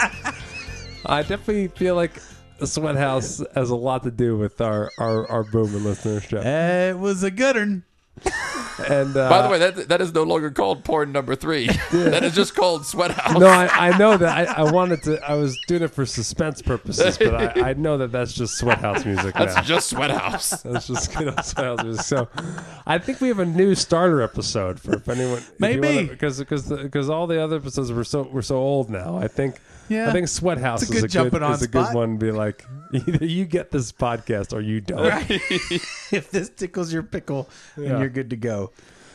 C: I definitely feel like the sweat house has a lot to do with our our, our boom and listenership.
D: It was a good one.
C: And uh,
E: By the way, that that is no longer called porn number three. that is just called sweat house.
C: no, I, I know that I, I wanted to. I was doing it for suspense purposes, but I, I know that that's just sweat house music. now.
E: It's just sweat house.
C: That's just good old sweat house music. So, I think we have a new starter episode for if anyone
D: Maybe.
C: because because because all the other episodes were so were so old now. I think
D: Yeah.
C: I think sweat house
D: It's a
C: is
D: good
C: a good
D: jumping on
C: is a
D: spot.
C: good one. To be like either you get this podcast or you don't.
D: if this tickles your pickle, then
C: Yeah.
D: you're good to go.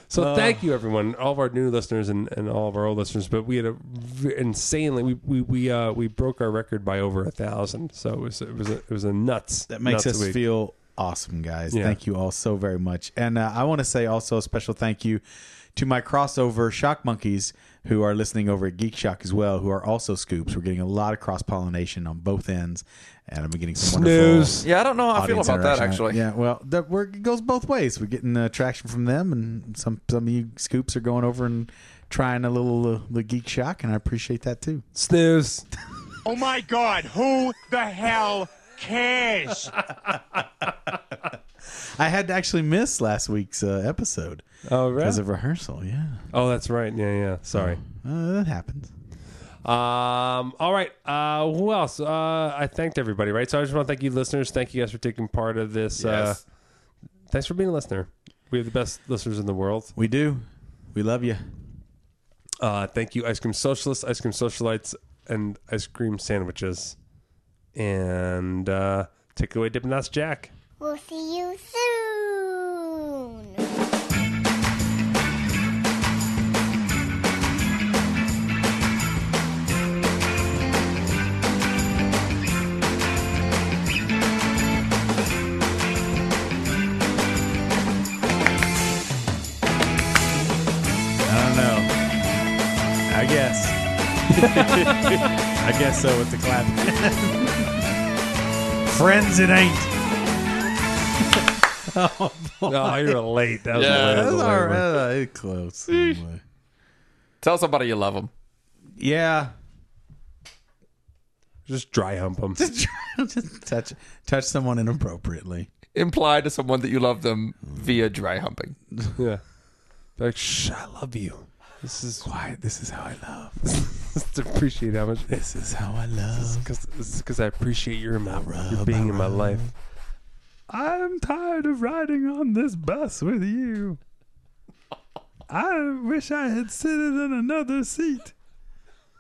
C: So
D: Uh,
C: thank you, everyone, all of our new listeners and, and all of our old listeners. But we had a v- insanely we we we, uh, we broke our record by over a thousand. So it was it was a, it was a nuts
D: That makes
C: nuts
D: us
C: week.
D: feel awesome, guys.
C: Yeah.
D: Thank you all so very much. And uh, I want to say also a special thank you to my crossover shock monkeys who are listening over at Geek Shock as well, who are also scoops. We're getting a lot of cross pollination on both ends, and I've been getting some
C: Snooze.
D: wonderful.
E: Yeah, I don't know how I feel
D: audience
E: about that
D: interaction.
E: actually.
D: yeah. Well, that work it goes both ways. We're getting uh, traction from them, and some some of you scoops are going over and trying a little uh, the Geek Shock, and I appreciate that too.
C: snooze.
F: Oh my god, who the hell cares?
D: I had to actually miss last week's uh, episode
C: Oh
D: because
C: right.
D: of rehearsal. Yeah,
C: Oh, that's right. Yeah, yeah. Sorry.
D: uh, that happens.
C: Um, all right. Uh, who else? Uh, I thanked everybody, right? So I just want to thank you, listeners. Thank you guys for taking part of this. Uh,
E: Yes.
C: thanks for being a listener. We have the best listeners in the world.
D: We do. We love you.
C: Uh, thank you, ice cream socialists, ice cream socialites, and ice cream sandwiches. And uh, take away Dipnots Jack.
G: We'll see you soon.
D: I don't know. I guess. I guess so with the clap. Friends, it ain't.
C: Oh, you were late. That was
E: Yeah.
C: yeah.
D: That's all right. Uh, it's close. Anyway.
E: Tell somebody you love them.
D: Yeah.
C: Just dry hump them.
D: Just touch touch someone inappropriately.
E: Imply to someone that you love them via dry humping.
C: yeah. Be Like, shh, I love you. This is
D: Quiet. This is how I love.
C: just to appreciate how much.
D: This is how I love.
C: Because I appreciate your, amount, your being in my life.
D: I'm tired of riding on this bus with you. I wish I had sitted in another seat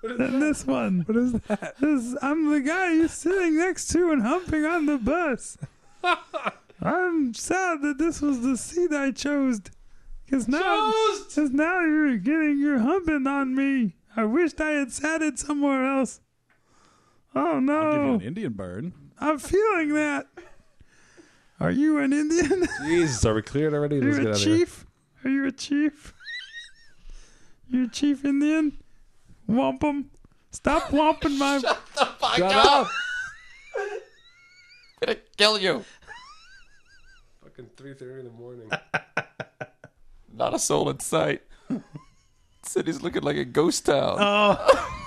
D: than this one. What is that? I'm the guy you're sitting next to and humping on the bus. I'm sad that this was the seat I chose. Because now, cause now you're getting your humping on me. I wished I had sat it somewhere else. Oh no.
H: Indian bird.
D: I'm feeling that. Are you an Indian?
C: Jesus, are we cleared already? Let's
D: You're
C: get
D: a
C: out of here.
D: chief? Are you a chief? You're a chief Indian? Wump 'em. Stop wumping my.
E: Shut up! gonna kill you.
C: fucking three thirty in the morning.
E: Not a soul in sight. City's looking like a ghost town.
D: Oh,